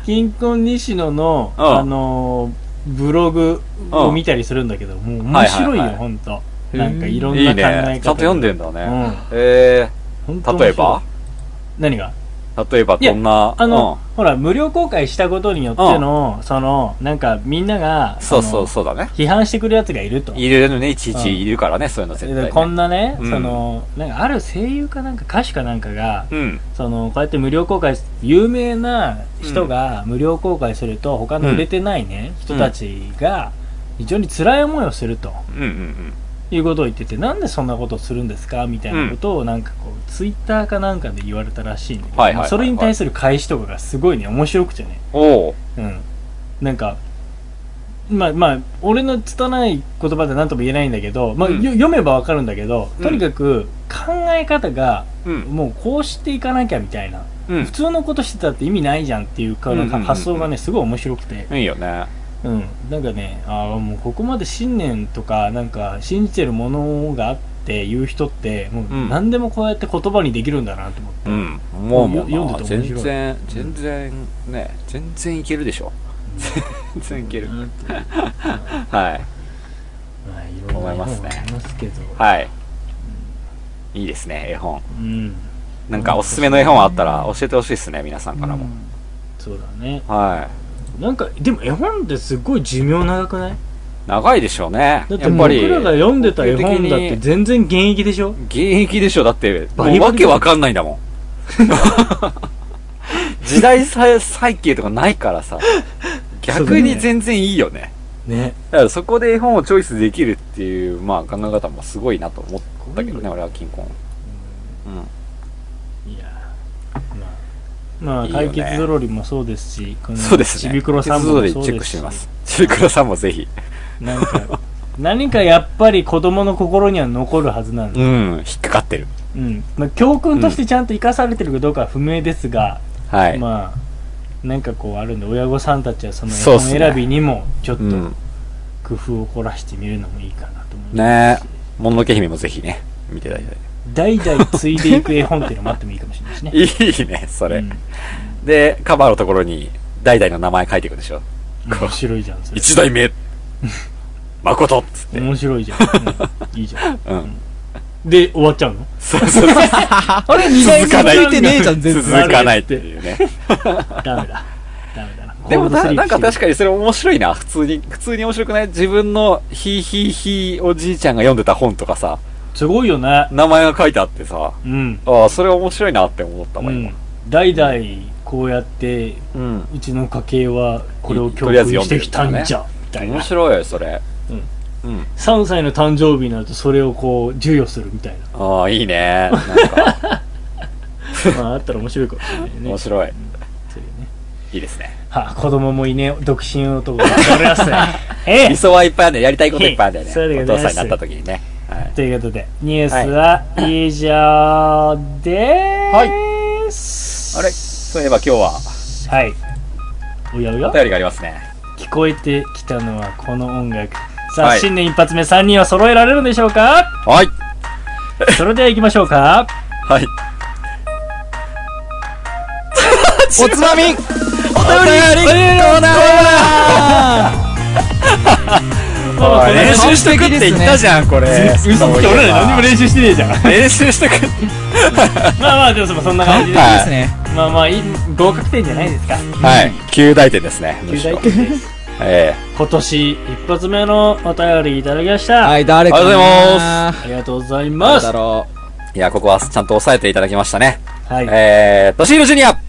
金婚西野の、うんあのー、ブログを見たりするんだけど、もう面白はいいよ、はいはいほんと。へーなんかいろんいない考え方。ね。ちゃんと読んでんだうね。ん。えほんとー、面白い例えば何が例えばどんな、あの、ほら、無料公開したことによっての、その、なんかみんなが、うん、そうそあのう、そうだね。批判してくるやつがいると。いるよね、いちいちいるからね、そういうの絶対でね。こんなね、うんその、なんかある声優かなんか歌手かなんかが、うん。そのこうやって無料公開す有名な人が無料公開すると他の売れてないね、人たちが非常に辛い思いをするとうんうんうん。いうことを言っててなんでそんなことをするんですかみたいなことをなんかこうツイッターかなんかで言われたらしいんだけどはいはいはいはいまあそれに対する返しとかがすごいね面白くてねおう。うんなんかまあまあ俺の拙い言葉で何とも言えないんだけど、まあうんよ読めばわかるんだけどとにかく考え方がうん。もうこうしていかなきゃみたいなうん普。通のことしてたって意味ないじゃんっていうかなんうんうんうんかうん発想がねすごい面白くて、いいよね。うん、なんかねああもうここまで信念とかなんか信じてるものがあって言う人ってもううん何でもこうやって言葉にできるんだなと思って、うん。もうもうな、よ読んでて面全白い然、全然、ね、全然いけるでしょ。 全然いける。はい。まあ、いろんな思いもますねありますけど、はい。いいですね、絵本。うんなんかおすすめの絵本あったら教えてほしいですね、皆さんからも。そうだねはなんかでも絵本ってすごい寿命長くないい。長いでしょうね。だやっってぱ僕り、らが読んでた絵本だっ基て本的全然現役でしょ現役でしょ、だって、バリバリもうわけわかんないんだも ん。時代さえ背景とかないからさ、逆に全然いいよね。ねだからそこで絵本をチョイスできるっていう、まあ、考え方もすごいなと思ったけどね、俺は金婚。ういやまあ、まあ、いいよね解決ぞろりもそうですし、こん。のそうですね。ちびくろさんもそそううでですチェックしてみます。ちびくろさんもぜひ。なんか、 何かやっぱり子供の心には残るはずなんうで、ん、引っかかってる。うん。まあ、教訓としてちゃんと生かされてるかどうかは不明ですが、はい。まあ、なんかこうあるんで、親御さんたちはその絵そうっ本すね選びにも、ちょっとうん。工夫を凝らしてみるのもいいかなと思いまねす。え。もののけ姫もぜひね、見ていただいて。代々継いでいく絵本っていうのもあってもいいかもしれないですね。 いいね、それ。うんで、カバーのところに、代々の名前書いていくでしょ。面白いじゃん、それ。一代目、誠っつって。面白いじゃん。うんいいじゃん。うん。で、終わっちゃうのそうそうそう。 あれ、二台続かない続いてねえじゃん、全然。続かないっていうね。ダメだ。ダメだな。 でもな、なんか確かかにそれ面白いな。普通に、普通に面白くない自分のひいひいひいおじいちゃんが読んでた本とかさ、すごいよね。名前が書いてあってさ、うん。ああ、それ面白いなって思ったうもん、ん今。。代々こうやって、うん。うちの家系はこれを教とりあえ訓ずし読んでるてきたんじゃ、みたいな面。白いよ、それ。うん。うん。 3歳の誕生日になるとそれをこう授与するみたい ああ、いいね。なんか、な。まああったら面白いかもしれないね面。白い。そういうねいいですね。はあ、子供もいねえ、独身男が。それはさ、え え理想はいっぱいあるんだよ。やりたいこといっぱいあるんだよね。そうでごおざ父いますさんになった時にね。はい。ということで、ニュースは以上でーす。あれそういえば今日ははい。おやおやお便りがありますね。聞こえてきたのはこの音楽。さあ、はい新年一発目3人は揃えられるんでしょう かはい。それでは行きましょうか。はい。おつまみお便りコーナーおい練習してくって言ったじゃん、これ。嘘つき俺ら何にも練練習してねえ じゃん。習練習してくっ まあまあ、でもそんな感じで。はですねまあまあいい、合格点じゃないです か。はい。旧大点ですね。旧大点です。え今年一発目のお便りいただきました。はい誰かなありがとうございすありがとうございます。だろうえいや、ここはちゃんと抑えていただきましたね。はい。いただえー、としひろジュニアきま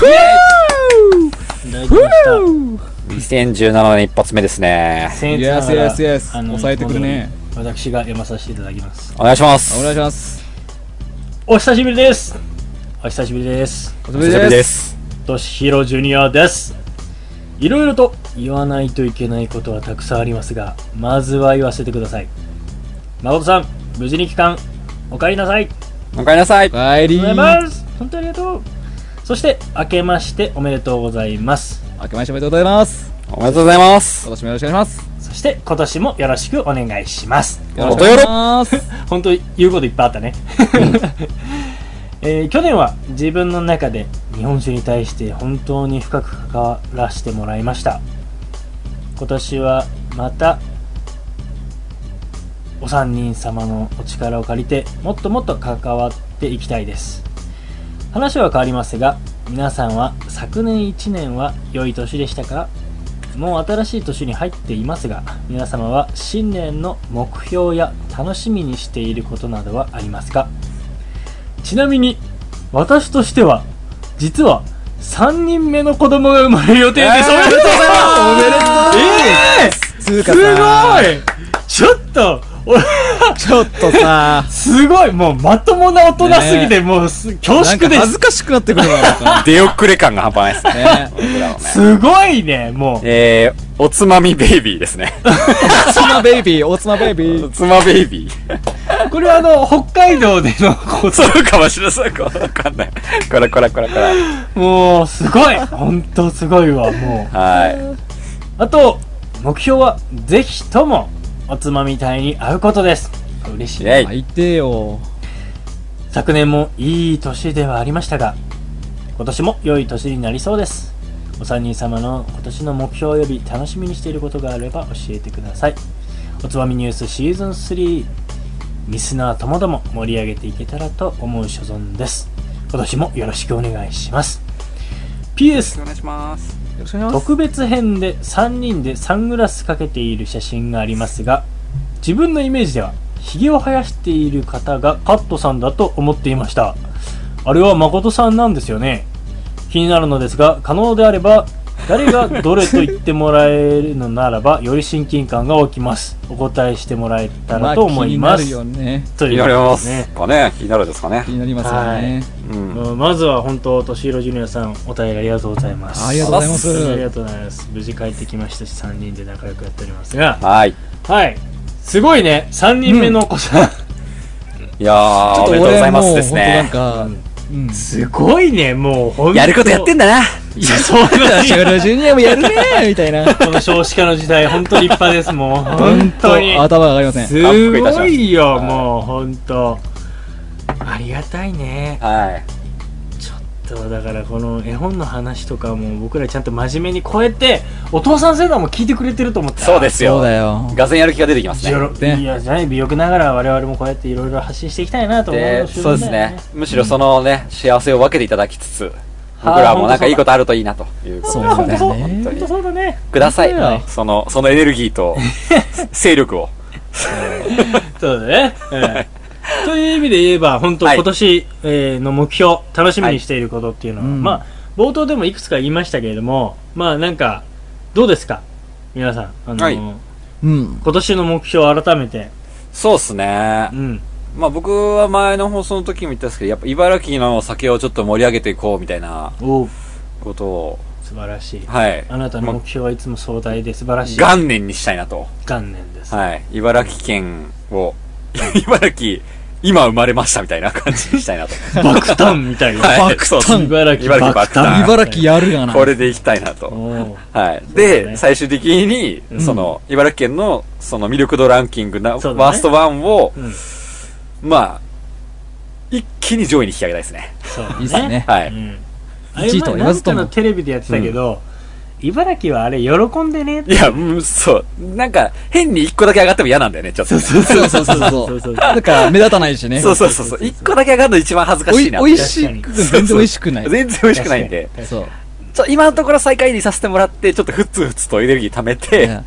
した。 !2017 年一発目ですね。僭越 Yes, ながら yes, yes 抑えてくるね。本当に私が読まさせていただきます。お願いします。お願いしますお久しぶりです。お久しぶりです。おお久久しぶりです。としひろジュニアです。いろいろと言わないといけないことはたくさんありますが、まずは言わせてください。誠さん、無事に帰還、お帰りなさい。おかえりなさい。お帰りありがとうございます。本当にありがとう。そして、明けましておめでとうございます。明けましておめでとうございますおめでとうございます。今年もよろしくお願いしますそして、今年もよろしくお願いします。よろしくお願いします本当言うこといっぱいあったね、 えー去年は自分の中で日本酒に対して本当に深く関わらせてもらいました今年はまたお三人様のお力を借りてもっともっと関わっていきたいです話は変わりますが皆さんは昨年1年は良い年でしたかもう新しい年に入っていますが皆様は新年の目標や楽しみにしていることなどはありますかちなみに私としては実は3人目の子供が生まれる予定です、おめでとうございますええつうすかさごいちょっと俺ちょっとさすごいもうまともな大人すぎて、もうす恐なん縮かで恥すずかしくなってくるわなんか出遅れ感が半端ないですねね。僕らはねすごいねもうえー、おつまみベイビーですね。おつまベイビーおつまベイビおーつまベイビー。これはあの北海道でのこそうかもしれない。そうかわかんない。こらこらこらこら。ともうすごい本当すごいわもうはあと目標はぜひともおつまみ隊に会うことです嬉しい。いイェイ。相手よ昨年もいい年ではありましたが今年も良い年になりそうですお三人様の今年の目標及び楽しみにしていることがあれば教えてくださいおつまみニュースシーズン3リスナーともども盛り上げていけたらと思う所存です今年もよろしくお願いします PS お願いします。特別編で3人でサングラスかけている写真がありますが自分のイメージではひげを生やしている方がカットさんだと思っていましたあれは誠さんなんですよね気になるのですが可能であれば誰がどれと言ってもらえるのならばより親近感が起きますお答えしてもらえたらと思いまあ気にす、なるよねと気にいうこなりとま。ですねかね。気になるですかね気。になりますよねうん。うんまずは本当としひろジュニアさんお便りありがとうございますありがとうございます本当にありがとうございます無事帰ってきましたし3人で仲良くやっておりますがはい。はいすごいね3人目のお子さん、 いやー、おめでとうございますですなんね。かうんすごいねもうほんやることやってんだな。いやそうなんシャだグよルジュニアもやるねーみたい なこの少子化の時代本当立派ですもう本本当当にに頭が上がりませんすごいよもう本当ありがたいねはい。そうだからこの絵本の話とかも僕らちゃんと真面目に超えてお父さん世代も聞いてくれてると思ったそうでそすうよ。だよがぜんやる気が出てきますいね。やねいやじゃない美欲ながら我々もこうやっていろいろ発信していきたいなと思で、うそうですね。むしろそのね、幸せを分けていただきつつ、はい僕らもなんかいいことあるといいなということそうでだ本当そうね本当本当に。そうだねくださ本当だいよ。その、そのエネルギーと、勢力を。 そうだね、ええという意味で言えば本当はい今年、えーの目標楽しみにしていることっていうのは、はいうんまあ冒頭でもいくつか言いましたけれどもまあなんかどうですか皆さんあの、はいうん今年の目標を改めてそうっすねう。んまあ僕は前の放送の時も言ったんですけど、やっぱ茨城の酒をちょっと盛り上げていこうみたいなおことを、素晴らしいはい。あなたの目標はいつも壮大で素晴らしい元年にしたいなと。元年です、はい。茨城県を 茨城、今生まれましたみたいな感じにしたいなと。爆弾みたいな。 はい爆誕そうです 茨城茨城爆爆誕。誕茨城やるがな。これでいきたいなおと。ーはい。だねで、最終的に、その、茨城県の、その、魅力度ランキングな、ワそうだねースト1をうん、まあ、一気に上位に引き上げたいですね。そうだいいっすね。はうい。んあれ1位とは言わずと前もなんかのテレビでやってたけど、茨城はあれ喜んでねっていや、うんそう。なんか、変に一個だけ上がっても嫌なんだよね、ちょっとね。 そうそうそうそうそそうう。そうなんか目立たないしね。そうそうそう。一個だけ上がるの一番恥ずかおしいいな。おいい。しく、確全然おいしくない。全然美味しくないんで。そう。ちょ、今のところ最下位にさせてもらって、ちょっとふつふつとエネルギー貯めいて、や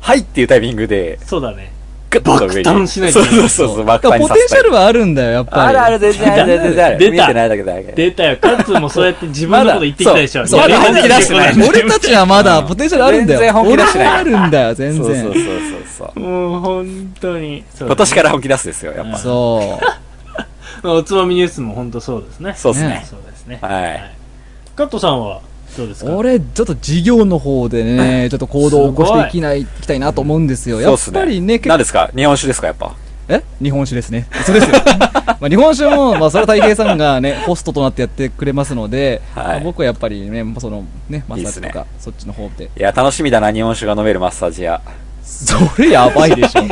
はいっていうタイミングで、そうだねグッと上に。爆誕しないとそうねそうそうそう、だ爆か誕らにポさテンせシたいャルはあるんだよ、やっぱり。あるある、全然ある、全然ある。出た見えてないだけだけ。出たよカッツンもそうやって自分のこと言ってきたでしょ、まだそういやまだ本気出してないもう俺たちはまだポテンシャルあるんだよ。全然本気出してない俺もあるんだよ、全そうそう然。そうそうそう。もう本当にそう今年から本気出すですよ、やっぱ。そまあおつまみニュースも本当そうですねそうですねね。そうですねはい。カットさんはどうですう。か俺、ちょっと事業の方で ね、ちょっと行動を起こしていきない、いきたいなと思うんですよ。そやうっっすぱりね。ね、何ですか日本酒ですか、やっぱ。え日本酒ですね。そうですよ。 まあ日本酒も、まあそれは大平さんがね、ホストとなってやってくれますので、はいまあ僕はやっぱりね、そのね、マいッいっサーすジねとか、そっちの方で。いや、楽しみだな、日本酒が飲めるマッサージ屋。それやばいでしょ。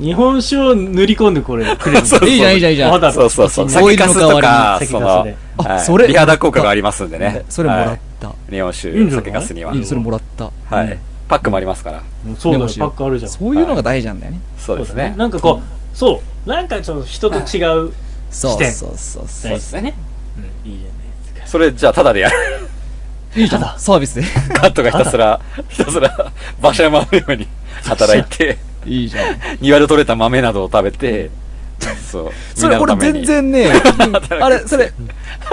日本酒を塗り込んでこれくれるのそうそういいじゃん、いいじゃん、いいじゃまん。だそうそうそう。オイル酒かのす代とわか、りにそ酒粕ので、あはいそれ美肌効果がありますんでね。 それもらっはい日本いいん酒、じゃない酒かすにはた。い。いそれもらった。はい。パックもありますから。もうそうだよメモしよパうックあるじゃんそういうのが大事なんだよね。そうですね。なんかこうそうなんかちょっと人と違うそ視う点そうそうそ。うそううでですすね、うん、いいじゃないですかそれじゃあ、ただでやる。いいじゃん。サービスで。カットがひたすら、ひたすら、馬車馬のように働いて、いいじゃん。 庭で採れた豆などを食べて、そう。それみん俺なのために全。然ね、あれ、それ、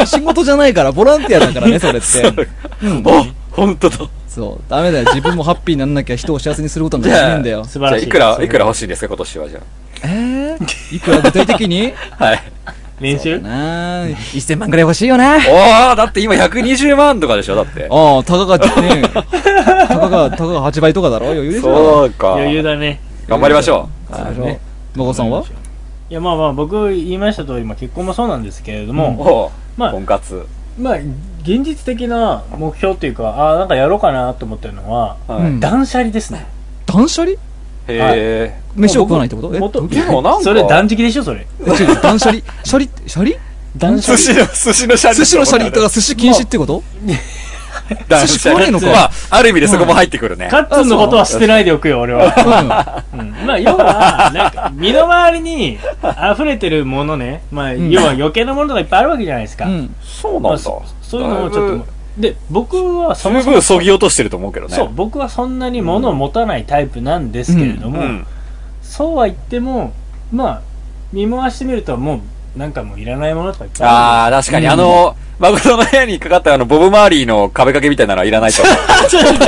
仕事じゃないから、ボランティアだからね、それって。お本当だ。そう。ダメだよ。自分もハッピーになんなきゃ人を幸せにすることなんかじできなゃいあ、んだよ。素晴らしじいゃあいくら、いくら欲しいですか、今年はじゃえー、いくら具体的にあ。はい。練習なあ、1000万くらい欲しいよな。あおー、だって今120万とかでしょ、だって。あ、たかがね、たかが、たかが8倍とかだろ余裕でしょ。そうか。余裕だね頑張りましょう。そうね。マコさんはいやまあまあ僕言いました通り、まあ、結婚もそうなんですけれども、おうまあ婚活。まあ現実的な目標っていうかああなんかやろうかなと思ってるのは、はういん。断捨離ですね断捨離へえ。飯を食わないってことえもっとでもなんかそれ断食でしょそれ違う断捨離処理処理断捨寿司の、離寿司のシャリ。寿司の処理とか寿司禁止ってこと断寿司捨食わ離。ねえのかまあ、ある意味でそこも入ってくるね。カッツンのことは捨てないでおくよ俺は、ううんまあ要はなんか身の回りに溢れてるものねまあん要は余計なものとかいっぱいあるわけじゃないですか、ん。うん。そうまなあ、んだ。そそういうのもちょっだいともぶで僕はそそものそも分、そぎ落としてると思うけどね。そう僕はそんなに物を持たないタイプなんですけれどうも、ん。そうは言ってもまあ見回してみるともうなんかもういらないものとかいっぱいあああ、確かに、うんあの、誠の部屋にかかったあの、ボブマーリーの壁掛けみたいなのはいらないと思。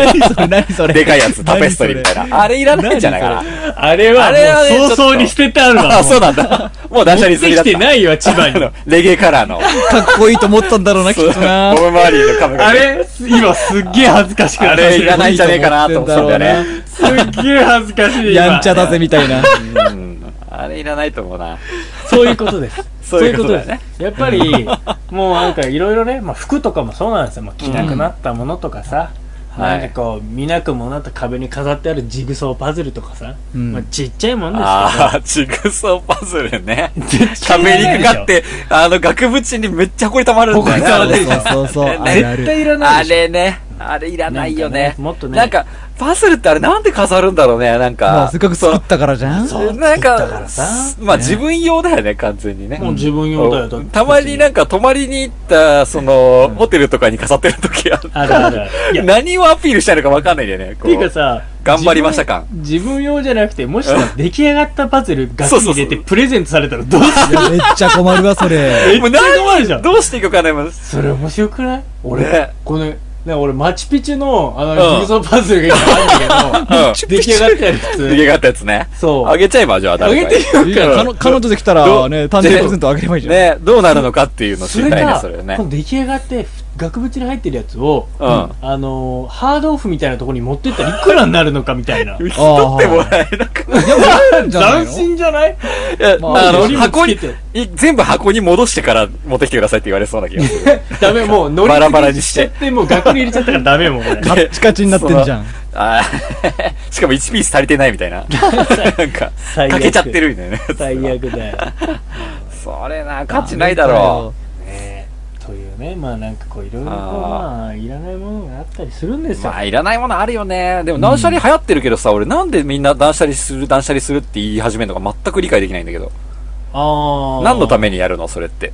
何それ何そうれでかいやつ、タペストリーみたいな。あれいらないんじゃないかな。るあれはあれはねもう早々に捨ててあるわあ、そうだなんだ。もう断捨離持っすてぎだきってた。ないわ千葉あのに、レゲエカラーの。かっこいいと思ったんだろうな、きっとな。ボブマーリーの壁あ掛け。れ今すっげえ恥ずかしくなあってれいらないんじゃねえかなと思ったんだよね。すっげえ恥ずかしい今やんちゃだぜみたいな。うんあれいらないと思うな。そういうことですそういうことだよねそういうことですやっぱり、もうなんかいろいろね、まあ、服とかもそうなんですよ。まあ、着なくなったものとかさ、うんなんかこう、見なくもなった壁に飾ってあるジグソーパズルとかさ、うんまあ、ちっちゃいもんです ああ、ジグソーパズルね。けど。壁にかかって、あの、額縁にめっちゃ埃たまるんだ埃溜まよってねる。そうそうそう。あるあ絶対る。いらなあいでしれね。あれいらょ。ないよなんねか。もっとね。なん、か、パズルってあれなんで飾るんだろうね、なんまかあ、。せっかく作ったからじゃん。そうなん作ったからかさ、まあ自分用だよね、完全にね。もう自分用だよ。だってたまになんか泊まりに行った、その、ホテルとかに飾ってる時ある。あるあるある。いや、っ何をアピールしたいのかわかんないんだよね。こていうかさ、頑張りました感自分。自分用じゃなくて、もしかしたら出来上がったパズルガチそうにそう入そうれてプレゼントされたらどうすいやめっちゃ困るわ、それ。る もうめっちゃ困るじゃん。どうしていいかわかんないもん。それ面白くない俺、ねこの、ね、俺、マチュピチュの、あの、うんジグソーパズルが今あるんだうん。けど、出来上がったやつ。出来上がったやつね。そう。あげちゃえば、じゃあ、あ誰げかてに。よいいから彼彼女できたらね、誕生日プレゼントあげればいいじゃん。ね、どうなるのかっていうのをそ知れりたいね、が、それねこ。の出来上がって、額縁に入ってるやつを、うんあのーハードオフみたいなところに持ってったらいくらになるのかみた いな引き取ってもらえなくないいや、もらえるんじゃない斬の新じゃないやまああのよりも箱につけてい全部箱に戻してから持ってきてくださいって言われそうな気がするダメもうノリバラバラにしちゃてってもう額に入れちゃったからダメもんこ れでカッチカチになってんじゃん。あー しかも1ピース足りてないみたいななんか最悪欠けちゃってるみたいな最悪だ よそれな価値ないだろねえというねまあなんかこういろいろこうあーまあいらないものがあったりするんですうよ、まあいらないものあるよねでも断捨離流行ってるけどさ俺なんでみんな断捨離する断捨離するって言い始めるのか全く理解できないんだけどああ何のためにやるのそれって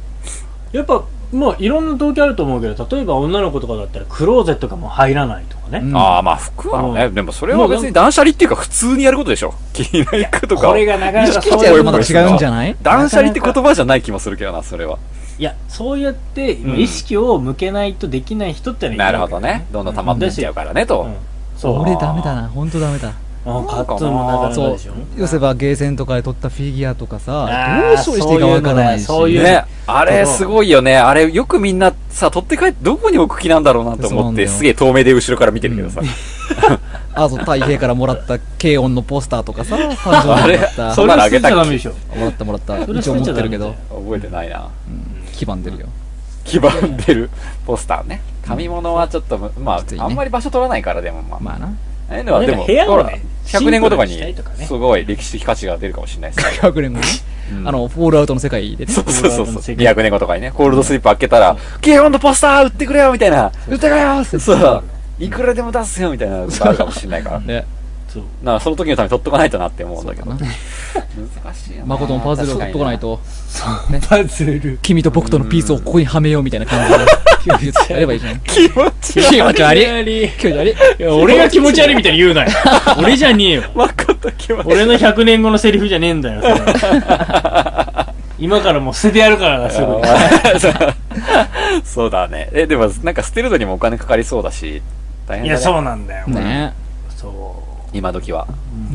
やっぱもういろんな動機あると思うけど例えば女の子とかだったらクローゼットがもう入らないとかね、うんああ、まあ服はね、うでもそれは別に断捨離っていうか普通にやることでしょ。気になることかこ。れがなかなか切っそうちゃいううとまた違うんじゃない断捨離って言葉じゃない気もするけどな、それは。いやそうやってうん意識を向けないとできない人ってのはいなるるわほけどね。どんどん溜まってっちゃうからね、と。そう俺ダメだな、ほんとダメだ。あカッツンもなかなかそでしょう。寄せばゲーセンとかで取ったフィギュアとかさ、どあうー処理していいかわからないし。そういうのがそういうね、あれすごいよね。あれよくみんなさ、取って帰ってどこに置く気なんだろうなとそうな思んっだて、よすげえ透明で後ろから見てるけどさ。あと太平からもらった軽音のポスターとかさ、誕生あ日れもらった。そもうそれ捨てちゃダメでしょらったもらった。それ一応持ってるけど捨てちゃダメ、覚えてないな。黄ばんでるよ。黄ばんでるポスターね。紙物はちょっとむ、まきついあ、ねあんまり場所取らないから、でもまあ。まあ な。ああいうのはでなも、んか部屋ほをらね、 100年後とかシンプルにしたいとかに、ねすごい歴史的価値が出るかもしれないですね。 100年後にうんあの、フォールアウトの世界でね。そうそうそうそう。コールドの世界200年後とかにね、コールドスリップ開けたら、ゲームのポスター売ってくれよみたいな。売ってくれよそう。いくらでも出すよみたいなことあるかもしれないから。ね。そうなあその時のために取っとかないとなって思うんだけど。な難しいよな誠のパズルを取っとかない。と、パズル君と僕とのピースをここにはめようみたいな感じで、 やればいいじゃん。確かにね気持ち気持ち悪い。い気持ち悪い。や俺が気持ち悪いみたいに言うなよ 俺じゃねえ よ誠気持ち俺の100年後のセリフじゃねえんだよそ れ今からもう捨ててやるからなすぐそうそうだね。え、でも、なんか捨てるのにもお金かかりそうだし、大い変やだね。そうなんだよ、ねそう今時は。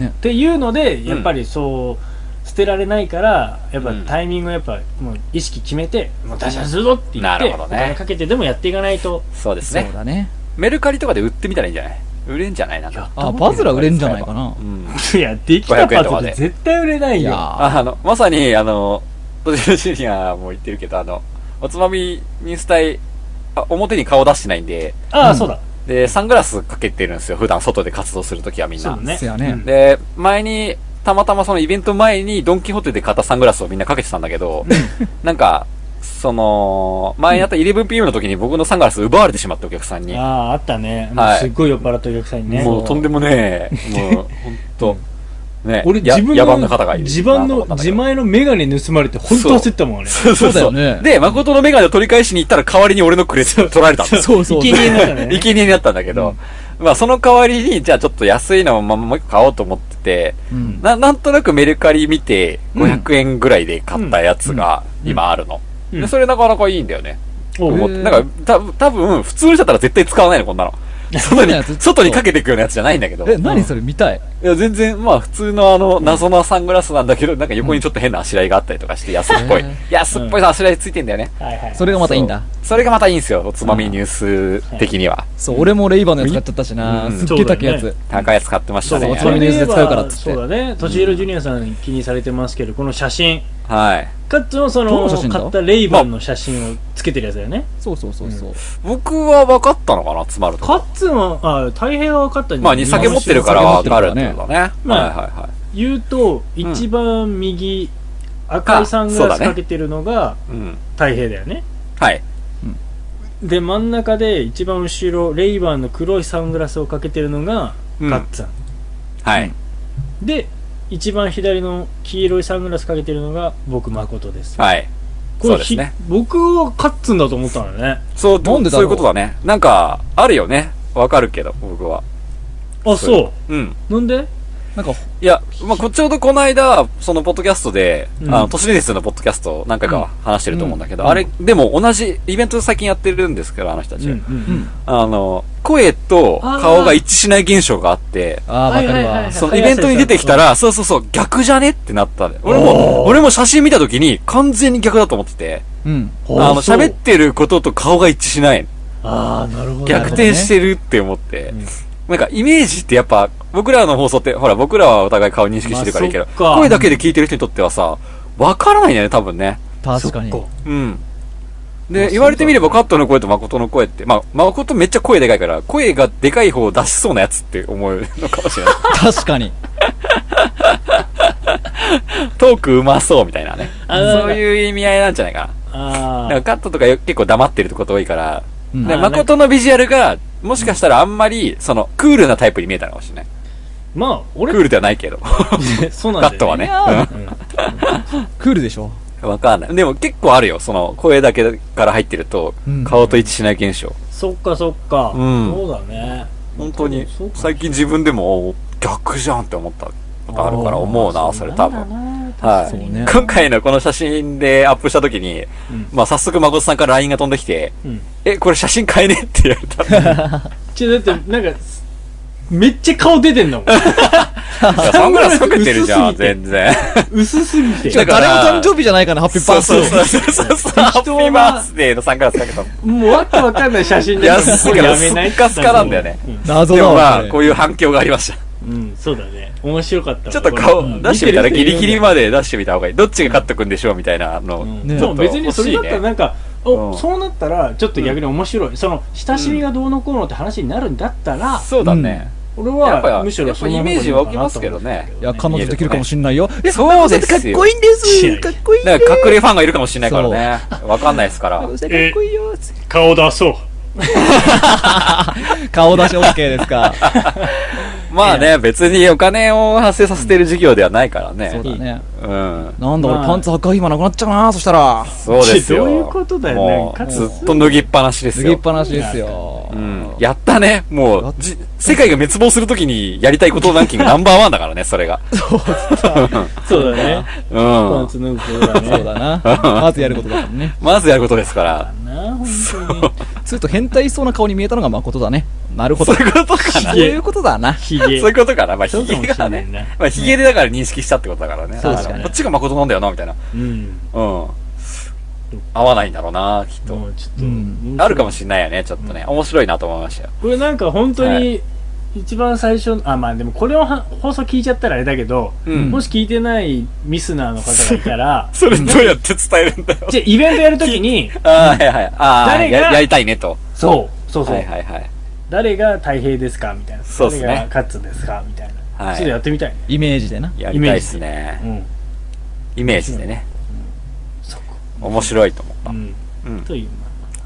っていうのでやっぱりそう、捨てられないからやっぱうんタイミングをやっぱもう意識決めて、もう出しするぞって言なって、るほどおね金かけてでもやっていかないとそうですそうね。だね。メルカリとかで売ってみたらいいんじゃない売れんじゃないなんか。あ、パズルは売れんじゃないかなう。ん。いやできた500円とパかズでル絶対売れないいやよーああの、まさに、あの、途中ジュニアも言ってるけど、あの、おつまみニュース隊、あ表に顔出してないんで、ああ、うんそうだで、サングラスかけてるんですよ、普段外で活動するときはみんそうなだ。ねせやねうんで、前に、たまたまそのイベント前にドンキホーテで買ったサングラスをみんなかけてたんだけど、 なんか、その、前やった 11PM の時に僕のサングラス奪われてしまってお客さんにあ。ああったね、もうはいすっごい酔っ払ったお客さんにねもうとんでもねえ、もう、ほんと、ね俺や自分野の蛮な方がいる。自慢なとの思ったんだけ自ど前のメガネ盗まれて本当焦ったもんあれそうそうそうそうだよねで、誠のメガネを取り返しに行ったら代わりに俺のクレジット取られたんです よ。そうそう。生贄になっ たね生贄になったんだけど、まあその代わりに、じゃあちょっと安いのをまもう一個買おうと思ってて、うん。ななんとなくメルカリ見て、500円ぐらいで買ったやつが今あるの。うんでそれなかなかいいんだよね。おう思っへてーなんか、た多分普通にしちゃったら絶対使わないの、こん なの。外そうなんやに、ずっと外にかけていくようなやつじゃないんだけど。え、何それ見たい。いや、全然、まあ、普通のあの、謎のサングラスなんだけど、なんか横にちょっと変なあしらいがあったりとかして、安っぽいへー。安っぽいあしらいついてんだよね。はいはいそれがまたいいんだ。そう。それがまたいいんですよ、おつまみニュース的には。そう、俺もレイバーのやつ買っちゃったしな。うんすっげえ高いやそうつ。高いやつ買ってましたね。そうおつまみニュースで使うからっつってそうだね年広ジュニアさん気にされてますけどこの写真はい。カッツンはそどのの写真だ買ったレイバンの写真をつけてるやつだよねそうそうそうそう。僕は分かったのかな、つまるとカか。ッツンはあ大平は分かったんじまゃあ、ないに酒持ってるから分かるんだね。酒持はいはいまあは言うとん一番右、赤いサングそうラだスねかけてるのがい。うん。太平だよねはい。で真ん中で一番後ろレイバンの黒いサングラスをかけてるのがうんガッツァン、はい。で一番左の黄色いサングラスかけてるのが僕誠ですはい。そこれうですひね。僕はカッツンだと思ったのねそう、なんでだろうそういうことだね。なんか、あるよね。分かるけど、僕は。。あそううん。うなんでなんか、いや、まあ、こちょうどこの間、そのポッドキャストで、うんあの、都市伝説のポッドキャストを何回か話してると思うんだけど、うんあれ、でも同じ、イベント最近やってるんですけど、あの人たち。うん。あの、声と顔が一致しない現象があって、あー、わかるはいはいはわい。そのイベントに出てきたら、そうそうそう、逆じゃねってなった。俺も、俺も写真見た時に完全に逆だと思ってて、うん。あの、喋ってることと顔が一致しない。ああなるほど逆転してるって思って、なんかイメージってやっぱ、僕らの放送って、ほら、僕らはお互い顔認識してるからいいけど、まあそっか声だけで聞いてる人にとってはさ、わからないんだよね、多分ね。確かにそっかうん。で、言われてみれば、カットの声と誠の声って、まあ、誠めっちゃ声でかいから、声がでかい方を出しそうなやつって思うのかもしれない。確かにトークうまそうみたいなね。あなんかそういう意味合いなんじゃないかな。あなんかカットとかよ結構黙ってること多いから、うんであーなんか誠のビジュアルが、もしかしたらあんまり、その、クールなタイプに見えたのかもしれない。ーまあク俺ールではないけど。カそうなんだよ、ね、ットはね。クールでしょうんわかんない。でも結構あるよ。その、声だけから入ってるとうん、顔と一致しない現象。そっかそっか、うんそうだね本当にそう、か最近自分でも、お逆じゃんって思ったことあるから、あー思うな、それ多分。はそうい。ね今回のこの写真でアップした時に、んまあ早速誠さんから LINE が飛んできて、うんえ、これ写真変えねって言われた。ちょだってなんかすめっちゃ顔出てんだもんい やサングラスかけてるじゃん、薄すぎて全然。薄すぎてだから誰も誕生日じゃないかなハッピーパースデーそうそうそうそう。ハッピーバースデーのサングラスかけたの。もうわけわかんない写真いでや、すっかやめないすっかすかなんだよね。謎でだもわまねあ、こういう反響がありました。うんそうだね面白かったわちょっとこれう顔ん出してみたらギリギリ見てる人いるんだよまで出してみた方がいい。どっちが勝ってくんでしょうみたいなの。うんねでも別にそれだったらなんか、うんおそうなったらちょっと逆に面白い、その親しみがどうのこうのって話になるんだったら、そうだね。俺やっぱはむしろそのやっぱイメージ湧きますけどねいや彼女できるかもしんないよいやそうですかよっこいいんですかっこいいだから隠れファンがいるかもしれないからね。わかんないですから。かっこいいよ顔出そう。顔出し OK ですかまあね、別にお金を発生させてる事業ではないからね。そうだねうん。なんだ俺まあパンツ履く暇なくなっちゃうなそしたらそうですよ。どういうことだよねもかうつずっと脱ぎっぱなしです脱ぎっよ。ぱなしですようん。やったね。もやうっ、じ世界が滅亡するときにやりたいことランキングナンバーワンだからね、それが。そうだねうん。のだねそうだ なまずやることだからねまずやることですから。な本当にすると変態そうな顔に見えたのが誠だねなるほそどういうことかな。そういうことだなひそうげいうことかな。まあ、そうヒかもゲしれがなねいな。まあ、ヒゲでだから認識したってことだからね。そうですねあのこっちが誠なんだよな、みたいな。うんうん。合わないんだろうな、きっと。もうちょっと、うんあるかもしれないよね、ちょっとね。面白いなと思いましたよ。これなんか本当はに一番最初のあまあでもこれをは放送聞いちゃったらあれだけど、うんもし聞いてないミスナーの方がいたらそれどうやって伝えるん だよ。じゃあイベントやると きにああ、はいはい。ああ、誰がややりたいねと。そうそうそう、はいはいはい。誰が太平ですかみたいなそうっすね誰がカッツですかみたいな、はいちょっとやってみたいねイメージでなやりたいですね。うんイメージでね。そこ面白いと思った。うん、うんという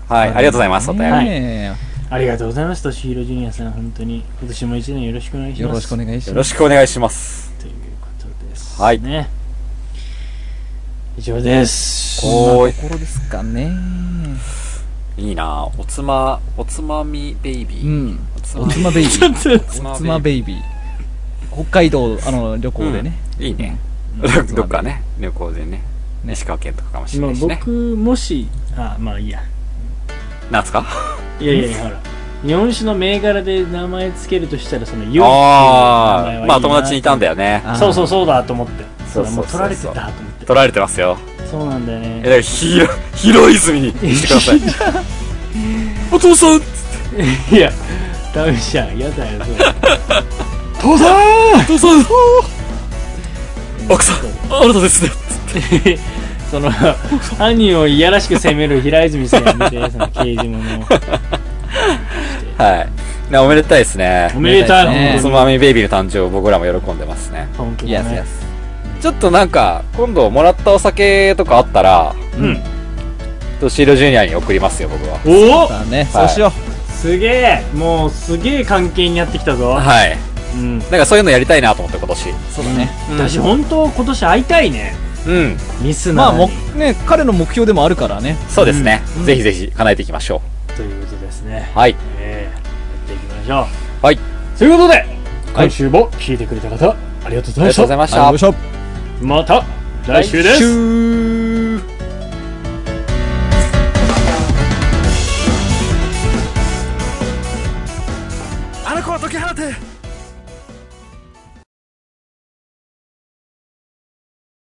はい、ありがとうございます、お便り。はいねありがとうございますとしひろジュニアさん本当に今年も一年よろしくお願いえしますよろしくお願いしよまろすしくお願いします。ということですはいね以上ですおーい。ところですかねいいなあおつま、おつまみベイビうー。んおつおつまベイビーちょっとおつまベイビー北海道あの旅行でねうんいいね。うんどっかね、旅行でね。ね石川県とかかもしれまなあいしね。僕もしあまあいいやなんすかいやいやいやほら日本酒の銘柄で名前つけるとしたらその「よ」っていう名前はいいああ、なまあ友達にいたんだよね。あーそうそうそうだと思ってそそううそうだもそうそうう取られてたと思って取られてますよ。そうなんだよえ、だねからひろ、ひろ泉にしてください。お父さん いやダメじゃんやだよそれ父さん父さん奥さんあなたですねそ の犯人をいやらしく責める平泉さん見てその刑事 物をはいねおめでたいですねおめでたいねおつまみベイビーの誕生を僕らも喜んでますね本当イだエスイねエスちょっとなんか今度もらったお酒とかあったらうんドシールジュニアに送りますよ僕はおだねそはいうしよおすげえもうすげえ関係になってきたぞはいうんなんかそういうのやりたいなと思って今年うそうだね私本当今年会いたいねうんミスまなあのもにね彼の目標でもあるからねそうですねぜひぜひ叶えていきましょということですねうはいええやっていきましょうはいということで今週も聞いてくれた方ありがとうござありがとうごいましざたいましあたよいしょまた来週です週